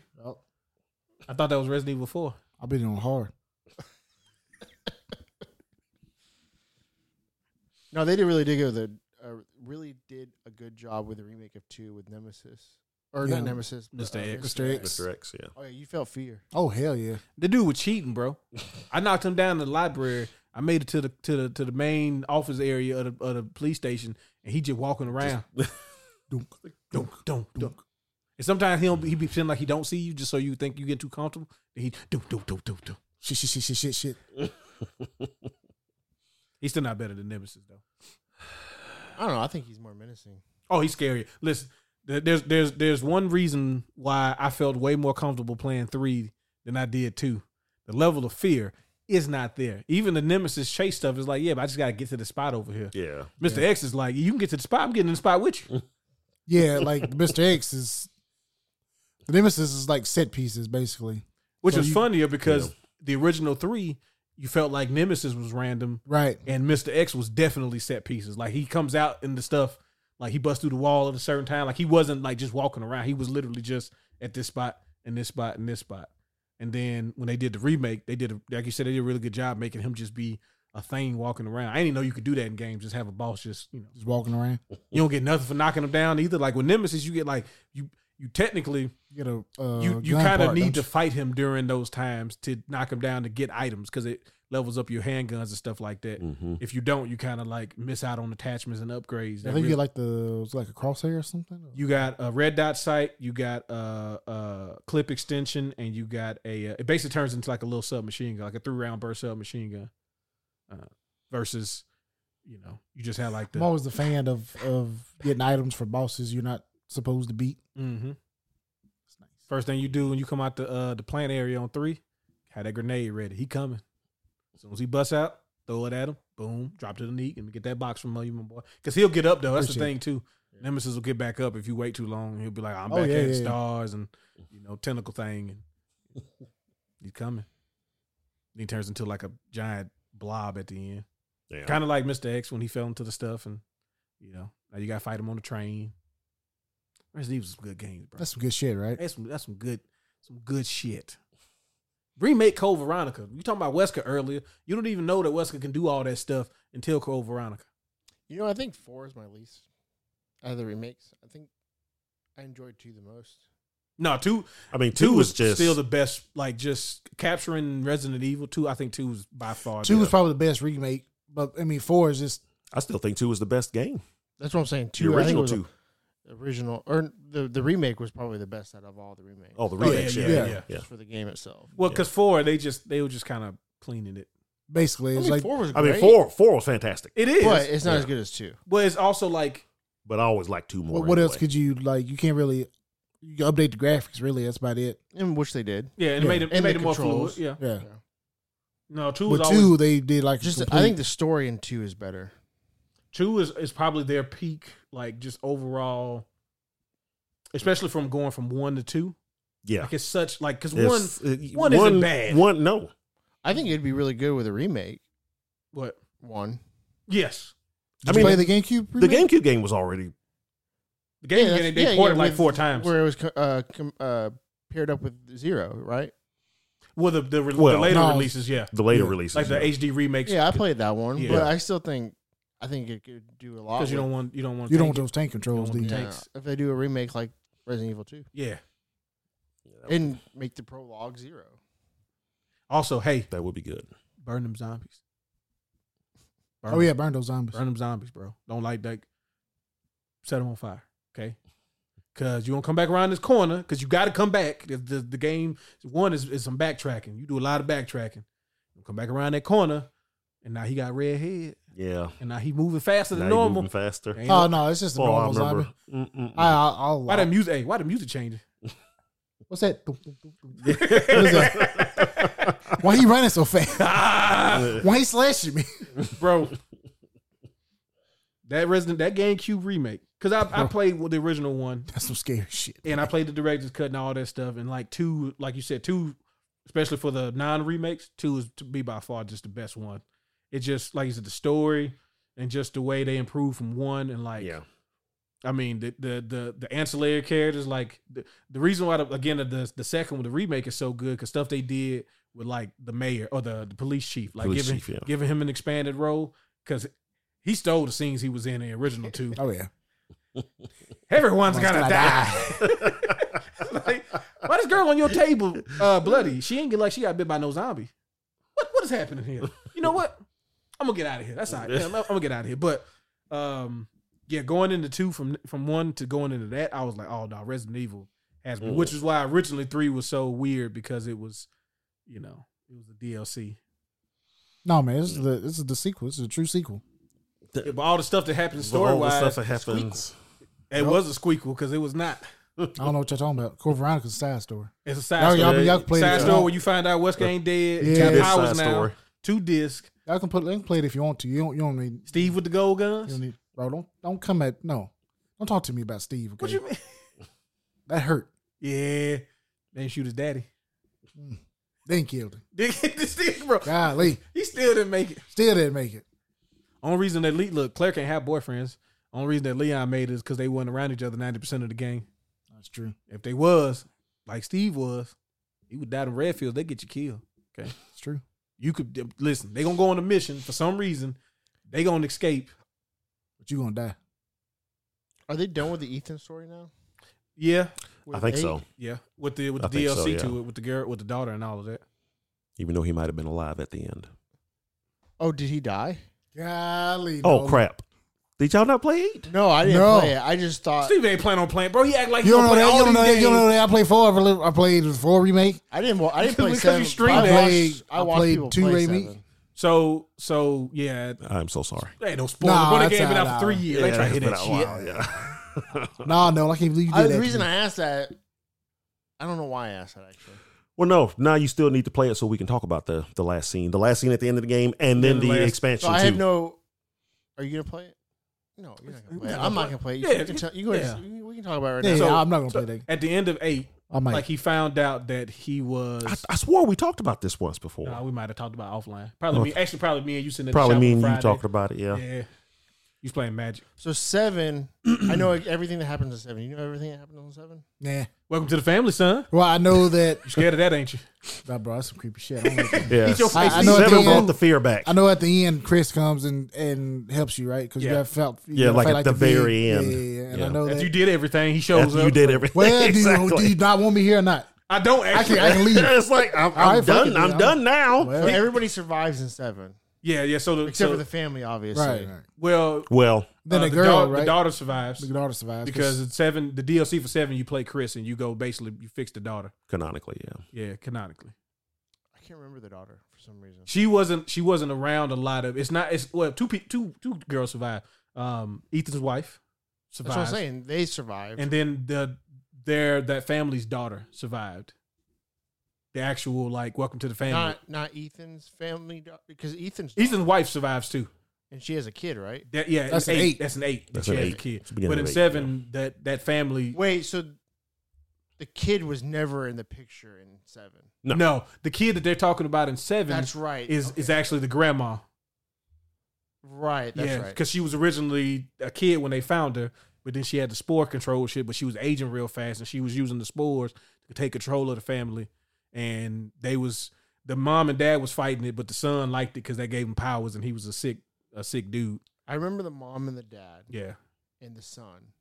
I thought that was Resident Evil 4.
I beat it on hard.
no, they did really did go the uh, really did a good job with the remake of two with Nemesis or
Yeah.
not Nemesis, but, uh,
Mr. X.
Mr. X.
Mr. X, yeah.
Oh yeah, you felt fear.
Oh hell yeah!
The dude was cheating, bro. I knocked him down in the library. I made it to the to the to the main office area of the, of the police station, and he just walking around.
Dunk,
dunk, dunk, dunk. And sometimes he'll be- he be pretending like he don't see you, just so you think you get too comfortable. And he dunk, dunk, dunk, dunk, dunk.
Shit, shit, shit, shit, shit, shit.
He's still not better than Nemesis though.
I don't know. I think he's more menacing.
Oh, he's scary. Listen, there- there's there's there's one reason why I felt way more comfortable playing three than I did two. The level of fear is not there. Even the Nemesis chase stuff is like, yeah, but I just gotta get to the spot over here.
Yeah.
Mr. X is like, you can get to the spot. I'm getting in the spot with
<laughs>
you.
Yeah, like <laughs> Mr. X is the Nemesis is like set pieces basically.
Which
So
is
you-
funnier because the original three, you felt like Nemesis was random
Right.
and Mr. X was definitely set pieces. Like he comes out in the stuff, like he busts through the wall at a certain time. Like he wasn't like just walking around. He was literally just at this spot and this spot and this spot. And then when they did the remake, they did a, like you said, they did a really good job making him just be a thing walking around. I didn't even know you could do that in games. Just have a boss, just you know,
Just walking around.
you don't get nothing for knocking him down either. Like with Nemesis, you get like you you technically
You get a uh,
you you
gun
kind of
part,
need
don't
to
you?
fight him during those times to knock him down to get items because it levels up your handguns and stuff like that.
Mm-hmm.
If you don't, you kind of like miss out on attachments and upgrades.
I
that
think
really-
you get like the it's like a crosshair or something.
you got a red dot sight, you got a, a clip extension, and you got a. uh, It basically turns into like a little submachine gun, like a three round burst submachine gun. Uh, versus, you know, you just had like the.
I'm always a fan of of getting items for bosses you're not supposed to beat.
hmm
It's nice.
First thing you do when you come out the uh, the plant area on three, had that grenade ready. He coming. As soon as he busts out, throw it at him. Boom, drop to the knee, and get that box from you, my boy. Because he'll get up though. That's the
Appreciate
thing too. Nemesis will get back up if you wait too long. and He'll be like, "I'm
Oh,
back
yeah,
at
yeah, yeah.
stars and you know tentacle thing," and he's coming. And he turns into like a giant blob at the end,
Yeah.
kind of like Mister X when he fell into the stuff, and you know now you got to fight him on the train. Resident Evil's some good games, bro.
That's some good shit, right?
That's some that's some good some good shit. Remake Code Veronica. You talking about Wesker earlier? You don't even know that Wesker can do all that stuff until Code Veronica.
You know, I think four is my least out of the remakes. I think I enjoyed two the most.
No, two
I mean,
two,
two
was
is just
still the best. Like just capturing Resident Evil two. I think two is by far
Two
the-
was probably the best remake, but I mean four is just
I still think two is the best game.
That's what I'm saying.
The
Two, I think
original
was a-
two.
original or the the remake was probably the best out of all the remakes.
Oh, the
Oh, yeah,
remakes.
yeah,
yeah,
yeah,
yeah,
yeah.
yeah,
just for the game itself.
Well, because four, they just they were just kind of cleaning it.
Basically,
I
it's
mean,
like
four was
I mean,
great,
four four was fantastic,
It is,
but
but,
it's not
yeah.
as good as two.
it's also like
but I always like two more.
what, what else
anyway.
could you like? You can't really you can update the graphics. Really, that's about it.
In which they did.
yeah, and it
Yeah.
made it, it
And
made
the
it more
controls.
fluid. Yeah,
Yeah,
no, two was
but
always
two they did like
Just
just
I think the story in two is better.
two is, is probably their peak, like just overall, especially from going from one to two.
Yeah,
Like it's such like because one
It's- it-
one isn't bad.
One no,
I think it'd be really good with a remake.
what
One.
yes
did
I
you play
mean,
the GameCube.
the
Remake?
GameCube game was already
the game
that's-
they, they
yeah,
ported
yeah,
like
with-
four times.
Where it was co- uh, com- uh, paired up with zero, right?
Well, the the, re- the
Well,
later
no,
releases, yeah,
the later
Yeah.
releases.
like the
yeah.
HD remakes.
Yeah, I played that one,
Yeah.
but I still think I think it could do a lot.
because you
with-
don't want you don't want
You don't want
to
those tank controls, do
want
you?
tank.
Yeah,
takes-
if they do a remake like Resident Evil Two
yeah.
and make the prologue zero.
Also, hey,
That would be good.
burn them zombies. Burn
Oh yeah, burn those zombies.
Burn them zombies, bro. Don't like that. Set them on fire, okay? Because you don't come back around this corner because you got to come back. The, the, the game, one, is, is some backtracking. You do a lot of backtracking. You come back around that corner, and now he got red head,
Yeah,
and now he moving faster
now
than
you
normal.
moving faster.
Ain't
Oh
no-
no, it's just a
Oh, I
normal zombie.
remember. Mm-mm.
I, I, I'll,
Why that music? Hey, why the music
<laughs>
changing? <laughs>
what's that?
<laughs>
Why he running so fast? <laughs>
Ah,
Why he slashing me? <laughs>
<laughs>
bro. That Resident, that GameCube remake, because I, I played with the original one,
That's some scary shit.
and I played the director's cut and all that stuff. And like two, like you said, two, especially for the non remakes, two is to be by far just the best one. It just like you said, the story and just the way they improved from one and like
<laughs> yeah,
I mean the the the, the ancillary characters like the, the reason why the, again the the second one the remake is so good because stuff they did with like the mayor or the, the police chief like
Police
giving
chief, yeah.
giving him an expanded role because he stole the scenes he was in the original two.
Oh yeah,
Everyone's
Everyone's
gonna, <laughs>
gonna
die. <laughs> like, why this girl on your table uh, bloody? She ain't get like she got bit by no zombie. What what is happening here? You know what? I'm gonna get out of here. That's all right. Yeah, I'm, I'm gonna get out of here. But um, yeah, going into two from from one to going into that, I was like, oh no, Resident Evil has me,
Mm.
which is why originally three was so weird because it was, you know, it was a DLC.
no man, this is the this is the sequel. This is a true sequel.
Yeah, but all the stuff that happened
But all
story
the
wise,
stuff that happens.
it was a squeakle because it was not. <laughs>
I don't know what you're talking about. Core Veronica's a side story.
It's a side
Y'all,
story.
y'all, y'all can play
Side
it.
story
Y'all,
where you find out Wesker ain't dead.
Yeah.
Yeah,
This
powers
side
now.
story.
Two disc.
y'all can, put, you can play it if you want to. You don't. You don't need.
Steve with the gold
You
guns.
don't need. Bro, don't don't come at no. Don't talk to me about Steve. Okay?
What you mean? <laughs>
That hurt.
Yeah, they shoot his <laughs> daddy.
They ain't killed him.
They get the Steve, bro.
Golly,
He still didn't make it.
still didn't make it.
Only reason that Lee look Claire can't have boyfriends. Only reason that Leon made it is because they wasn't around each other ninety percent of the game.
That's true.
If they was like Steve was, he would die in Redfield. They get you killed.
It's true.
You could listen. They gonna go on a mission for some reason. They gonna escape.
But you gonna die.
Are they done with the Ethan story now?
Yeah,
I
With
think
eight?
so.
yeah. With the with
I
the
think
DLC
so, yeah.
to it, with the girl, with the daughter, and all of that.
Even though he might have been alive at the end.
Oh, did he die?
Golly.
Oh
no.
crap! Did y'all not play eight?
No, I didn't
No.
play it. I just thought
Steve ain't plan on playing, bro. He act like
You
he
don't
gonna
know
play
that.
all
You don't know
these
that. You
games.
don't know that. I played four. I played- I played the four remake.
I didn't. wa- I didn't play
Because you
seven.
streamed
I
it.
watched,
I
I watched
played
people
two
play
remake.
seven.
So, so yeah,
I'm so sorry.
there ain't no spoiler.
Nah,
Nah, the
that's
game been
how
out
I-
for three years. they try to hit that
it's been
shit.
a while, yeah. <laughs>
No, no, I can't believe you did
I, Uh,
that.
the
to
reason
me.
I asked that, I don't know why I asked that actually.
Well, no. Now you still need to play it so we can talk about the the last scene, the last scene at the end of the game, and then
And
the,
the last-
expansion.
So I
too.
have no. Are you gonna play it? No, you're not gonna play it. I'm not gonna play it. You,
Yeah,
can tell, you go ahead. We can talk about it right
yeah,
now.
So-
I'm not gonna
so
play that.
at the end of eight,
I might.
like he found out that he was.
I, I swore we talked about this once before.
nah, we might have talked about it offline. Probably me. Actually, probably me and you sitting. At
Probably
the shop
me
on
and you
Friday.
talked about it. Yeah.
Yeah, he's playing Magic.
So seven, I know everything that happens in seven. You know everything that happened on seven.
nah.
Welcome to the family, son.
Well, I know that. <laughs>
You scared of that, ain't you?
Nah, bro, that's some creepy shit. I, don't like that.
Yeah.
Eat your
I-
face.
I know at
Seven
the
brought
end-
the fear back.
I know at the end, Chris comes and and helps you, right? Because
Yeah.
you got felt. you
Yeah,
gotta
like
fight
at the
big-
very end.
Yeah, yeah, yeah. And I
Yeah.
know
After
that.
you <laughs> did everything, he shows
After
up.
you did everything. <laughs>
well, do you- do, you,
exactly.
not want me here or not?
I don't
I
actually.
can, I can
<laughs>
leave.
it's like I'm, I'm
right, fuck it,
done.
then.
I'm
I'm-
done now.
Well,
So everybody survives in seven.
Yeah, yeah. So the
Except
so,
for the family, obviously.
Right, right.
well,
Well,
Then
uh,
the girl,
daugh-
right?
the daughter survives
The daughter survives
because it's seven. The DLC for seven, you play Chris and you go basically you fix the daughter.
canonically, yeah.
Yeah, canonically.
I can't remember the daughter for some reason.
She wasn't she wasn't around a lot of. It's not. It's well, two pe- two two girls survived. Um, Ethan's wife
That's
survived,
what I'm saying. They survived.
and then the their that family's daughter survived. The actual like welcome to the family.
not not Ethan's family do- because Ethan's
Ethan's wife survives too.
and she has a kid, right?
That, yeah,
That's
that's
an
an eight.
eight.
That's an eight.
That's
She
an
has a
eight.
Kid.
It's the beginning
But
of
in
eight,
seven, that that family.
Wait, so the kid was never in the picture in seven.
No.
no. the kid that they're talking about in seven
That's right.
is is
Okay.
actually the grandma.
right? That's
yeah,
right.
because she was originally a kid when they found her, but then she had the spore control shit. But she was aging real fast, and she was using the spores to take control of the family. And they was the mom and dad was fighting it, but the son liked it because they gave him powers, and he was a sick a sick dude.
I remember the mom and the dad
Yeah,
and the son.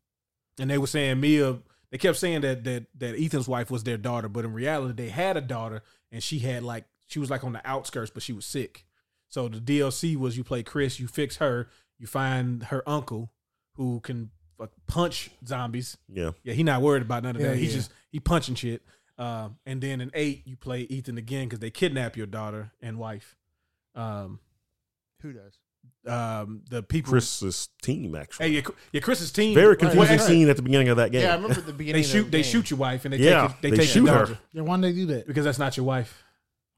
and they were saying Mia. They kept saying that that that Ethan's wife was their daughter, but in reality, they had a daughter, and she had like she was like on the outskirts, but she was sick. So the DLC was you play Chris, you fix her, you find her uncle who can fuck punch zombies.
Yeah.
Yeah, he not worried about none of
Yeah,
that. He
yeah.
just he punching shit. Um, and then in eight, you play Ethan again because they kidnap your daughter and wife. Um,
Who does?
um, the people.
Chris's team actually.
Hey, yeah, Chr- yeah, Chris's team.
Very confusing
Right.
scene at the beginning of that
Yeah,
game.
I remember the beginning.
They
of the
shoot. They
game.
shoot your wife, and they
Yeah,
take. Your,
they
they take
shoot
your
her.
daughter.
Yeah, why did they do that?
because that's not your wife.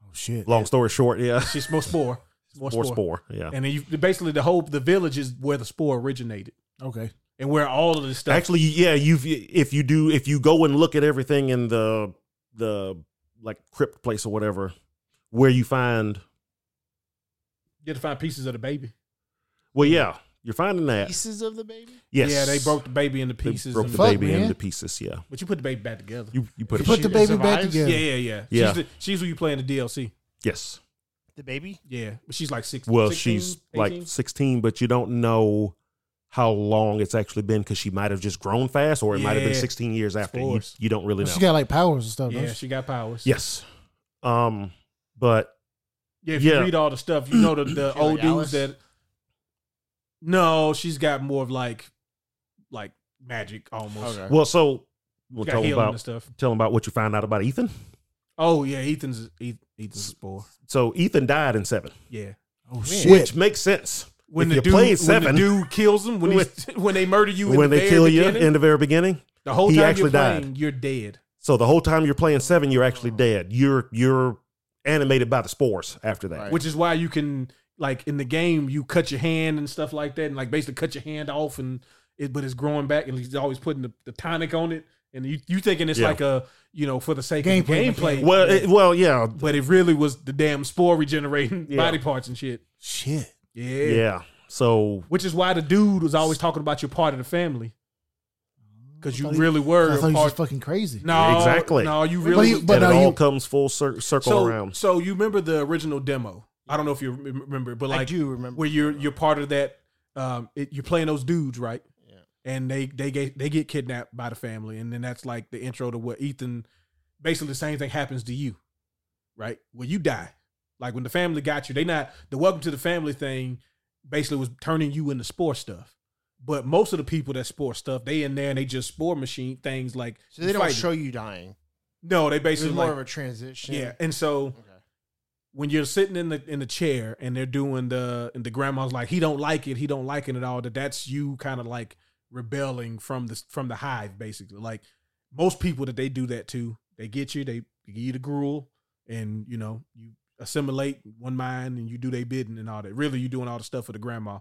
Oh shit!
Long story short, yeah.
She's more
<laughs>
spore, more
Or
spore.
spore, yeah.
And then you basically the whole the village is where the spore originated
Okay,
and where all of this stuff.
Actually, yeah, you've if you do if you go and look at everything in the the like crypt place or whatever, where you find
you have to find pieces of the baby.
well, yeah, you're finding that.
pieces of the baby.
Yes,
Yeah, they broke the baby into
They
pieces.
broke
and-
the
Fuck,
baby
man.
into pieces. Yeah,
but you put the baby back together.
you you put
you
it.
put the
She
baby back
survives?
together.
yeah, yeah, yeah.
Yeah.
She's, the, she's who you play in the DLC.
yes.
The baby.
Yeah, but she's like six.
Well,
16,
she's like
18?
16, but you don't know how long it's actually been because she might have just grown fast, or it might have been
Yeah.
16 years after. You,
course.
you don't really
But
know.
she got like powers and
Oh,
stuff.
yeah,
Yeah,
she got powers.
yes. Um, but
yeah. If
Yeah.
you read all the stuff, you know the the
<clears throat> She
old
like
dudes
Alice?
that. No, she's got more of like, like magic almost.
Okay.
well, so we'll
She
tell
got
them
healing and
about
stuff.
tell them about what you found out about Ethan.
Oh yeah, Ethan's Eth- Ethan's a spore.
So Ethan died in seven,
Yeah.
Oh
which
shit!
makes sense
When
If
the
you
dude
played
when
seven-
the dude kills him when
When-
he's, <laughs> when they murder you in
when
the very
they kill you
beginning,
in the very beginning.
the whole
he
time
actually
you're
died.
playing, Oh. you're dead.
So the whole time you're playing seven, you're actually dead. You're you're animated by the spores after that.
Right.
Which is why you can like in the game you cut your hand and stuff like that and like basically cut your hand off and it but it's growing back and he's always putting the, the tonic on it and you you thinking it's
Yeah.
like a you know for the sake
Gameplay.
of gameplay.
Well, it, well, yeah,
but it really was the damn spore regenerating
<laughs> Yeah.
body parts and shit.
Shit!
Yeah.
yeah. So
Which is why the dude was always talking about you're part of the family. Because you
thought he-
really were
I
a
thought you was
part
just fucking crazy.
No,
Exactly.
No, you
But
really.
you- but
and
now
it all
<laughs> you-
comes full cir- circle
so,
around.
so you remember the original demo? I don't know if you rem- remember, but
I
like
do remember.
where you're you're part of that. Um, it, you're playing those dudes, right?
Yeah.
And they they get they get kidnapped by the family, and then that's like the intro to what Ethan. Basically, the same thing happens to you, right? Where you die, like when the family got you, they not the welcome to the family thing. Basically, was turning you into spore stuff. But most of the people that spore stuff, they in there and they just spore machine things like.
so they don't
fighting.
show you dying.
No, they
It's
basically
more
like,
of a transition.
yeah, and so
Okay.
when you're sitting in the in the chair and they're doing the and the grandma's like he don't like it, he don't like it at all. That that's you kind of like rebelling from the from the hive basically. Like most people that they do that to, they get you, they give you the gruel, and you know you assimilate one mind and you do their bidding and all that. Really, you doing all the stuff for the grandma.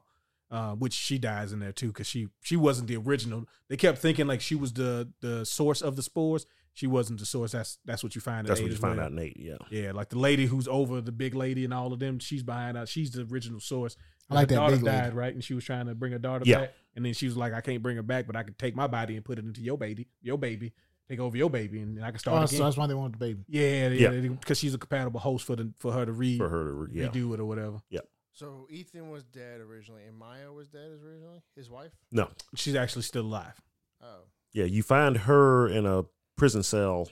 Uh, which she dies in there too, cause she she wasn't the original. They kept thinking like she was the the source of the spores. She wasn't the source. That's that's what you find. in
That's
eight
what you
as
find
well.
out, Nate. Yeah,
Yeah, like the lady who's over the big lady and all of them, she's behind us. She's the original source.
I like
her
that
daughter
big lady.
died, right? And she was trying to bring her daughter
Yeah.
back. And then she was like, I can't bring her back, but I can take my body and put it into your baby, your baby, take over your baby, and, I can
Oh,
start
so
again.
that's why they wanted the baby.
yeah,
Yeah.
yeah, because she's a compatible host for the for her to re
for her to re- yeah.
redo it or whatever.
So Ethan was dead originally, and Maya was dead originally. His wife.
No,
She's actually still alive.
Oh,
yeah, you find her in a prison cell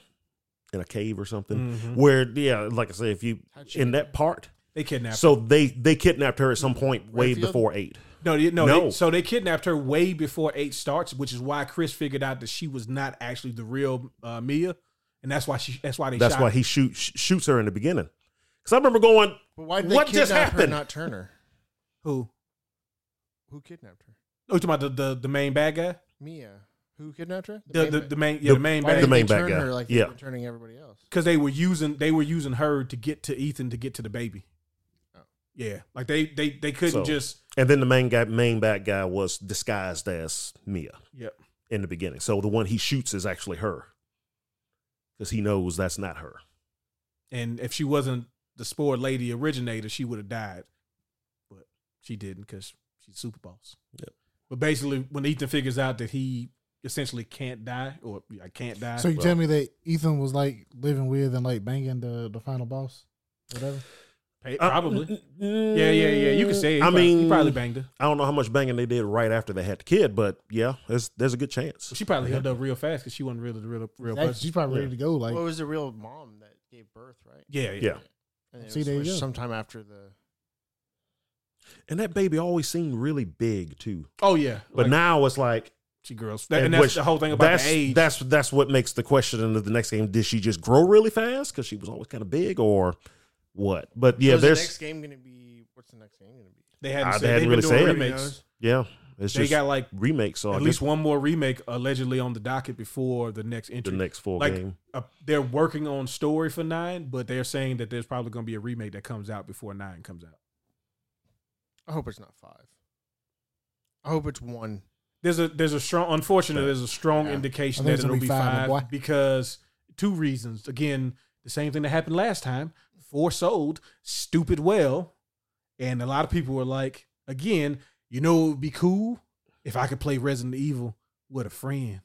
in a cave or something
Mhm.
where yeah, like I say, if you
How'd she
in
get
that part
They kidnapped.
So they they kidnapped her at some point way
Redfield?
before eight.
No, they- no.
No.
they- so they kidnapped her way before eight starts, which is why Chris figured out that she was not actually the real uh, Mia, and that's why she. That's why they.
That's
shot
why
her.
he shoot, sh- shoots her in the beginning. Because I remember going,
But why did they what
What
just
just happened?
Her, not Turner.
Who?
Who kidnapped her?
Oh, you talking about the, the the main bad guy?
Mia. Who kidnapped her?
The the,
ba-
the main yeah the,
The-
main
Why
bad
the
didn't
main
they
bad
turn
guy.
her like
Yeah.
they were turning everybody else?
because they were using they were using her to get to Ethan to get to the baby.
Oh.
Yeah, like they they they couldn't
So-
just
and then the main guy, main bad guy, was disguised as Mia
yep
in the beginning. So the one he shoots is actually her, because he knows that's not her.
And if she wasn't the spore lady originator, she would have died. But she didn't because she's super boss.
Yep.
But basically, when Ethan figures out that he essentially can't die, or I can't die,
So you
Well-
tell me that Ethan was like living with and like banging the the final boss, whatever.
pa-
Uh,
probably.
n- n-
yeah, yeah, yeah. You can say. It.
I
I mean, he
mean,
probably banged her.
I don't know how much banging they did right after they had the kid, but yeah, there's there's a good chance.
She probably held up real fast because she wasn't really the real real
Actually,
person.
she's probably ready
Yeah.
to go. Like
well, it was the real mom that gave birth, right?
Yeah, yeah.
Yeah.
And it
See,
was,
there you
was
go.
sometime after the
And that baby always seemed really big too.
Oh yeah.
But
Like,
now it's like
she girls. That, and
and
that's
which-
the whole thing about
that's,
the age.
That's that's what makes the question in the next game: Did she just grow really fast because she was always kind of big, or what? But yeah,
So is the
there's
next game going to be what's the next game going to be?
they hadn't,
I-
said,
Ah, they hadn't
they've
really
been doing
said.
remakes.
yeah, it's
They
just
got like
remakes. So
at
I
least
guess
one more remake allegedly on the docket before the next
the
entry.
next full
like-
game.
uh, they're working on story for nine, but they're saying that there's probably going to be a remake that comes out before nine comes out.
I hope it's not five. I hope it's one.
There's a there's a strong, unfortunately, there's a strong
Yeah.
indication
I think
that
it's
it'll
gonna
be
be
five,
five, boy.
because two reasons. Again, the same thing that happened last time. Four sold stupid well, and a lot of people were like, again, you know, it would be cool if I could play Resident Evil with a friend.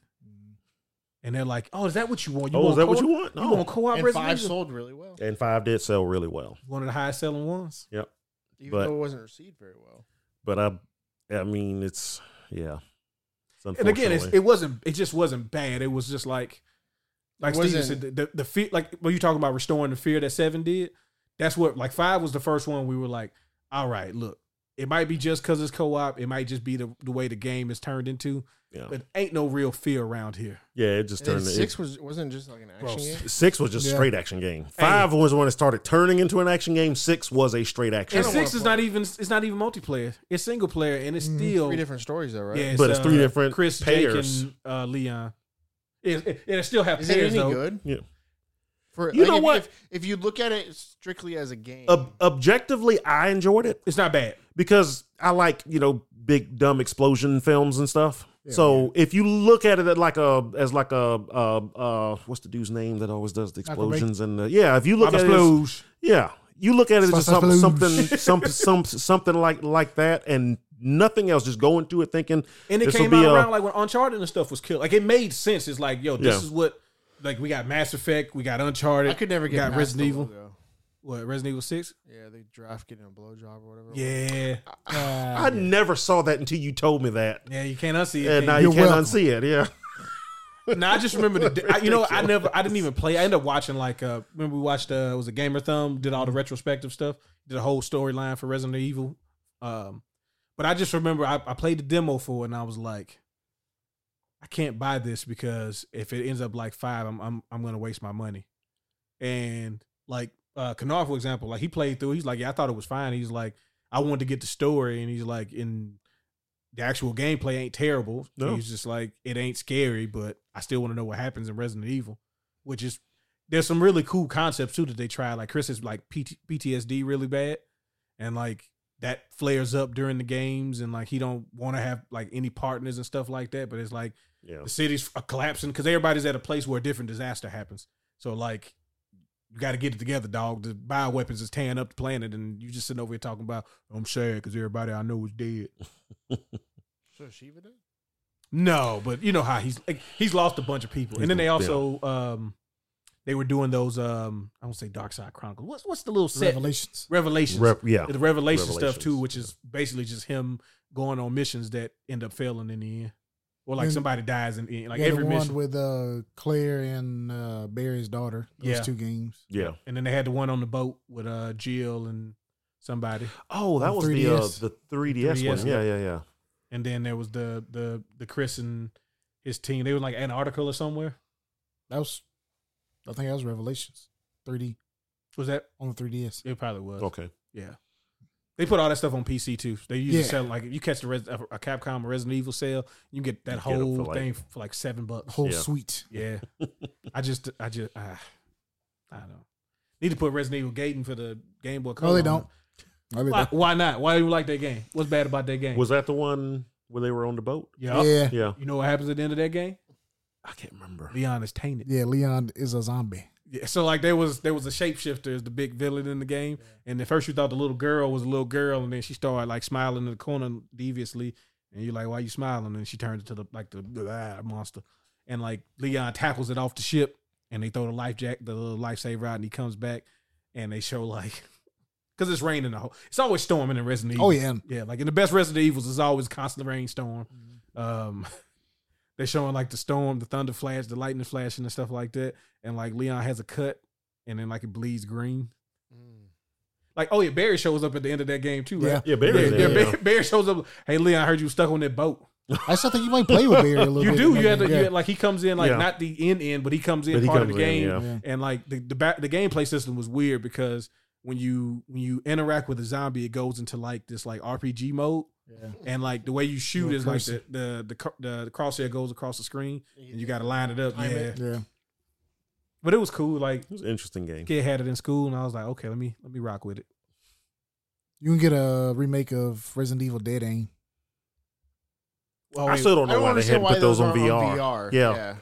And they're like, oh, is that what you want? You
oh,
want
is that what
co-
you want?
You want
No.
co-op
and
Resident
five
Evil?
sold really well,
And five did sell really well,
One of the highest selling ones.
even
But-
though it wasn't received very well.
but I, I mean, it's yeah. It's
and again, it's,
unfortunately-
it wasn't. It just wasn't bad. It was just like, like
It
Steven
wasn't-
said, the, the, the fear. Like when you talking about restoring the fear that seven did, that's what. Like five was the first one. We were like, all right, look, it might be just because it's co-op. It might just be the, the way the game is turned into.
yeah,
But ain't no real fear around here.
yeah. It just
And then
turned it-
six was wasn't it just like an action
Bro,
game.
Six was just
Yeah.
straight action game. Five was when it started turning into an action game. Six was a straight action.
And
don't
six
wanna
is
play.
not even. It's not even multiplayer. It's single player, and it's
Mhm.
still
Three different stories though, right?
Yeah, uh,
But it's three different
Chris,
pairs.
Jake, and uh, Leon. It, it, it'll still have
Is it
pairs
any
though.
good?
Yeah.
For
You know
if-
what?
If, if you look at it strictly as a game,
Ob- objectively, I enjoyed it
It's not bad.
because I like you know big dumb explosion films and stuff.
Yeah,
so if you look at it at like a as like a uh, uh, what's the dude's name that always does the
Michael Bay.
explosions and the, yeah, if you look
Papa
at it, as-
Splooge.
yeah, you look at it as just
Papa
something something
Splooge.
some,
<laughs>
some something like like that and nothing else. Just go into it thinking
And it
this'll
came
be
out
a-
around like when Uncharted and stuff was killed. Like it made sense. It's like, yo, this
Yeah.
is what like we got Mass Effect, we got Uncharted.
I could never
we
get
got
past
Resident
the
Evil.
logo.
What Resident Evil Six?
Yeah, the draft getting a blowjob or whatever. it was.
Yeah,
I never saw that until you told me that.
yeah, you can't unsee it.
And now
can
you
You're
can't
welcome.
unsee it. Yeah.
you? Nah, I just remember the. day- I, you know,
<laughs>
I never, I didn't even play. I ended up watching like, uh remember we watched uh it was a Gamer Thumb did all the retrospective stuff, did a whole storyline for Resident Evil. Um, but I just remember I, I played the demo for it and I was like, I can't buy this because if it ends up like five, I'm I'm I'm gonna waste my money. And like uh Kanar, for example, like he played through, he's like, Yeah, I thought it was fine. He's like, I wanted to get the story, and he's like, in the actual gameplay ain't terrible.
No.
He's just like, it ain't scary, but I still want to know what happens in Resident Evil, which is there's some really cool concepts too that they try. Like Chris is like PT- PTSD really bad, and like that flares up during the games, and like he don't want to have like any partners and stuff like that. But it's like
Yeah.
the cities are collapsing because everybody's at a place where a different disaster happens. So like, you got to get it together, dog. The bioweapons is tearing up the planet, and you just sitting over here talking about I'm sad because everybody I know is
<laughs>
dead.
So Shiva did.
No, but you know how he's like, he's lost a bunch of people, and then they
Yeah.
also um they were doing those um I don't say Dark Side Chronicles. What's what's the little set
Revelations.
revelations?
Rep- yeah.
the revelation stuff
Revelations,
too, which is basically just him going on missions that end up failing in the end, or like
And-
somebody dies in the end, like
yeah,
every
the one
mission.
with uh, Claire and uh, Barry's daughter. Those
Yeah.
two games.
Yeah.
and then they had the one on the boat with uh Jill and somebody,
Oh, that
On
was the uh,
3DS?
the 3DS,
3DS,
one. Yeah, yeah, yeah.
and then there was the the the Chris and his team. They were in, like Antarctica or somewhere.
That was, I think that was Revelations 3D
Was that?
on the 3DS.
It probably was.
Okay.
Yeah. They put all that stuff on PC too. They usually
Yeah.
sell like if you catch the Res- a Capcom or Resident Evil sale, you get that
You get 'em
whole
for, like-
thing for like seven bucks.
Whole
Yeah.
suite.
<laughs>
Yeah. I just, I just, ah, I don't know. Need to put Resident Evil Gaten for the Game Boy Color.
No, they
on
don't. I
it.
mean,
Why, why not? Why do you like that game? What's bad about that game?
Was that the one where they were on the boat?
yeah.
Yeah.
Yeah.
You know what happens at the end of that game?
I can't remember.
Leon is tainted.
Yeah, Leon is a zombie.
Yeah, so like there was there was a shapeshifter as the big villain in the game, and at first you thought the little girl was a little girl, and then she started like smiling in the corner deviously, and you're like, "Why you smiling?" And she turns into the like the blah, monster, and like Leon tackles it off the ship, and they throw the life jack, the little lifesaver out, and he comes back, and they show like, <laughs> because it's raining the whole, it's always storming in Resident Evil.
Oh, yeah. and
Yeah, like in the best Resident Evils, it's always constant rainstorm. Um, <laughs> they're showing like the storm, the thunder flash, the lightning flashing, and stuff like that. And like Leon has a cut, and then like it bleeds green.
Mm.
Like oh yeah, Barry shows up at the end of that game too, right?
Yeah,
Yeah,
Barry.
yeah, <laughs>
there,
Barry, Barry shows up. Hey Leon, I heard you stuck on that boat.
Actually, I think you might play with Barry a
<laughs>
little
You
bit.
do. You had, to,
yeah.
you had like he comes in like
Yeah.
not the end end, but he comes in
But he
part of
comes
the
in,
game,
yeah.
Yeah.
and like the the, back, the gameplay system was weird because when you when you interact with a zombie, it goes into like this like RPG mode.
<laughs>
and like the way you shoot
Little
is like the
cursor.
the, the cr- the the crosshair goes across the screen and you got to line it up.
Time
yeah,
it.
Yeah.
but it was cool. Like
It was an interesting game.
kid had it in school, and I was like, okay, let me let me rock with it.
You can get a remake of Resident Evil Dead Aim.
Oh,
I
wait,
still don't
I
know
don't
why they
understand
hadn't
why
put those on
aren't
VR. Yeah.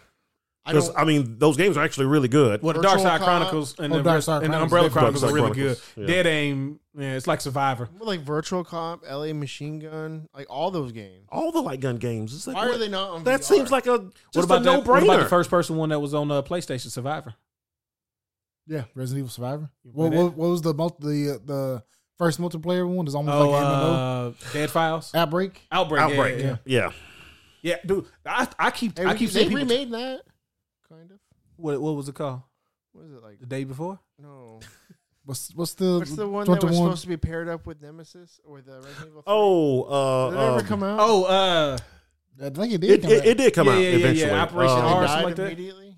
I
Because
don't.
I, mean, those games are actually really good.
well, the Dark
Virtual
Side
Cop.
Chronicles and,
Oh,
the,
Dark Side
and the
Chronicles.
Umbrella
Dark
Chronicles
Side
are really
Chronicles,
good.
yeah.
Dead Aim, yeah, it's like Survivor.
like virtual comp, LA machine gun, like all those games.
All the light gun games. It's like,
Why
what-
are they not on
that
VR?
seems like a
What
just
about
a
that-
no
What about the
brainer.
first person one that was on uh, PlayStation Survivor?
Yeah, Resident Evil Survivor.
You play
What,
that?
what, what was the multi, the uh, the first multiplayer one? It's almost
Oh,
like an MMO.
uh, Dead Files,
Outbreak.
Outbreak,
Outbreak.
yeah, yeah,
Yeah.
yeah. dude. I, I keep
Hey,
I keep
they
seeing people.
remade that. Kind of.
What, what was it called?
What is it like?
The day before?
<laughs> No.
What's what's the
What's the one that was supposed to be paired up with Nemesis or the Resident Evil? 3?
Oh,
did it
uh,
ever
um,
come out?
Oh, uh,
I think it did.
it,
come
it,
out.
it did come
Yeah,
out
yeah, yeah, yeah.
eventually.
Operation
Um,
They
Hard- or
died
something like that?
immediately.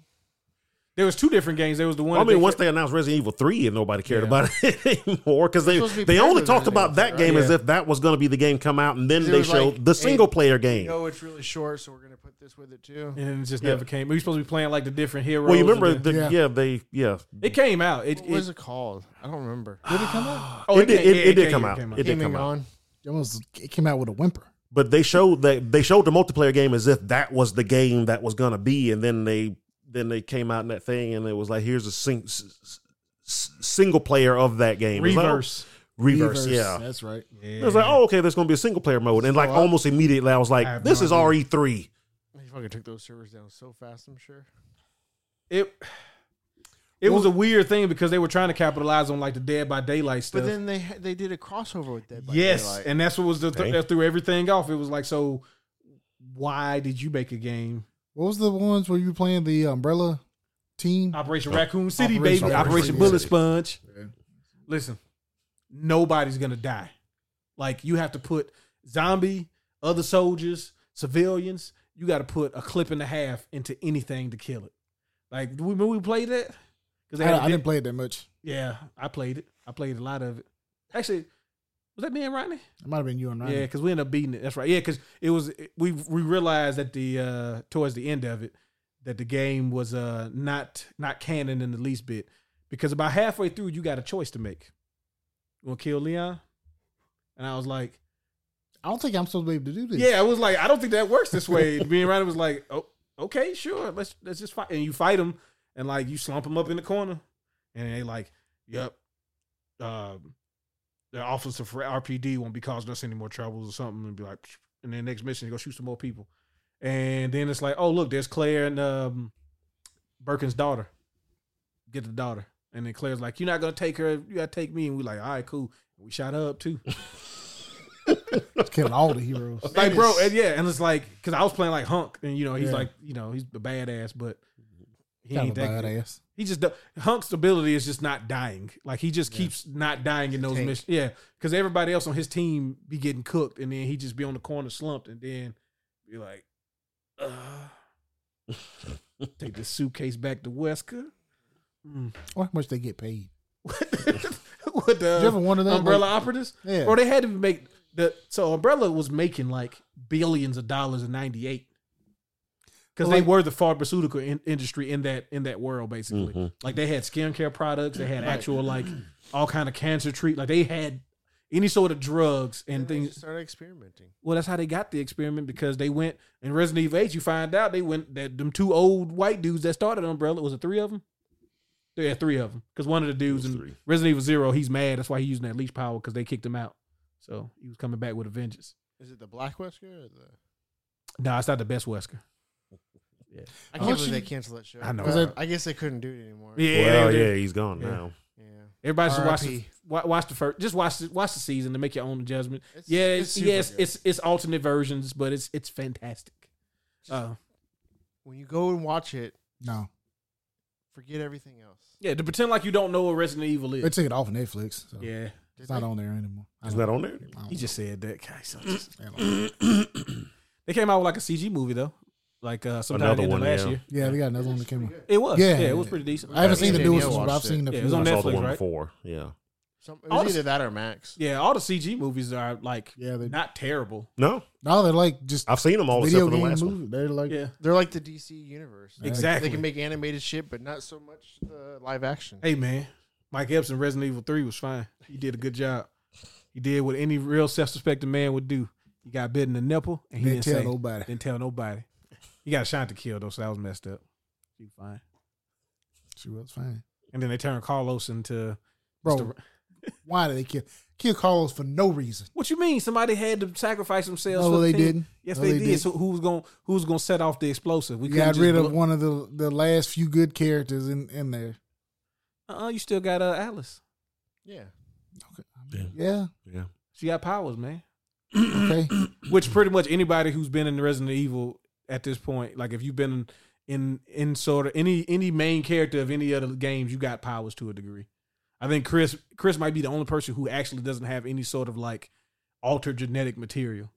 There was two different games. There was the one.
I
that
mean,
they-
once they announced Resident Evil Three, and nobody cared
Yeah.
about it <laughs> anymore because they
It's supposed to be
they
better
only
than
talked
Resident
about
Evil,
that
right?
game as
Yeah.
if that was going to be the game come out, and then
It
they
was
showed
like,
the
hey,
single player game.
You know it's really short, so we're gonna put this with it too.
and it just
Yeah.
never came. We were supposed to be playing like the different heroes.
well, you remember
and the-
the, yeah.
Yeah.
they yeah
it came out. It,
What
it,
was it called? I don't remember.
Did it come out?
oh,
it did-
came-
it-
yeah,
it did
came-
come out. It did
Gaming
come out.
on.
It almost it came out with a whimper.
but they showed that they showed the multiplayer game as if that was the game that was going to be, and then they then they came out in that thing, and it was like here's a sing, s- s- single player of that game, It was like, oh,
Reverse.
reverse, yeah.
that's right.
It was like, oh, okay, there's going to be a single player mode, and like
So I-
almost immediately, I was
I have
like, this
no
is
idea.
RE three.
They fucking took those servers down so fast. I'm sure.
it. It was a weird thing because they were trying to capitalize on like the Dead by Daylight stuff.
But then they ha- they did a crossover with Dead by
yes,
Daylight.
and that's what was the th-
Okay.
that threw everything off. It was like, so why did you make a game?
What was the ones where you were playing the Umbrella team?
Operation Raccoon City,
Oh, Operation
baby.
Raccoon
Operation
City.
Bullet Sponge.
Yeah.
Listen, nobody's gonna die. Like you have to put zombie, other soldiers, civilians. You got to put a clip and a half into anything to kill it. Like we remember we played that because
I, I didn't play it that much.
Yeah, I played it. I played a lot of it. Actually, was that me and Rodney?
It might have been you and Ryan.
Yeah, because we ended up beating it. That's right. Yeah, because it was it- we we realized at the uh towards the end of it that the game was uh not not canon in the least bit because about halfway through you got a choice to make. You want to kill Leon? And I was like,
I don't think I'm supposed to be able to do this.
yeah, I was like, I don't think that works this way. Me and Ryan was like, oh, okay, sure, let's let's just fight. And you fight him, and like you slump him up in the corner, and they like, yep, um, the officer for RPD won't be causing us any more troubles or something, and be like, psh. and then next mission you go shoot some more people, and then it's like, oh look, there's Claire and um, Birkin's daughter, get the daughter, and then Claire's like, you're not gonna take her, you gotta take me, and we like, all right, cool, we shot her up too.
killing all the heroes.
<laughs> like bro
Menace.
and yeah and it's like because i was playing like hunk and you know he's
Yeah.
like you know he's a badass but he He
Kind
ain't
of a
that good.
badass.
He just do- Hunk's ability is just not dying. Like he just
Yeah.
keeps not dying in those
Tank.
missions. Yeah, because everybody else on his team be getting cooked, and then he just be on the corner slumped, and then be like, uh, "Take this suitcase back to Wesker." Mm.
Or how much they get paid?
<laughs> what the
Did you ever wonder that?
umbrella
Like,
operatives?
yeah.
Or they had to make the so umbrella was making like billions of dollars in '98 because
Well,
they
like-
were the pharmaceutical in, industry in that in that world basically.
Mhm.
Like they had skincare products, they had actual
<clears throat>
like all kind of cancer treat. Like they had any sort of drugs and
And they just
things.
started experimenting.
Well, that's how they got the experiment because they went in Resident Evil Eight. You find out they went that them two old white dudes that started Umbrella was it three of them? Yeah, three of them because one of the dudes in
Three.
Resident Evil Zero, he's mad. That's why he's using that leech power because they kicked him out. So he was coming back with a vengeance.
Is it the Black Wesker or the?
Nah, it's not the best Wesker.
I
How
can't
much
believe
you-
they canceled that show.
I know.
But
Oh, Was it-
I guess they couldn't do it anymore.
Yeah,
well,
they-
yeah, he's gone
Yeah.
now.
Yeah.
Everybody should watch the,
RIP.
wa- watch the first. Just watch the, watch the season to make your own judgment.
It's,
Yeah, it's,
super
yes,
good.
it's it's alternate versions, but it's it's fantastic.
Just-
Uh,
when you go and watch it,
No,
forget everything else.
yeah, to pretend like you don't know what Resident Evil
they
is.
took it off of Netflix. So
Yeah,
Did
it's not
they-
on there anymore. I
It's
don't-
not on there.
I don't
he
know.
just said that. God, he's <clears throat> so-
I don't
Mm.
know.
<clears throat> They came out with like a CG movie though, like uh, sometime
Another
in the
one,
last
yeah.
year.
Yeah, we got another one that came out.
It was, yeah,
Yeah.
it was pretty decent.
I haven't
Yeah,
seen the
Danielle
newest one, but I've
watched
seen a
Yeah, it
few.
was on
of
I saw
them.
the
Netflix,
one
right?
before. Yeah.
Some, it
All
was
the-
either that or Max.
Yeah, all the CG movies are like
Yeah, they,
not terrible.
No,
no, they're like just
I've seen them all
video
except for the
game
last one.
movie. They're like
Yeah,
They're like the DC universe. They-
exactly.
They can make animated shit, but not so much the live action.
Hey man, Mike Epps in Resident Evil Three was fine. He did a good job. He did what any real self-suspecting man would do. He got bit in the nipple and he
didn't
didn't,
tell
say,
nobody.
didn't tell nobody. He got a shot to kill though, so that was messed up. He was fine.
She was fine,
And then they turned Carlos into
bro.
Mr. Ra-
Why did they kill kill Carlos for no reason?
What you mean? Somebody had to sacrifice themselves?
No,
for the
they
team?
didn't.
Yes,
No,
they,
they
did.
didn't.
So who's gonna who's gonna set off the explosive? We
We
couldn't
got
just
rid of
blow-
one of the the last few good characters in in there.
Uh-uh, you still got uh, Alice.
Yeah.
Okay. Yeah.
Yeah.
She got powers, man.
Okay.
which pretty much anybody who's been in Resident Evil at this point, like if you've been in in sort of any any main character of any other games, you got powers to a degree. I think Chris Chris might be the only person who actually doesn't have any sort of like altered genetic material.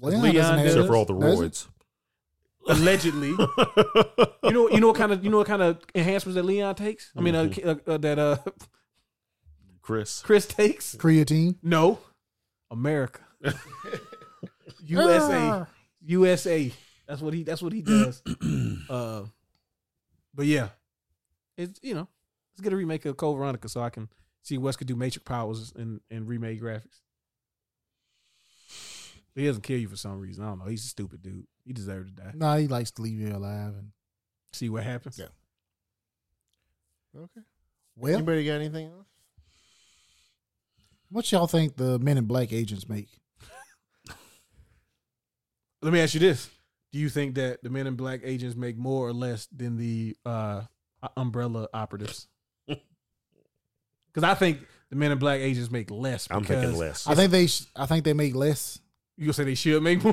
Leon,
Leon
doesn't have-
Except for all the
does it?
roids.
Allegedly, you
<laughs>
know you know what kind of you know what kind of enhancements that Leon takes. I mean uh, uh, uh, that uh
Chris.
Chris takes.
Creatine.
No, America, USA.
Ah.
USA. That's what he. That's what he
Mm.
does. <clears throat> uh, but yeah, it's you know, let's get a remake of Cole Veronica so I can see Wes could do Matrix powers and and remake graphics. He doesn't kill you for some reason. I don't know. He's a stupid dude. He deserved to die.
Nah, he likes to leave you alive. And
See what happens.
Yeah.
Okay.
well,
Anybody got anything else?
what y'all think the Men in Black agents make?
Let me ask you this: Do you think that the Men in Black agents make more or less than the uh, Umbrella
<laughs>
operatives? Because I think the Men in Black agents make less.
I'm
because
thinking less.
I think they. Sh- I think they make less. <laughs>
You gonna say they should make <laughs> more?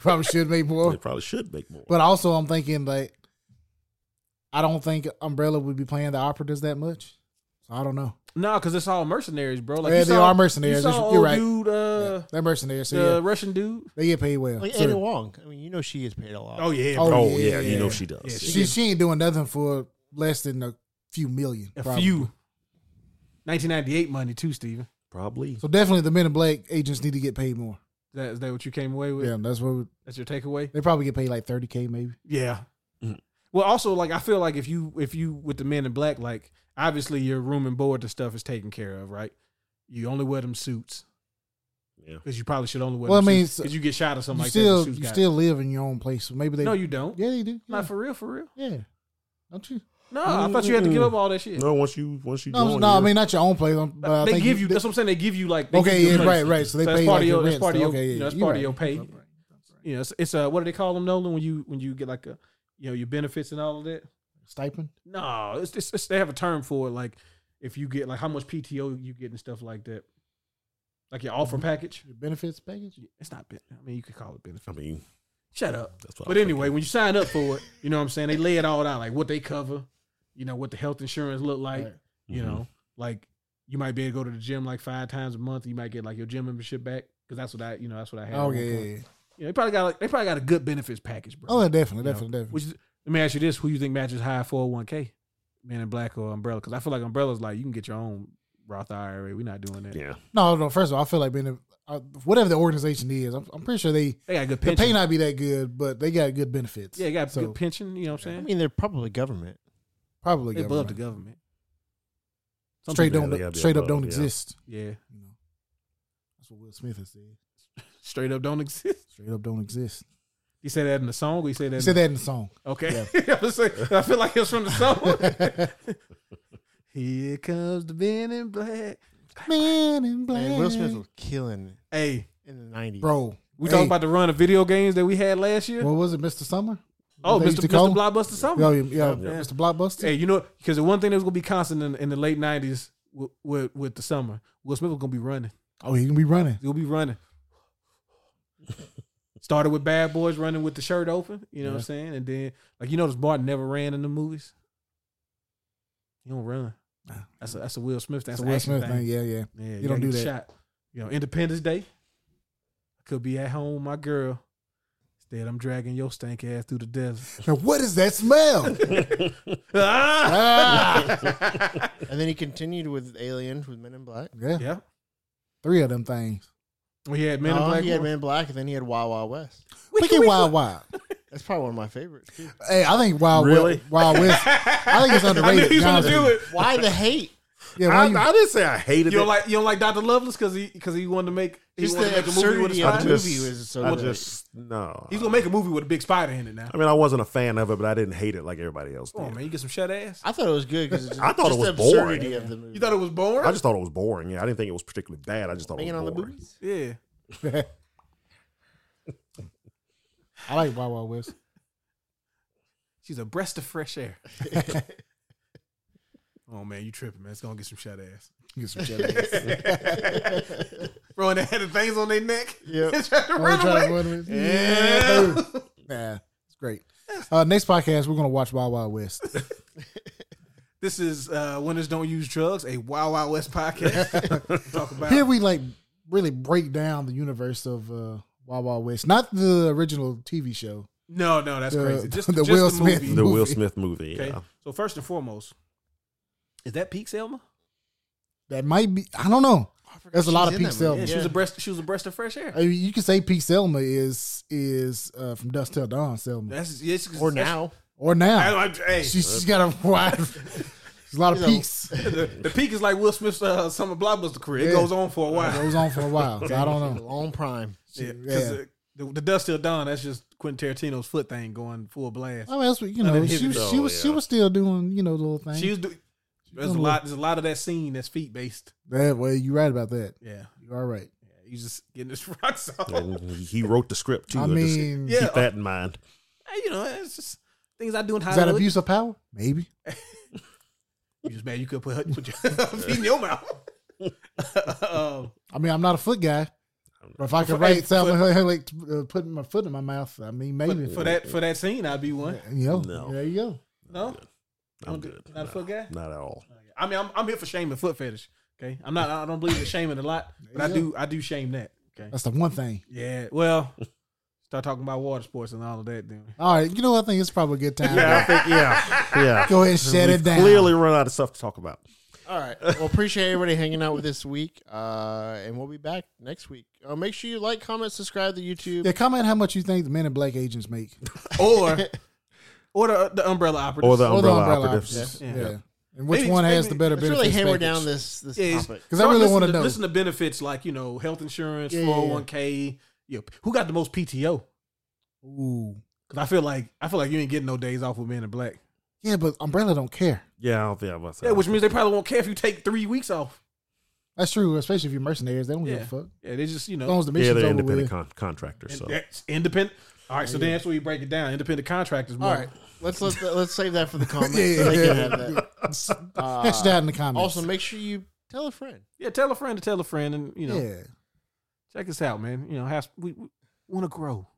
Probably should make
they
more.
probably should make more.
But also, I'm thinking like, I don't think Umbrella would be playing the operatives that much. So I don't know.
no, because it's all mercenaries, bro. Like
yeah,
you
they
saw-
are mercenaries.
You
You're
saw old
right.
dude, uh,
Yeah, they're mercenaries. So
the
yeah,
Russian dude.
they get paid well.
Like
So-
Anna Wong. I mean, you know she gets paid a lot.
Oh yeah,
Oh,
bro.
Oh, yeah,
yeah.
you know she does.
Yeah, she-
she she ain't doing nothing for less than a few million.
a
probably.
few. 1998 money too, Steven.
Probably.
So definitely, the Men in Black agents need to get paid more.
Is that, is that what you came away with?
Yeah, that's what we-
That's your takeaway.
they probably get paid like thirty k maybe.
Yeah.
Mhm.
Well, also like I feel like if you if you with the men in black, like obviously your room and board and stuff is taken care of, right? You only wear them suits
Yeah.
because you probably should only wear.
Well,
them
I mean,
suits,
so-
'cause you get shot or something
you
like
still
that. the suits
you
got-
still live in your own place. So maybe they
no, you don't.
yeah they do yeah.
Not for real, for real.
yeah. Don't you?
No, I thought you had to give
Mm-mm.
up all that shit.
No, once you once you
No,
join,
no, I
you're-
mean not your own place, um, but I
they
think
give you. that's what I'm saying. They give you like. They give
okay,
you
yeah,
money.
right, right. So they
So
pay
that's part
like
of your.
your
That's
rent,
part of
so-
your.
okay, yeah,
you know, that's
you're
part
right.
of your pay. You know, it's, it's uh, what do they call them, Nolan? When you when you get like a, you know, your benefits and all of that.
Stipend.
No, it's, it's, it's they have a term for it. Like if you get like how much PTO you get and stuff like that, like your offer
Mm-hmm.
package.
Your benefits package.
It's not. ben- I mean, you could call it benefit.
I mean,
Shut up.
that's what.
But anyway, when you sign up for it, you know what I'm saying. They lay it all out, like what they cover, you know what the health insurance look like.
Right. Mm-hmm.
You
Mhm.
know, like you might be able to go to the gym like five times a month. You might get like your gym membership back because that's what I you know that's what I had. at
Oh
one
yeah, yeah,
point. You
yeah.
know, they probably got like, they probably got a good benefits package, bro.
Oh, yeah, definitely,
You know,
definitely, definitely.
Which is, let me ask you this: Who you think matches high four hundred one k? Man in black or umbrella? Because I feel like umbrella's like you can get your own Roth IRA. We're not doing that.
Yeah.
No, no. First of all, I feel like being a, uh, whatever the organization is, I'm, I'm pretty sure they
They got good
the
pension.
pay not be that good, but they got good benefits.
yeah, they got
So,
good pension. You know what I'm
I
saying?
mean, they're probably government.
probably
they above
government.
the government. Some
straight
people-
don't
Yeah, they gotta be
straight up
above,
don't
yeah.
exist.
Yeah,
You know, that's what Will Smith has said.
straight up don't exist. <laughs>
Straight up don't exist.
He said that in the song. We said that.
He
in
said
the-
that in the song.
Okay. <laughs> I, was like, I feel like it's from the song.
<laughs>
Here comes the man in black.
Man in black.
Man, Will Smith was killing
Hey,
in the nineties.
bro.
we
hey,
talking about the run of video games that we had last year.
what was it, Mr. Summer?
oh,
They used
Mr.
to call
Mr.
him?
Blockbuster something.
Yeah, yeah,
Yeah.
Mr. Blockbuster.
Hey, you know, because the one thing that was gonna be constant in, in the late nineties with, with with the summer, Will Smith was gonna be running.
Oh, he gonna be running.
He'll be running. Started with Bad Boys running with the shirt open, you know what I'm
Yeah.
saying? And then like you notice Martin never ran in the movies. He don't run.
Nah.
That's a that's a Will Smith. That's
It's a
a
Will Smith thing. Yeah, yeah.
Yeah, you, don't
don't
do
do
that.
that.
Shot. You know, Independence Day. I could be at home, with my girl. Instead, I'm dragging your stank ass through the
<laughs>
desert.
Now, what is that smell?
ah!
ah!
And then he continued with Aliens with Men in Black.
Yeah,
Yeah,
three of them things.
we had Men
No,
in Black.
Uh, he had
War.
Men in Black, and then he had Wild Wild West.
Wicked Wild
<laughs>
Wild.
That's probably one of my favorites. Too.
Hey, I think Wild
Really?
Wild West.
<laughs>
I think it's
I knew
underrated.
he was gonna
honestly.
do it.
Why the hate?
Yeah, why
I,
you-
I didn't say I hated
You don't
it.
like you don't like Dr. Loveless because he because he wanted to make he
Just
wanted to
the
make a movie with a
absurdity of
spider.
the
I
movie was so
I
good.
just no.
He's gonna make a movie with a big spider in it now.
I mean, I wasn't a fan of it, but I didn't hate it like everybody else did.
Come on, man, you get some shut ass.
I thought it was good because
I thought it
just
was
the absurdity
boring.
of the movie.
You thought it was boring?
I just thought it was boring. Yeah, I didn't think it was particularly bad. I just thought
hanging
it
on
was
the
boring.
boobies?
yeah,
I like Wild Wild West.
she's a breath of fresh
<laughs>
air. oh man, you tripping, man? It's gonna get some shut ass.
Get some jelly.
Bro, and they had the things on their neck. <laughs>
Yep.
They tried to
Oh,
run
try
away.
to run away.
Yeah.
baby. Nah, it's great. Uh, next podcast, we're gonna watch Wild Wild West.
This is uh, Winners Don't Use Drugs, a Wild Wild West
<laughs>
podcast. Talk about
Here we like really break down the universe of uh, Wild Wild West, not the original TV show.
no, no, that's
The-
crazy. Just
<laughs> the
just the
Will Smith.
movie.
The Will
Movie.
Smith movie.
Okay,
Yeah.
so first and foremost, is that Peak Selma?
That might be. I don't know. There's a lot of
she's in
Pete
that movie.
Selma.
Yeah, she
Yeah.
was a breast. She was a breast of fresh air.
I mean, you can say Pete Selma is is uh, from Dust Till Dawn Selma,
That's yes,
Or
that's-
now.
or
I,
now
I, hey,
she's, she's got a <laughs> wide. There's a lot of
You know,
peaks.
the, the peak is like Will Smith's uh, summer blockbuster career. It
Yeah.
goes on for a
It
while.
goes on for a while. So I don't know.
Long prime.
Yeah, 'cause
Yeah.
the, the, the dust till dawn. That's just Quentin Tarantino's foot thing going full blast.
I mean, that's what you
None
know.
of his
She was,
though,
she was she
yeah.
was still doing you know little things.
She was do, there's a lot. There's a lot of that scene that's feet based.
that way, you're right about that.
Yeah,
You are right.
yeah you just getting this <laughs> rock song.
And he wrote the script too.
I
just
mean,
Yeah.
keep that in mind.
Hey, you know, it's just things I do in
is that
Hollywood.
abuse of power? Maybe.
You just mad you could put, put your <laughs> feet in your mouth. <laughs> um,
I mean, I'm not a foot guy, but if I could
For-
write
and
Salma Hayek uh, putting my foot in my mouth, I mean, maybe.
for, for that for that scene, I'd be one.
you know,
No.
there you go.
No,
I'm
Don't do-
good.
Not a
No,
foot guy.
Not at all.
I mean, I'm, I'm here for shaming foot fetish. Okay, I'm not. I don't believe in shaming a lot, but I
Yeah.
do. I do shame that. Okay.
That's the one thing.
Yeah. Well, start talking about water sports and all of that.
<laughs>
Then
All right, you know, I think it's probably a good time.
Yeah, I think yeah, yeah.
Go ahead and shut
We've
it down.
Clearly run out of stuff to talk about.
All right. Well, appreciate everybody hanging out with this week. Uh, and we'll be back next week. Uh, make sure you like, comment, subscribe to YouTube.
Yeah, comment how much you think the men in black agents make,
or or the, the umbrella operative.
Or the
or the
umbrella,
umbrella
operatives.
operatives. Yeah.
Yeah.
Yeah. and which
Maybe-
one has
maybe-
the better
Let's
benefits?
really hammer
package?
down this this
Yeah, it's-
topic.
'Cause I really
listen
wanna know.
Listen to benefits like you know health insurance,
Yeah, yeah,
four
yeah.
hundred one k. You know, who got the most PTO?
Ooh,
Because I feel like I feel like you ain't getting no days off with men in black.
yeah, but Umbrella don't care.
Yeah, I don't think I'm about to say
Yeah, which means they probably won't care if you take three weeks off.
That's true, especially if you're mercenaries. They don't give
Yeah.
a fuck.
Yeah, they just you
As long
know
as the
yeah,
mission's
they're
over with.
independent con- contractors. So
that's independent. All right, so then that's where you break it down. Independent contractors. More.
All right. Let's let that, let's save that for the comments.
<laughs> Yeah, yeah,
They can
yeah.
have
<laughs>
that. Uh,
Catch that in the comments.
Also, make sure you tell a friend.
Yeah, tell a friend to tell a friend, and you know,
yeah,
check us out, man. You know, have we, we want to grow.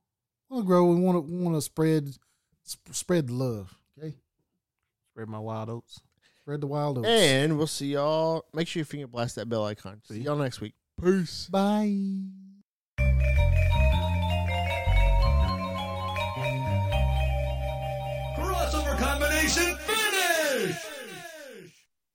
want to grow. We want to want to spread sp- spread love. Okay,
Spread my wild oats.
Spread the wild oats.
And we'll see y'all. Make sure you finger blast that bell icon. See y'all next week. Peace.
Bye.
crossover combination